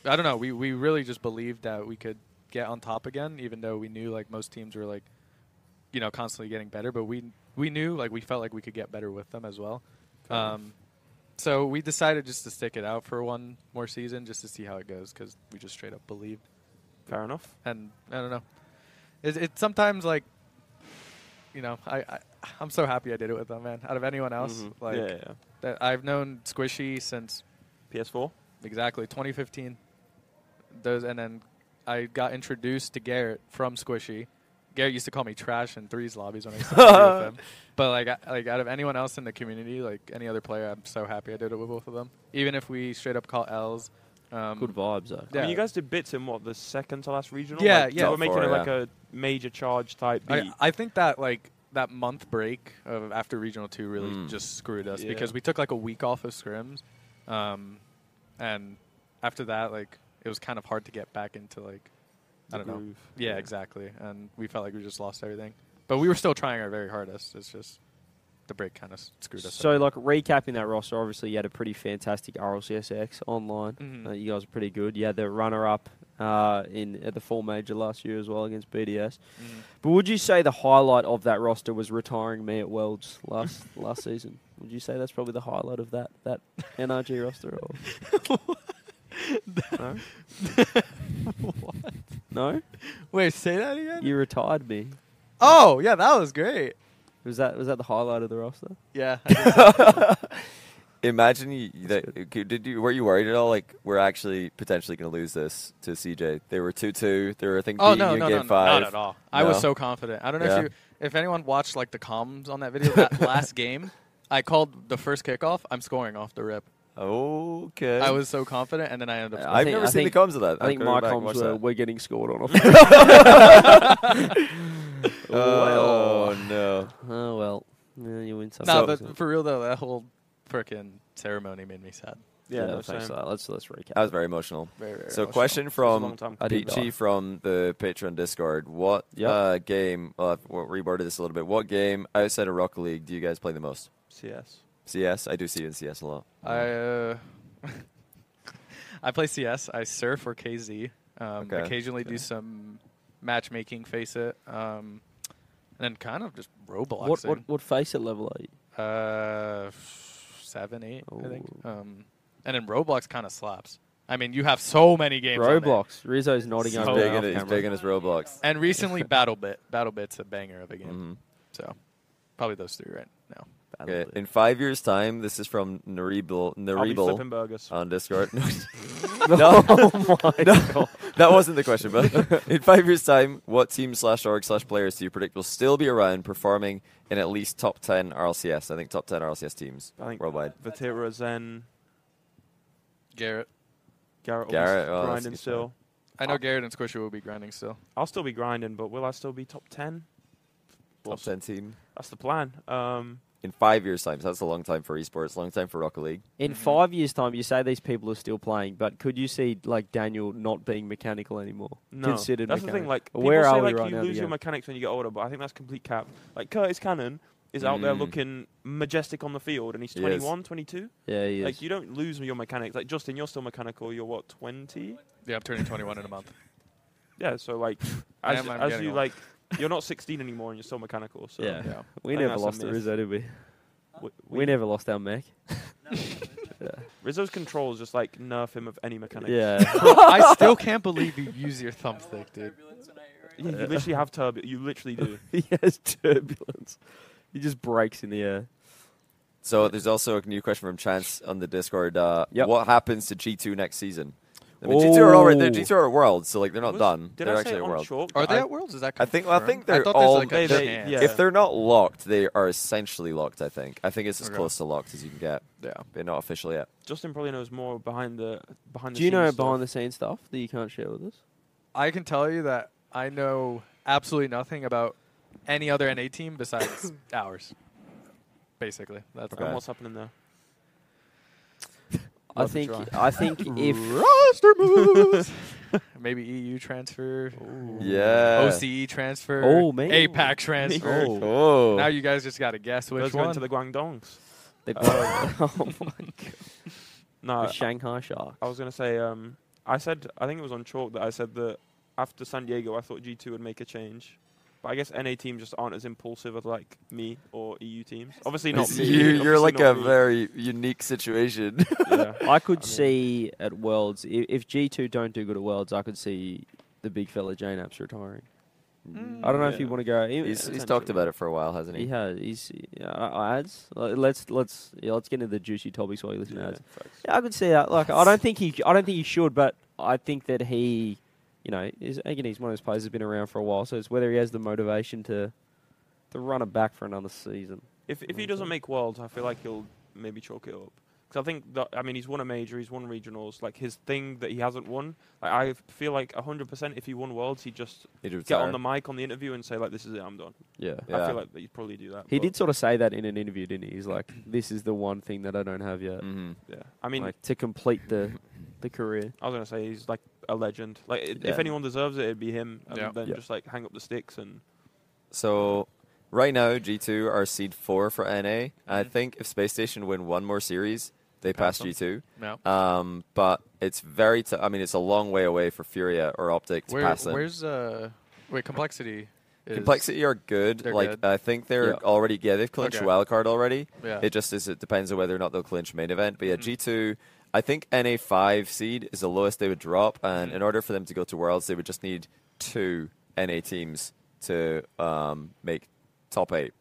Speaker 4: I don't know. We we really just believed that we could get on top again, even though we knew like most teams were like you know constantly getting better but we we knew like we felt like we could get better with them as well um, so we decided just to stick it out for one more season just to see how it goes because we just straight up believed
Speaker 8: Fair enough.
Speaker 4: and i don't know it's it's sometimes like you know i, I i'm so happy i did it with them man out of anyone else
Speaker 8: Mhm.
Speaker 3: Mm-hmm.
Speaker 4: like
Speaker 8: yeah, yeah,
Speaker 4: that i've known squishy since
Speaker 8: yeah. PS4.
Speaker 4: exactly 2015 those and then I got introduced to Garrett from Squishy. Garrett used to call me trash in threes lobbies when I used to play with him. But like, I- like out of anyone else in the community, like any other player, I'm so happy I did it with both of them. Even if we straight up call L's. Um,
Speaker 3: Good vibes though.
Speaker 8: I
Speaker 4: Yeah.
Speaker 8: mean, you guys did bits in what the second to last regional.
Speaker 4: Yeah,
Speaker 8: Like,
Speaker 4: yeah.
Speaker 8: You were making
Speaker 1: Top
Speaker 8: it
Speaker 1: four,
Speaker 8: like a major charge type beat.
Speaker 4: I, I think that like that month break of after regional two really
Speaker 1: Mm.
Speaker 4: just screwed us
Speaker 8: Yeah.
Speaker 4: because we took like a week off of scrims, um, and after that like it was kind of hard to get back into like I don't know. Yeah, exactly. And we felt like we just lost everything, but we were still trying our very hardest. It's just the break kind of screwed us.
Speaker 3: So,
Speaker 4: up.
Speaker 3: like recapping that roster, obviously you had a pretty fantastic RLCSX online.
Speaker 4: Mhm.
Speaker 3: Uh, you guys are pretty good. You had the runner-up uh, in at the full major last year as well against BDS.
Speaker 4: Mhm.
Speaker 3: But would you say the highlight of that roster was retiring me at Worlds last [laughs] last season? Would you say that's probably the highlight of that that
Speaker 4: [laughs]
Speaker 3: NRG roster? Or? no. No,
Speaker 4: wait, say that again.
Speaker 3: you retired me.
Speaker 4: oh yeah, that was great.
Speaker 3: Was that was that the highlight of the roster?
Speaker 4: [laughs] Yeah, I think so.
Speaker 1: [laughs] Imagine you,
Speaker 3: That's
Speaker 1: that, okay, did you were you worried at all? Like we're actually potentially going to lose this to CJ. They were two two. They were I think
Speaker 4: Oh
Speaker 1: beating
Speaker 4: no,
Speaker 1: you
Speaker 4: no,
Speaker 1: in game
Speaker 4: no, no,
Speaker 1: five.
Speaker 4: not at all. I was
Speaker 1: No?
Speaker 4: so confident. I don't know
Speaker 1: Yeah.
Speaker 4: if you, if anyone watched like the comms on that video
Speaker 1: [laughs]
Speaker 4: that last game. I called the first kickoff. I'm scoring off the rip.
Speaker 1: Okay.
Speaker 4: I was so confident, and then I ended up.
Speaker 1: I've
Speaker 3: think-
Speaker 1: never
Speaker 3: I
Speaker 1: seen
Speaker 3: think-
Speaker 1: the comms of that.
Speaker 3: I think
Speaker 1: I'll go
Speaker 3: my
Speaker 1: back and
Speaker 3: comms
Speaker 1: watch
Speaker 3: were
Speaker 1: that.
Speaker 3: we're getting scored [laughs] on. Off.
Speaker 1: Oh no.
Speaker 3: Oh well, yeah, you win some.
Speaker 4: No,
Speaker 3: games.
Speaker 4: but for real though, that whole freaking ceremony made me sad.
Speaker 8: Yeah,
Speaker 3: no,
Speaker 8: no,
Speaker 3: thanks
Speaker 8: same.
Speaker 3: for that. Let's let's recap.
Speaker 1: That was very emotional.
Speaker 4: Very, very
Speaker 1: So
Speaker 4: emotional.
Speaker 1: question
Speaker 8: It was a
Speaker 1: from
Speaker 8: long time.
Speaker 3: I didn't
Speaker 1: Peachy
Speaker 3: die.
Speaker 1: from the Patreon Discord. What
Speaker 3: Yep.
Speaker 1: uh, game? Well, I've w- reworded this a little bit. What game outside of Rocket League do you guys play the most?
Speaker 8: CS.
Speaker 1: CS. I do see you in CS a lot.
Speaker 4: I uh, [laughs] I play CS. I surf or KZ. Um,
Speaker 1: Okay.
Speaker 4: Occasionally do some matchmaking. Face it. Um, and then kind of just Roblox.
Speaker 3: What what what face it level are you?
Speaker 4: Uh, f- seven, eight, I think.
Speaker 3: Oh.
Speaker 4: Um, and then Roblox kind of slaps. I mean, you have so many games. on there.
Speaker 3: Roblox. Rizzo's nodding
Speaker 1: He's
Speaker 4: So
Speaker 3: over
Speaker 1: big
Speaker 3: there
Speaker 1: in
Speaker 3: off
Speaker 1: it. He's
Speaker 3: camera.
Speaker 1: big in his Roblox.
Speaker 4: and
Speaker 8: [laughs]
Speaker 4: recently BattleBit. BattleBit's a banger of a game.
Speaker 8: Mm-hmm.
Speaker 1: Mhm.
Speaker 4: So probably those three right now.
Speaker 1: Okay. In five years' time, this is from Nerebel,
Speaker 8: I'll be
Speaker 1: Nerebel
Speaker 8: flipping burgers.
Speaker 1: on
Speaker 3: [laughs]
Speaker 1: Discord. No,
Speaker 3: no, my God.
Speaker 1: [laughs] that wasn't the question, but [laughs] in five years' time, what team slash org slash players do you predict will still be around performing in at least top 10 RLCS? I think top 10 RLCS teams
Speaker 8: I think
Speaker 1: worldwide.
Speaker 8: Vatira, Zen,
Speaker 4: Garrett.
Speaker 8: Garrett, will be
Speaker 1: Garrett,
Speaker 8: s-
Speaker 1: oh, that's a
Speaker 8: grinding
Speaker 1: good
Speaker 8: still.
Speaker 4: I know Garrett and Squishy will be grinding still.
Speaker 8: I'll still be grinding, but will I still be top ten? Well,
Speaker 1: Top 10 team.
Speaker 8: That's the plan. Um,
Speaker 1: In five years' time, so that's a long time for esports, long time for Rocket League.
Speaker 3: [laughs] In five years' time, you say these people are still playing, but could you see like Daniel not being mechanical anymore?
Speaker 8: no,
Speaker 3: Considered
Speaker 8: that's the
Speaker 3: mechanic.
Speaker 8: thing. Like people
Speaker 3: where
Speaker 8: say,
Speaker 3: are we
Speaker 8: like
Speaker 3: right
Speaker 8: you
Speaker 3: now? in the
Speaker 8: lose your
Speaker 3: game?
Speaker 8: mechanics when you get older, but I think that's complete cap. Like Curtis Cannon is out there
Speaker 1: Mm.
Speaker 8: looking majestic on the field, and he's
Speaker 1: He is.
Speaker 8: 21, 22.
Speaker 3: yeah, he is.
Speaker 8: Like you don't lose your mechanics. Like Justin, you're still mechanical. You're what 20?
Speaker 4: Yeah, I'm turning 21 in a month.
Speaker 8: [laughs] Yeah.
Speaker 4: [laughs]
Speaker 8: So like,
Speaker 4: I
Speaker 8: as,
Speaker 4: am, I'm
Speaker 8: as
Speaker 4: getting
Speaker 8: you
Speaker 4: old.
Speaker 8: like, you're not 16 anymore, and you're still mechanical. So
Speaker 3: yeah.
Speaker 4: Yeah.
Speaker 3: we
Speaker 8: I think
Speaker 3: never
Speaker 8: that's a
Speaker 3: lost to
Speaker 8: myth.
Speaker 3: Rizzo, did we?
Speaker 8: we,
Speaker 3: We, never lost our [laughs] mech. [laughs]
Speaker 8: Rizzo's controls just like nerf him of any mechanic.
Speaker 3: Yeah,
Speaker 4: [laughs] I still can't believe you use your thumb stick, dude.
Speaker 8: [laughs]
Speaker 3: [laughs]
Speaker 8: You, you literally have turbo. You literally do.
Speaker 3: he has turbulence. He just breaks in the air.
Speaker 1: So there's also a new question from Chance on the Discord. Uh,
Speaker 3: Yep.
Speaker 1: What happens to G2 next season? I mean, G2 are already they're
Speaker 3: Oh.
Speaker 1: G2 are at Worlds, so like they're not
Speaker 8: Was-
Speaker 1: done.
Speaker 8: Did
Speaker 1: they're
Speaker 8: I
Speaker 1: actually
Speaker 8: say
Speaker 1: at
Speaker 8: on
Speaker 1: Worlds.
Speaker 8: chalk?
Speaker 4: Are they
Speaker 8: I-
Speaker 4: at Worlds? Is that
Speaker 1: I think- well, I think
Speaker 4: confirmed?
Speaker 1: they're
Speaker 4: I thought there's
Speaker 1: all-
Speaker 4: like a
Speaker 8: they- they-
Speaker 4: chance.
Speaker 8: yeah.
Speaker 1: If they're not locked, they are essentially locked. I think. I think it's as
Speaker 4: Okay.
Speaker 1: close to locked as you can get.
Speaker 4: Yeah.
Speaker 1: but not official yet.
Speaker 8: Justin probably knows more behind the behind the.
Speaker 3: Do you know
Speaker 8: scenes stuff.
Speaker 3: behind the scenes stuff that you can't share with us?
Speaker 4: I can tell you that I know absolutely nothing about any other NA team
Speaker 8: [coughs]
Speaker 4: besides ours. Basically, that's
Speaker 1: Okay.
Speaker 8: And what's happening there?
Speaker 3: I
Speaker 8: Love to
Speaker 3: think
Speaker 8: try.
Speaker 3: I
Speaker 8: [laughs]
Speaker 3: think if
Speaker 4: roster moves. [laughs] Maybe EU transfer,
Speaker 1: Yeah.
Speaker 4: OCE transfer,
Speaker 3: Oh, man.
Speaker 4: APAC transfer.
Speaker 3: Oh.
Speaker 1: Uh, Oh.
Speaker 4: Now you guys just got to guess which
Speaker 8: Those
Speaker 4: one.
Speaker 8: going to the Guangdongs.
Speaker 3: they [laughs]
Speaker 8: Uh,
Speaker 3: oh
Speaker 8: [laughs]
Speaker 3: my god,
Speaker 8: No,
Speaker 3: the Shanghai Sharks.
Speaker 8: I was gonna say. Um, I said. I think it was on chalk that I said that after San Diego, I thought G two would make a change. But I guess NA teams just aren't as impulsive as like me or EU teams. Obviously
Speaker 1: [laughs]
Speaker 8: not
Speaker 1: It's-
Speaker 8: me.
Speaker 1: you, you're
Speaker 8: obviously
Speaker 1: like
Speaker 8: not
Speaker 1: a
Speaker 8: me.
Speaker 1: very unique
Speaker 8: [laughs]
Speaker 1: situation.
Speaker 8: Yeah.
Speaker 3: I could see at Worlds if, if G two don't do good at Worlds, I could see the big fella Jane Apps retiring. I don't know if you
Speaker 8: Yeah.
Speaker 3: want to go. he-
Speaker 1: he's, he's
Speaker 8: Essentially.
Speaker 1: talked about it for a while, hasn't
Speaker 3: he
Speaker 1: he?
Speaker 3: has. He's yeah, uh, ads. Uh, Let's let's yeah, let's get into the juicy topics while you listen to
Speaker 8: Yeah,
Speaker 3: ads.
Speaker 8: facts.
Speaker 3: Yeah, I could see that. Like, I don't think he. I don't think he should, but I think that he you know, is Agony's one of those players that's been around for a while, so it's whether he has the motivation to to run it back for another season.
Speaker 8: If if
Speaker 3: Okay.
Speaker 8: he doesn't make worlds, I feel like he'll maybe chalk it up. Because I think that I mean he's won a major, he's won regionals. Like his thing that he hasn't won, like, I feel like hundred percent. If he won worlds, he'd just
Speaker 1: He'd
Speaker 8: get
Speaker 1: retire.
Speaker 8: on the mic on the interview and say like, "This is it, I'm done."
Speaker 1: Yeah.
Speaker 8: I
Speaker 1: Yeah.
Speaker 8: feel like he'd probably do that.
Speaker 3: He
Speaker 8: but,
Speaker 3: did sort of say that in an interview, didn't he? He's like, "This is the one thing that I don't have yet."
Speaker 1: Mhm.
Speaker 8: Yeah, I mean,
Speaker 3: like to complete the the career.
Speaker 8: I was gonna say he's like a legend. Like i
Speaker 1: Yeah.
Speaker 8: if anyone deserves it, it'd be him. And
Speaker 4: Yeah.
Speaker 8: then
Speaker 1: Yeah.
Speaker 8: just like hang up the sticks and
Speaker 1: So right now, G2 are seed four for NA. I think if Space Station win one more series, they pass,
Speaker 4: Pass them.
Speaker 1: G2.
Speaker 4: No.
Speaker 1: Um, but it's very. T- I mean, it's a long way away for Furia or Optic to
Speaker 4: Where,
Speaker 1: pass them.
Speaker 4: where's uh? Wait, complexity. Is,
Speaker 1: Complexity are good.
Speaker 4: They're
Speaker 1: Like
Speaker 4: good.
Speaker 1: I think they're
Speaker 3: Yeah.
Speaker 1: already. Yeah, they've clinched
Speaker 4: Okay.
Speaker 1: wild card already.
Speaker 4: Yeah. Mm-hmm.
Speaker 1: It just is. It depends on whether or not they'll clinch main event. But yeah, G two. I think NA five seed is the lowest they would drop,
Speaker 4: Mm-hmm.
Speaker 1: and in order for them to go to Worlds, they would just need two NA teams to um, make top eight.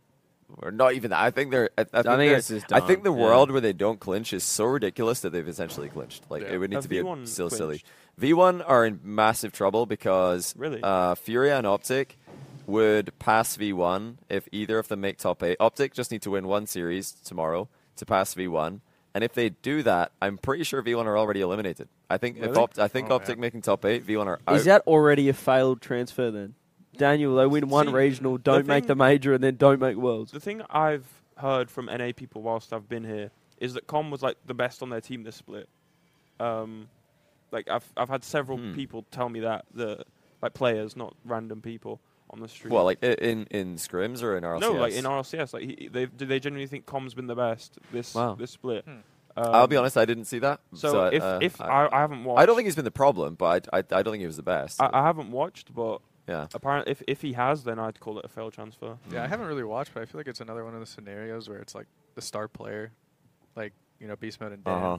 Speaker 1: Or not even that. I think they're. I, I think,
Speaker 3: think
Speaker 1: they're-
Speaker 3: it's just
Speaker 1: I think
Speaker 3: done,
Speaker 1: the
Speaker 3: yeah.
Speaker 1: world where they don't clinch is so ridiculous that they've essentially clinched. Like
Speaker 4: Yeah.
Speaker 1: it would need
Speaker 8: Have
Speaker 1: to be a,
Speaker 8: V1
Speaker 1: still silly.
Speaker 8: clinched?
Speaker 1: V1 are in massive trouble because
Speaker 8: Really?
Speaker 1: uh, Furia and Optic would pass V1 if either of them make top eight. Optic just need to win one series tomorrow to pass V1, and if they do that, I'm pretty sure V1 are already eliminated. I think if
Speaker 3: Really?
Speaker 1: Opt- I think
Speaker 4: Oh,
Speaker 1: Optic
Speaker 4: yeah.
Speaker 1: making top eight, V1 are out.
Speaker 3: Is that already a failed transfer then? Daniel, they win one
Speaker 8: See,
Speaker 3: regional,
Speaker 8: the
Speaker 3: don't make the
Speaker 8: thing-
Speaker 3: major, and then don't make worlds.
Speaker 8: The thing I've heard from NA people whilst I've been here is that Com was like the best on their team this split. Um, like I've I've had several
Speaker 1: Hmm.
Speaker 8: people tell me that the like players, not random people on the street.
Speaker 1: well, like i- in in scrims or in RLCS?
Speaker 8: no, like in RLCS, like he, they do they genuinely think Com's been the best this
Speaker 3: Wow.
Speaker 8: this split.
Speaker 4: Hmm.
Speaker 8: Um,
Speaker 1: I'll be honest, I didn't see that.
Speaker 8: So,
Speaker 1: I-
Speaker 8: if
Speaker 1: uh,
Speaker 8: if
Speaker 1: I,
Speaker 8: I, I haven't watched,
Speaker 1: I don't think he's been the problem, but I, I, I don't think he was the best.
Speaker 8: I, I haven't watched, but
Speaker 1: yeah.
Speaker 8: apparently if if he has, then I'd call it a failed transfer.
Speaker 4: Yeah, I haven't really watched, but I feel like it's another one of the scenarios where it's like the star player, like you know, beast mode and Dan,
Speaker 1: Uh-huh.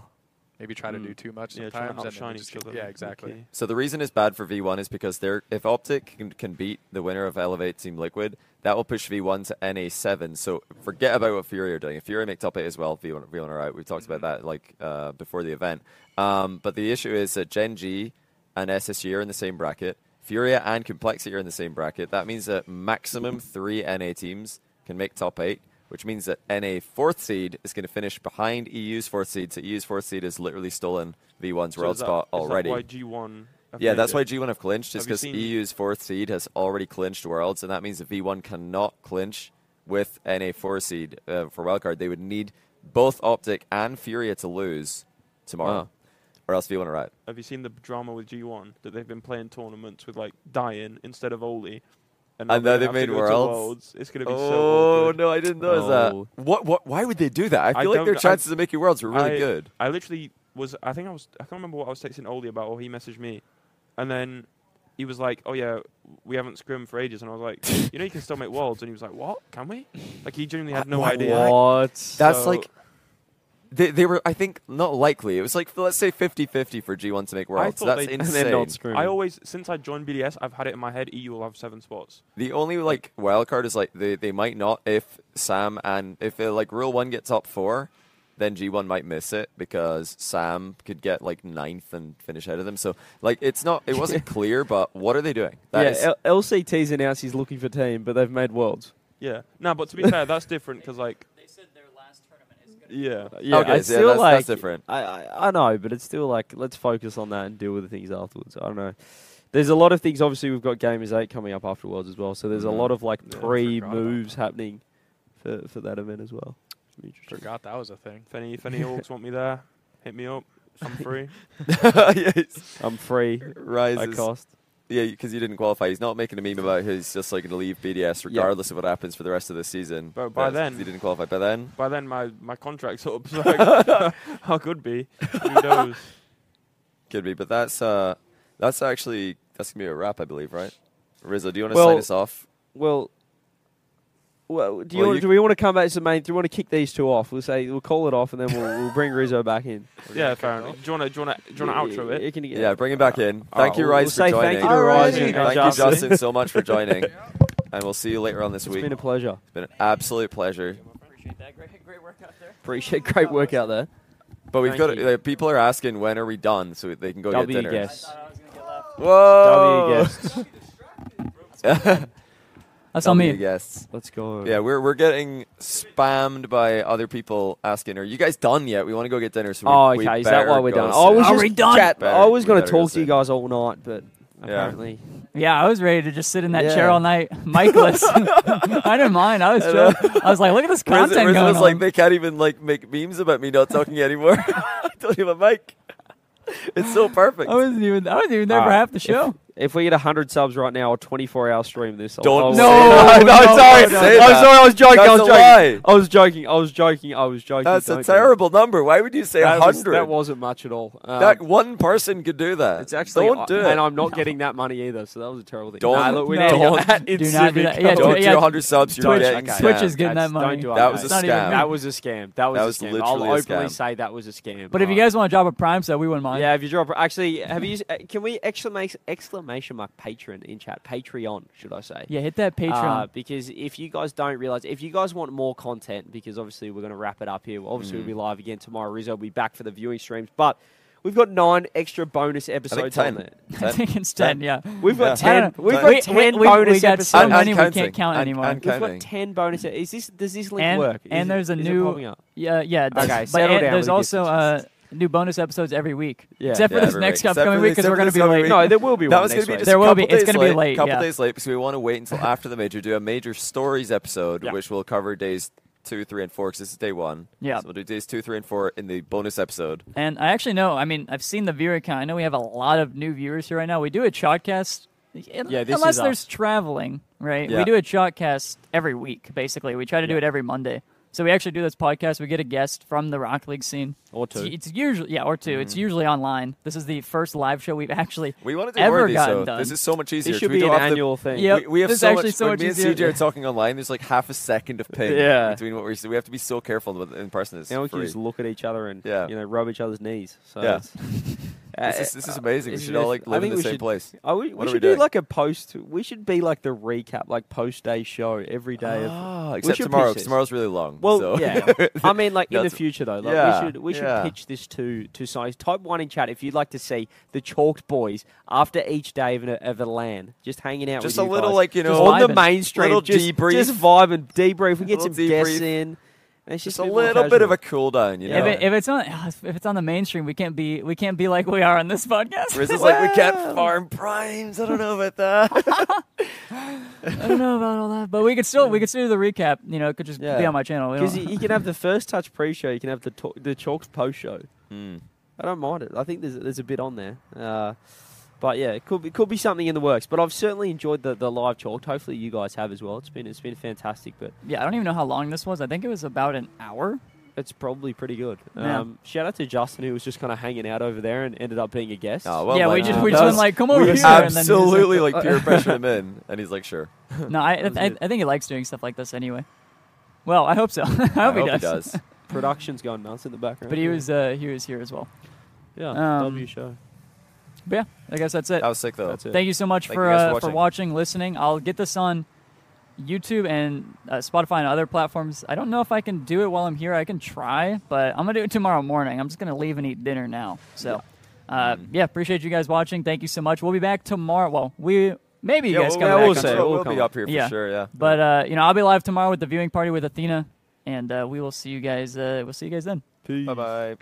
Speaker 4: maybe try to
Speaker 8: Mm.
Speaker 4: do too much
Speaker 8: Yeah, trying
Speaker 4: sometimes.
Speaker 8: to
Speaker 4: and then
Speaker 8: outshine
Speaker 4: they just
Speaker 8: each
Speaker 4: get-
Speaker 8: other.
Speaker 4: yeah, exactly.
Speaker 8: Okay.
Speaker 1: So the reason it's bad for V1 is because they're if Optic can, can beat the winner of Elevate Team Liquid, that will push V1 to NA7. So forget about what Fury are doing. If Fury make top eight as well, V1, V1 are out. We talked about
Speaker 8: Mm-hmm.
Speaker 1: that like uh, before the event. Um, but the issue is that Gen G and SSG are in the same bracket. Furia and Complexity are in the same bracket. That means that maximum three NA teams can make top eight, which means that NA fourth seed is going to finish behind EU's fourth seed. So EU's fourth seed has literally stolen V1's
Speaker 8: So
Speaker 1: world
Speaker 8: is that-
Speaker 1: spot
Speaker 8: is that
Speaker 1: already.
Speaker 8: why G1 have
Speaker 1: Yeah,
Speaker 8: made
Speaker 1: that's
Speaker 8: it?
Speaker 1: why G1 have clinched, is
Speaker 8: Have you
Speaker 1: because
Speaker 8: seen-
Speaker 1: EU's fourth seed has already clinched Worlds, and that means that V1 cannot clinch with NA four seed uh, for wildcard. They would need both Optic and Furia to lose tomorrow,
Speaker 3: Wow.
Speaker 1: or else V1 are out.
Speaker 8: Have you seen the drama with G1 that they've been playing tournaments with like Dyin instead of Oli? now
Speaker 1: And now
Speaker 8: they're
Speaker 1: they
Speaker 8: gonna have
Speaker 1: made
Speaker 8: to go to
Speaker 1: Worlds?
Speaker 8: It's going to be so
Speaker 1: Oh
Speaker 8: awkward.
Speaker 1: no, I didn't notice
Speaker 3: Oh.
Speaker 1: that. What? What? Why would they do that? I
Speaker 8: I
Speaker 1: feel like their
Speaker 8: don't- I-
Speaker 1: chances of making Worlds were really
Speaker 8: I,
Speaker 1: good.
Speaker 8: I literally was. I think I was. I can't remember what I was texting Oli about, or he messaged me, and then he was like, "Oh yeah, we haven't scrimmed for ages," and I
Speaker 3: [laughs]
Speaker 8: was like, "You know, you can still make worlds," and he was like, "What? Can we?" Like he genuinely had no
Speaker 1: Wha-
Speaker 8: idea.
Speaker 3: Uh, What?
Speaker 1: That's
Speaker 8: So-
Speaker 1: like. They, they were, I think, not likely. It was like, let's say 50 50 for G1 to make Worlds.
Speaker 8: thought
Speaker 1: That's
Speaker 8: they- [laughs]
Speaker 1: insane.
Speaker 8: And
Speaker 3: they're not screwed.
Speaker 8: I always, since I joined BDS, I've had it in my head EU will have seven spots.
Speaker 1: The only like wild card is like they, they might not if Sam and if uh, like rule one gets top four, then G one might miss it because Sam could get like ninth and finish ahead of them. So like it's not it
Speaker 3: [laughs]
Speaker 1: wasn't clear, but what are they doing? That
Speaker 3: yeah, uh,
Speaker 1: is-
Speaker 3: L- LCT's announced he's looking for team, but they've made worlds.
Speaker 8: Yeah. No, but to be fair, that's different because like,
Speaker 2: They said their last tournament is going
Speaker 8: yeah.
Speaker 1: [laughs]
Speaker 3: Yeah,
Speaker 1: Okay,
Speaker 3: it's
Speaker 1: so yeah,
Speaker 3: still
Speaker 1: that's-
Speaker 3: like,
Speaker 1: that's
Speaker 3: [laughs]
Speaker 1: different. [laughs]
Speaker 3: I, I I know, but it's still like let's focus on that and deal with the things afterwards. I don't know. There's a lot of things. Obviously, we've got Gamers Eight coming up afterwards as well. So there's a
Speaker 8: Mm-hmm.
Speaker 1: Mhm.
Speaker 3: lot of like
Speaker 4: Yeah, I forgot
Speaker 3: pre
Speaker 4: about
Speaker 3: moves happening for for that event as well. Should be interesting.
Speaker 4: Forgot that was a thing.
Speaker 8: If any, if any orgs want me there, hit me up. I'm free.
Speaker 1: yes.
Speaker 3: I'm free. I
Speaker 1: Rises.
Speaker 3: cost.
Speaker 1: Yeah, because you didn't qualify. He's not making a meme about who's just like going to leave BDS regardless of what happens for the rest of the season.
Speaker 8: But
Speaker 1: it's
Speaker 8: by
Speaker 1: 'cause
Speaker 8: then-
Speaker 1: he didn't qualify. By then,
Speaker 8: By then, my, my contract's up. So I I could be. Who knows?
Speaker 1: could be. But that's uh, that's actually that's gonna be a wrap, I believe, right? Rizzo, do you want to
Speaker 3: Well-
Speaker 1: sign us off?
Speaker 3: Well, well, do you,
Speaker 1: Well,
Speaker 3: wanna,
Speaker 1: you-
Speaker 3: do we want to come back to the main? Do we want to kick these two off? We'll say we'll call it off, and then we'll, we'll bring Rizzo back in.
Speaker 8: [laughs] yeah, fair enough. Do you want to do you want to do you want to outro it?
Speaker 3: You can-
Speaker 1: Yeah, bring him back in. Thank
Speaker 3: Alright,
Speaker 1: you,
Speaker 3: Uh, we'll-
Speaker 1: Rise,
Speaker 3: we'll say
Speaker 1: for joining.
Speaker 3: Thank you, Rise,
Speaker 1: Thank
Speaker 3: and
Speaker 1: you,
Speaker 3: Justin.
Speaker 1: Justin, so much for
Speaker 3: [laughs]
Speaker 1: joining. and we'll see you later on this
Speaker 3: It's
Speaker 1: week.
Speaker 3: been a pleasure.
Speaker 1: It's been an absolute pleasure.
Speaker 2: Appreciate that. Great, great work out there.
Speaker 3: Appreciate
Speaker 8: Oh,
Speaker 3: great work out there.
Speaker 1: But we've
Speaker 3: Thank
Speaker 1: got
Speaker 3: you.
Speaker 1: uh, people are asking when are we done so they can go
Speaker 3: I'll
Speaker 1: get
Speaker 3: be
Speaker 1: dinner.
Speaker 3: a guest.
Speaker 2: I was going to get left.
Speaker 1: Whoa!
Speaker 3: W E guests.
Speaker 1: [laughs]
Speaker 2: That's on
Speaker 1: W E
Speaker 2: me.
Speaker 1: guests.
Speaker 3: Let's go.
Speaker 1: Yeah, we're we're getting spammed by other people asking, "Are you guys done yet? We want to go get dinner." So we,
Speaker 3: Oh,
Speaker 1: we
Speaker 3: okay. Is that why
Speaker 1: better
Speaker 3: we're
Speaker 1: go
Speaker 3: done?
Speaker 1: soon."
Speaker 3: I was
Speaker 2: Are
Speaker 3: just
Speaker 2: we done?
Speaker 3: chat-
Speaker 1: Better-
Speaker 3: I was
Speaker 1: we
Speaker 3: going to
Speaker 1: better go
Speaker 3: talk to you
Speaker 1: soon.
Speaker 3: guys all night, but apparently
Speaker 2: Yeah, I was ready to just sit in that
Speaker 3: Yeah.
Speaker 2: chair all night,
Speaker 3: [laughs]
Speaker 2: Mikeless. [laughs] I didn't mind. I was chill. I was like, look at this
Speaker 1: Where's it-
Speaker 2: content
Speaker 1: where's it
Speaker 2: going
Speaker 1: was
Speaker 2: on.
Speaker 1: like they can't even like make memes about me not talking anymore. [laughs] I don't even mic. It's so perfect.
Speaker 2: I wasn't even. I wasn't even there for
Speaker 3: Alright,
Speaker 2: half the show.
Speaker 3: Ah, if we get hundred subs right now, a twenty-four hour stream this. I'll-
Speaker 1: Don't
Speaker 3: I'll-
Speaker 1: say
Speaker 3: [laughs]
Speaker 1: that. Don't
Speaker 3: sorry.
Speaker 1: say
Speaker 3: I'm
Speaker 1: that.
Speaker 3: sorry. I was joking. I
Speaker 1: That's
Speaker 3: was
Speaker 1: a
Speaker 3: joking.
Speaker 1: lie.
Speaker 3: I was joking. I was joking. I was joking.
Speaker 1: That's a
Speaker 3: Don't-
Speaker 1: terrible number. Why would you say
Speaker 3: That, was,
Speaker 1: hundred?
Speaker 3: that
Speaker 1: That,
Speaker 3: wasn't much at all. Um,
Speaker 1: one person could do that.
Speaker 3: it's actually,
Speaker 1: don't do
Speaker 3: and
Speaker 1: it.
Speaker 3: I'm not getting that money either. So that was a terrible thing.
Speaker 1: Don't-
Speaker 3: Nah, look, [laughs] we
Speaker 2: No.
Speaker 3: need to get
Speaker 1: Don't.
Speaker 3: that in
Speaker 2: Do not do
Speaker 3: Civic.
Speaker 2: that. Yeah,
Speaker 1: Don't do
Speaker 2: yeah,
Speaker 1: 100 subs. You're
Speaker 2: Twitch-
Speaker 1: getting
Speaker 3: okay.
Speaker 2: Twitch is
Speaker 1: scammed.
Speaker 2: getting
Speaker 3: That's-
Speaker 2: that money.
Speaker 3: Don't do
Speaker 1: That was
Speaker 3: guys.
Speaker 1: a
Speaker 2: Not even-
Speaker 1: scam.
Speaker 3: That was a scam. That was,
Speaker 1: That was
Speaker 3: a scam.
Speaker 1: literally
Speaker 3: I'll
Speaker 1: a
Speaker 3: openly
Speaker 1: scam.
Speaker 3: say that was a scam.
Speaker 2: But if you
Speaker 3: Uh,
Speaker 2: guys want to drop a prime sub, we wouldn't mind.
Speaker 3: yeah, if you drop, actually, have you? uh, Can we exclamation exclamation mark patron in chat? Patreon, should I say?
Speaker 2: Yeah, hit that [laughs]
Speaker 3: Uh,
Speaker 2: Patreon.
Speaker 3: because if you guys don't realize, if you guys want more content, because obviously we're going to wrap it up here. Obviously,
Speaker 2: Mm.
Speaker 3: we'll be live again tomorrow. Rizzo will be back for the viewing streams, but we've got nine extra bonus episodes
Speaker 1: 10.
Speaker 3: on
Speaker 2: [laughs]
Speaker 3: there.
Speaker 2: I think it's ten. Yeah.
Speaker 3: We've got
Speaker 1: Yeah.
Speaker 2: I
Speaker 3: ten.
Speaker 2: don't know.
Speaker 3: We've
Speaker 1: Ten.
Speaker 3: got
Speaker 2: We- we-
Speaker 3: ten
Speaker 2: we-
Speaker 3: bonus
Speaker 2: we got
Speaker 3: episodes.
Speaker 2: so
Speaker 1: And-
Speaker 2: many
Speaker 1: and
Speaker 2: we can't
Speaker 1: counting.
Speaker 2: count
Speaker 1: And-
Speaker 2: anymore.
Speaker 1: and
Speaker 3: We've
Speaker 1: counting.
Speaker 3: got ten bonus. e- Is this? Does this link
Speaker 2: and,
Speaker 3: work?
Speaker 2: and
Speaker 3: Is it-
Speaker 2: there's a
Speaker 3: is it popping
Speaker 2: new
Speaker 3: up?
Speaker 2: yeah yeah
Speaker 3: Okay,
Speaker 2: that's- but
Speaker 3: settle
Speaker 2: and
Speaker 3: down with
Speaker 2: there's
Speaker 3: the
Speaker 2: also uh,
Speaker 3: gifted.
Speaker 2: new bonus episodes every week
Speaker 3: Yeah.
Speaker 2: except for
Speaker 1: Yeah,
Speaker 2: this
Speaker 1: every
Speaker 2: next
Speaker 1: week. Except
Speaker 2: upcoming
Speaker 1: for
Speaker 2: week
Speaker 1: this-
Speaker 2: because we're
Speaker 1: except
Speaker 2: going
Speaker 1: for
Speaker 2: to be
Speaker 1: this
Speaker 2: late
Speaker 1: upcoming
Speaker 3: No, there will be
Speaker 1: That
Speaker 3: one.
Speaker 1: was going to
Speaker 3: next
Speaker 1: be
Speaker 3: week.
Speaker 1: just
Speaker 2: There
Speaker 1: a
Speaker 2: will
Speaker 1: couple
Speaker 2: be.
Speaker 1: Days
Speaker 2: It's gonna be
Speaker 1: late,
Speaker 2: late,
Speaker 1: Couple
Speaker 2: yeah.
Speaker 1: days late because we want to wait
Speaker 2: [laughs]
Speaker 1: until after the major. Do a major stories episode,
Speaker 3: Yeah.
Speaker 1: which will cover days two, three, and four. Because this is day one.
Speaker 2: Yeah.
Speaker 1: So we'll do days two, three, and four in the bonus episode.
Speaker 2: and I actually know I mean I've seen the viewer count I know we have a lot of new viewers here right now we do a shotcast
Speaker 3: Yeah, this
Speaker 2: unless
Speaker 3: is uh,
Speaker 2: there's
Speaker 3: us.
Speaker 2: traveling right we
Speaker 1: Yeah.
Speaker 2: do a shotcast every week basically we try to do it every Monday so we actually do this podcast we get a guest from the rock league scene
Speaker 3: Or two. Mm.
Speaker 2: it's, it's usually yeah or 2 it's usually online this is the first live show we've actually
Speaker 1: We want to do more
Speaker 2: ever
Speaker 1: of these.
Speaker 2: gotten
Speaker 1: So
Speaker 2: done
Speaker 1: this is so much easier.
Speaker 3: This should
Speaker 1: we
Speaker 3: be an
Speaker 1: don't have to-
Speaker 3: annual thing.
Speaker 2: Yeah. Yep,
Speaker 1: We, we have
Speaker 2: this is
Speaker 1: so
Speaker 2: actually
Speaker 1: much.
Speaker 2: so
Speaker 1: when
Speaker 2: much
Speaker 1: me and
Speaker 2: easier.
Speaker 1: CJ are talking online, there's like half a second of ping
Speaker 3: Yeah.
Speaker 1: between what we're. So we have to be so careful with in person. It's
Speaker 3: Now we can
Speaker 1: free.
Speaker 3: just look at each other and
Speaker 1: Yeah.
Speaker 3: you know rub each other's knees. So
Speaker 1: Yeah.
Speaker 3: it's-
Speaker 1: [laughs]
Speaker 3: uh,
Speaker 1: This is, this is amazing. We
Speaker 3: Isn't
Speaker 1: should all
Speaker 3: it-
Speaker 1: like
Speaker 3: I
Speaker 1: live in
Speaker 3: think
Speaker 1: the
Speaker 3: we
Speaker 1: same
Speaker 3: should-
Speaker 1: place.
Speaker 3: Oh, we, we
Speaker 1: What are we
Speaker 3: should do
Speaker 1: doing?
Speaker 3: like a post. We should be like the recap, like post day show every day. of,
Speaker 1: Ah,
Speaker 3: we
Speaker 1: except
Speaker 3: should
Speaker 1: tomorrow.
Speaker 3: pitch
Speaker 1: 'cause
Speaker 3: this.
Speaker 1: tomorrow's [laughs] really long.
Speaker 3: Well,
Speaker 1: so. [laughs]
Speaker 3: yeah. I mean, like in the
Speaker 1: That's-
Speaker 3: future though, like
Speaker 1: Yeah,
Speaker 3: we should we should
Speaker 1: yeah.
Speaker 3: pitch this to to science. Type one in chat if you'd like to see the chalked boys after each day of, a of a LAN, just hanging out.
Speaker 1: Just
Speaker 3: with
Speaker 1: a
Speaker 3: you
Speaker 1: little,
Speaker 3: guys.
Speaker 1: like, you
Speaker 3: Just
Speaker 1: know,
Speaker 3: on the
Speaker 2: vibing.
Speaker 3: mainstream.
Speaker 1: Little
Speaker 3: just,
Speaker 1: debrief.
Speaker 3: Just vibe and debrief. We get
Speaker 1: Little
Speaker 3: some
Speaker 1: debrief.
Speaker 3: guests in. and It's
Speaker 1: just
Speaker 3: just
Speaker 1: a
Speaker 3: bit
Speaker 1: little
Speaker 3: more
Speaker 1: bit of
Speaker 3: casual.
Speaker 1: a cool down, you know.
Speaker 2: If, it, if it's on [sighs] if it's on the mainstream, we can't be we can't be like we are on this podcast.
Speaker 1: Riz
Speaker 2: [laughs]
Speaker 1: is like, we can't farm primes. I don't know about that.
Speaker 2: I don't know about all that, but we could still we could still do the recap. You know, it could just be
Speaker 3: Yeah.
Speaker 2: on my channel. We
Speaker 3: Because
Speaker 2: don't-
Speaker 1: [laughs]
Speaker 3: you, you can have the first touch pre-show, you can have the talk, the chalks post-show. I don't mind it. I think there's there's a bit on there. Uh, but yeah, it could be, could be something in the works. But I've certainly enjoyed the, the live chalk. Hopefully you guys have as well. It's been it's been fantastic, but
Speaker 2: yeah, I don't even know how long this was. I think it was about an hour.
Speaker 3: it's probably pretty good.
Speaker 2: Yeah.
Speaker 3: Um, shout out to Justin who was just kind of hanging out over there and ended up being a guest.
Speaker 1: Oh, well
Speaker 2: yeah, we
Speaker 1: done.
Speaker 2: just
Speaker 3: Uh,
Speaker 2: we
Speaker 1: That
Speaker 2: just went
Speaker 1: was
Speaker 2: like, come over here. and then he's like- Uh,
Speaker 1: Absolutely,
Speaker 2: [laughs]
Speaker 1: like peer pressure him in, and he's like, sure.
Speaker 2: no, I, I, I think he likes doing stuff like this anyway. Well, I hope so. [laughs] I hope,
Speaker 1: I hope he does.
Speaker 3: Production's going nuts in the background.
Speaker 2: But he
Speaker 3: yeah.
Speaker 2: was uh, he was here as well.
Speaker 3: yeah
Speaker 2: um,
Speaker 3: W show.
Speaker 2: But yeah, I guess that's it.
Speaker 1: That was sick though.
Speaker 3: That's it.
Speaker 2: Thank you so much
Speaker 1: Thank
Speaker 2: for,
Speaker 1: you guys
Speaker 2: uh,
Speaker 1: for
Speaker 2: for
Speaker 1: watching.
Speaker 2: watching, listening. I'll get this on YouTube and uh, Spotify and other platforms. I don't know if I can do it while I'm here. I can try, but I'm gonna do it tomorrow morning. I'm just gonna leave and eat dinner now. So, uh, yeah, appreciate you guys watching. Thank you so much. We'll be back tomorrow. Well, we maybe you
Speaker 1: Yeah,
Speaker 2: guys
Speaker 1: we'll,
Speaker 2: come
Speaker 1: yeah,
Speaker 2: back.
Speaker 1: we'll,
Speaker 2: on
Speaker 1: say-
Speaker 2: Friday.
Speaker 1: we'll
Speaker 3: come
Speaker 1: be
Speaker 3: on.
Speaker 1: up here for
Speaker 2: Yeah.
Speaker 1: sure. Yeah.
Speaker 2: But uh, you know, I'll be live tomorrow with the viewing party with Athena, and uh, we will see you guys. Uh, we'll see you guys then.
Speaker 1: Bye bye.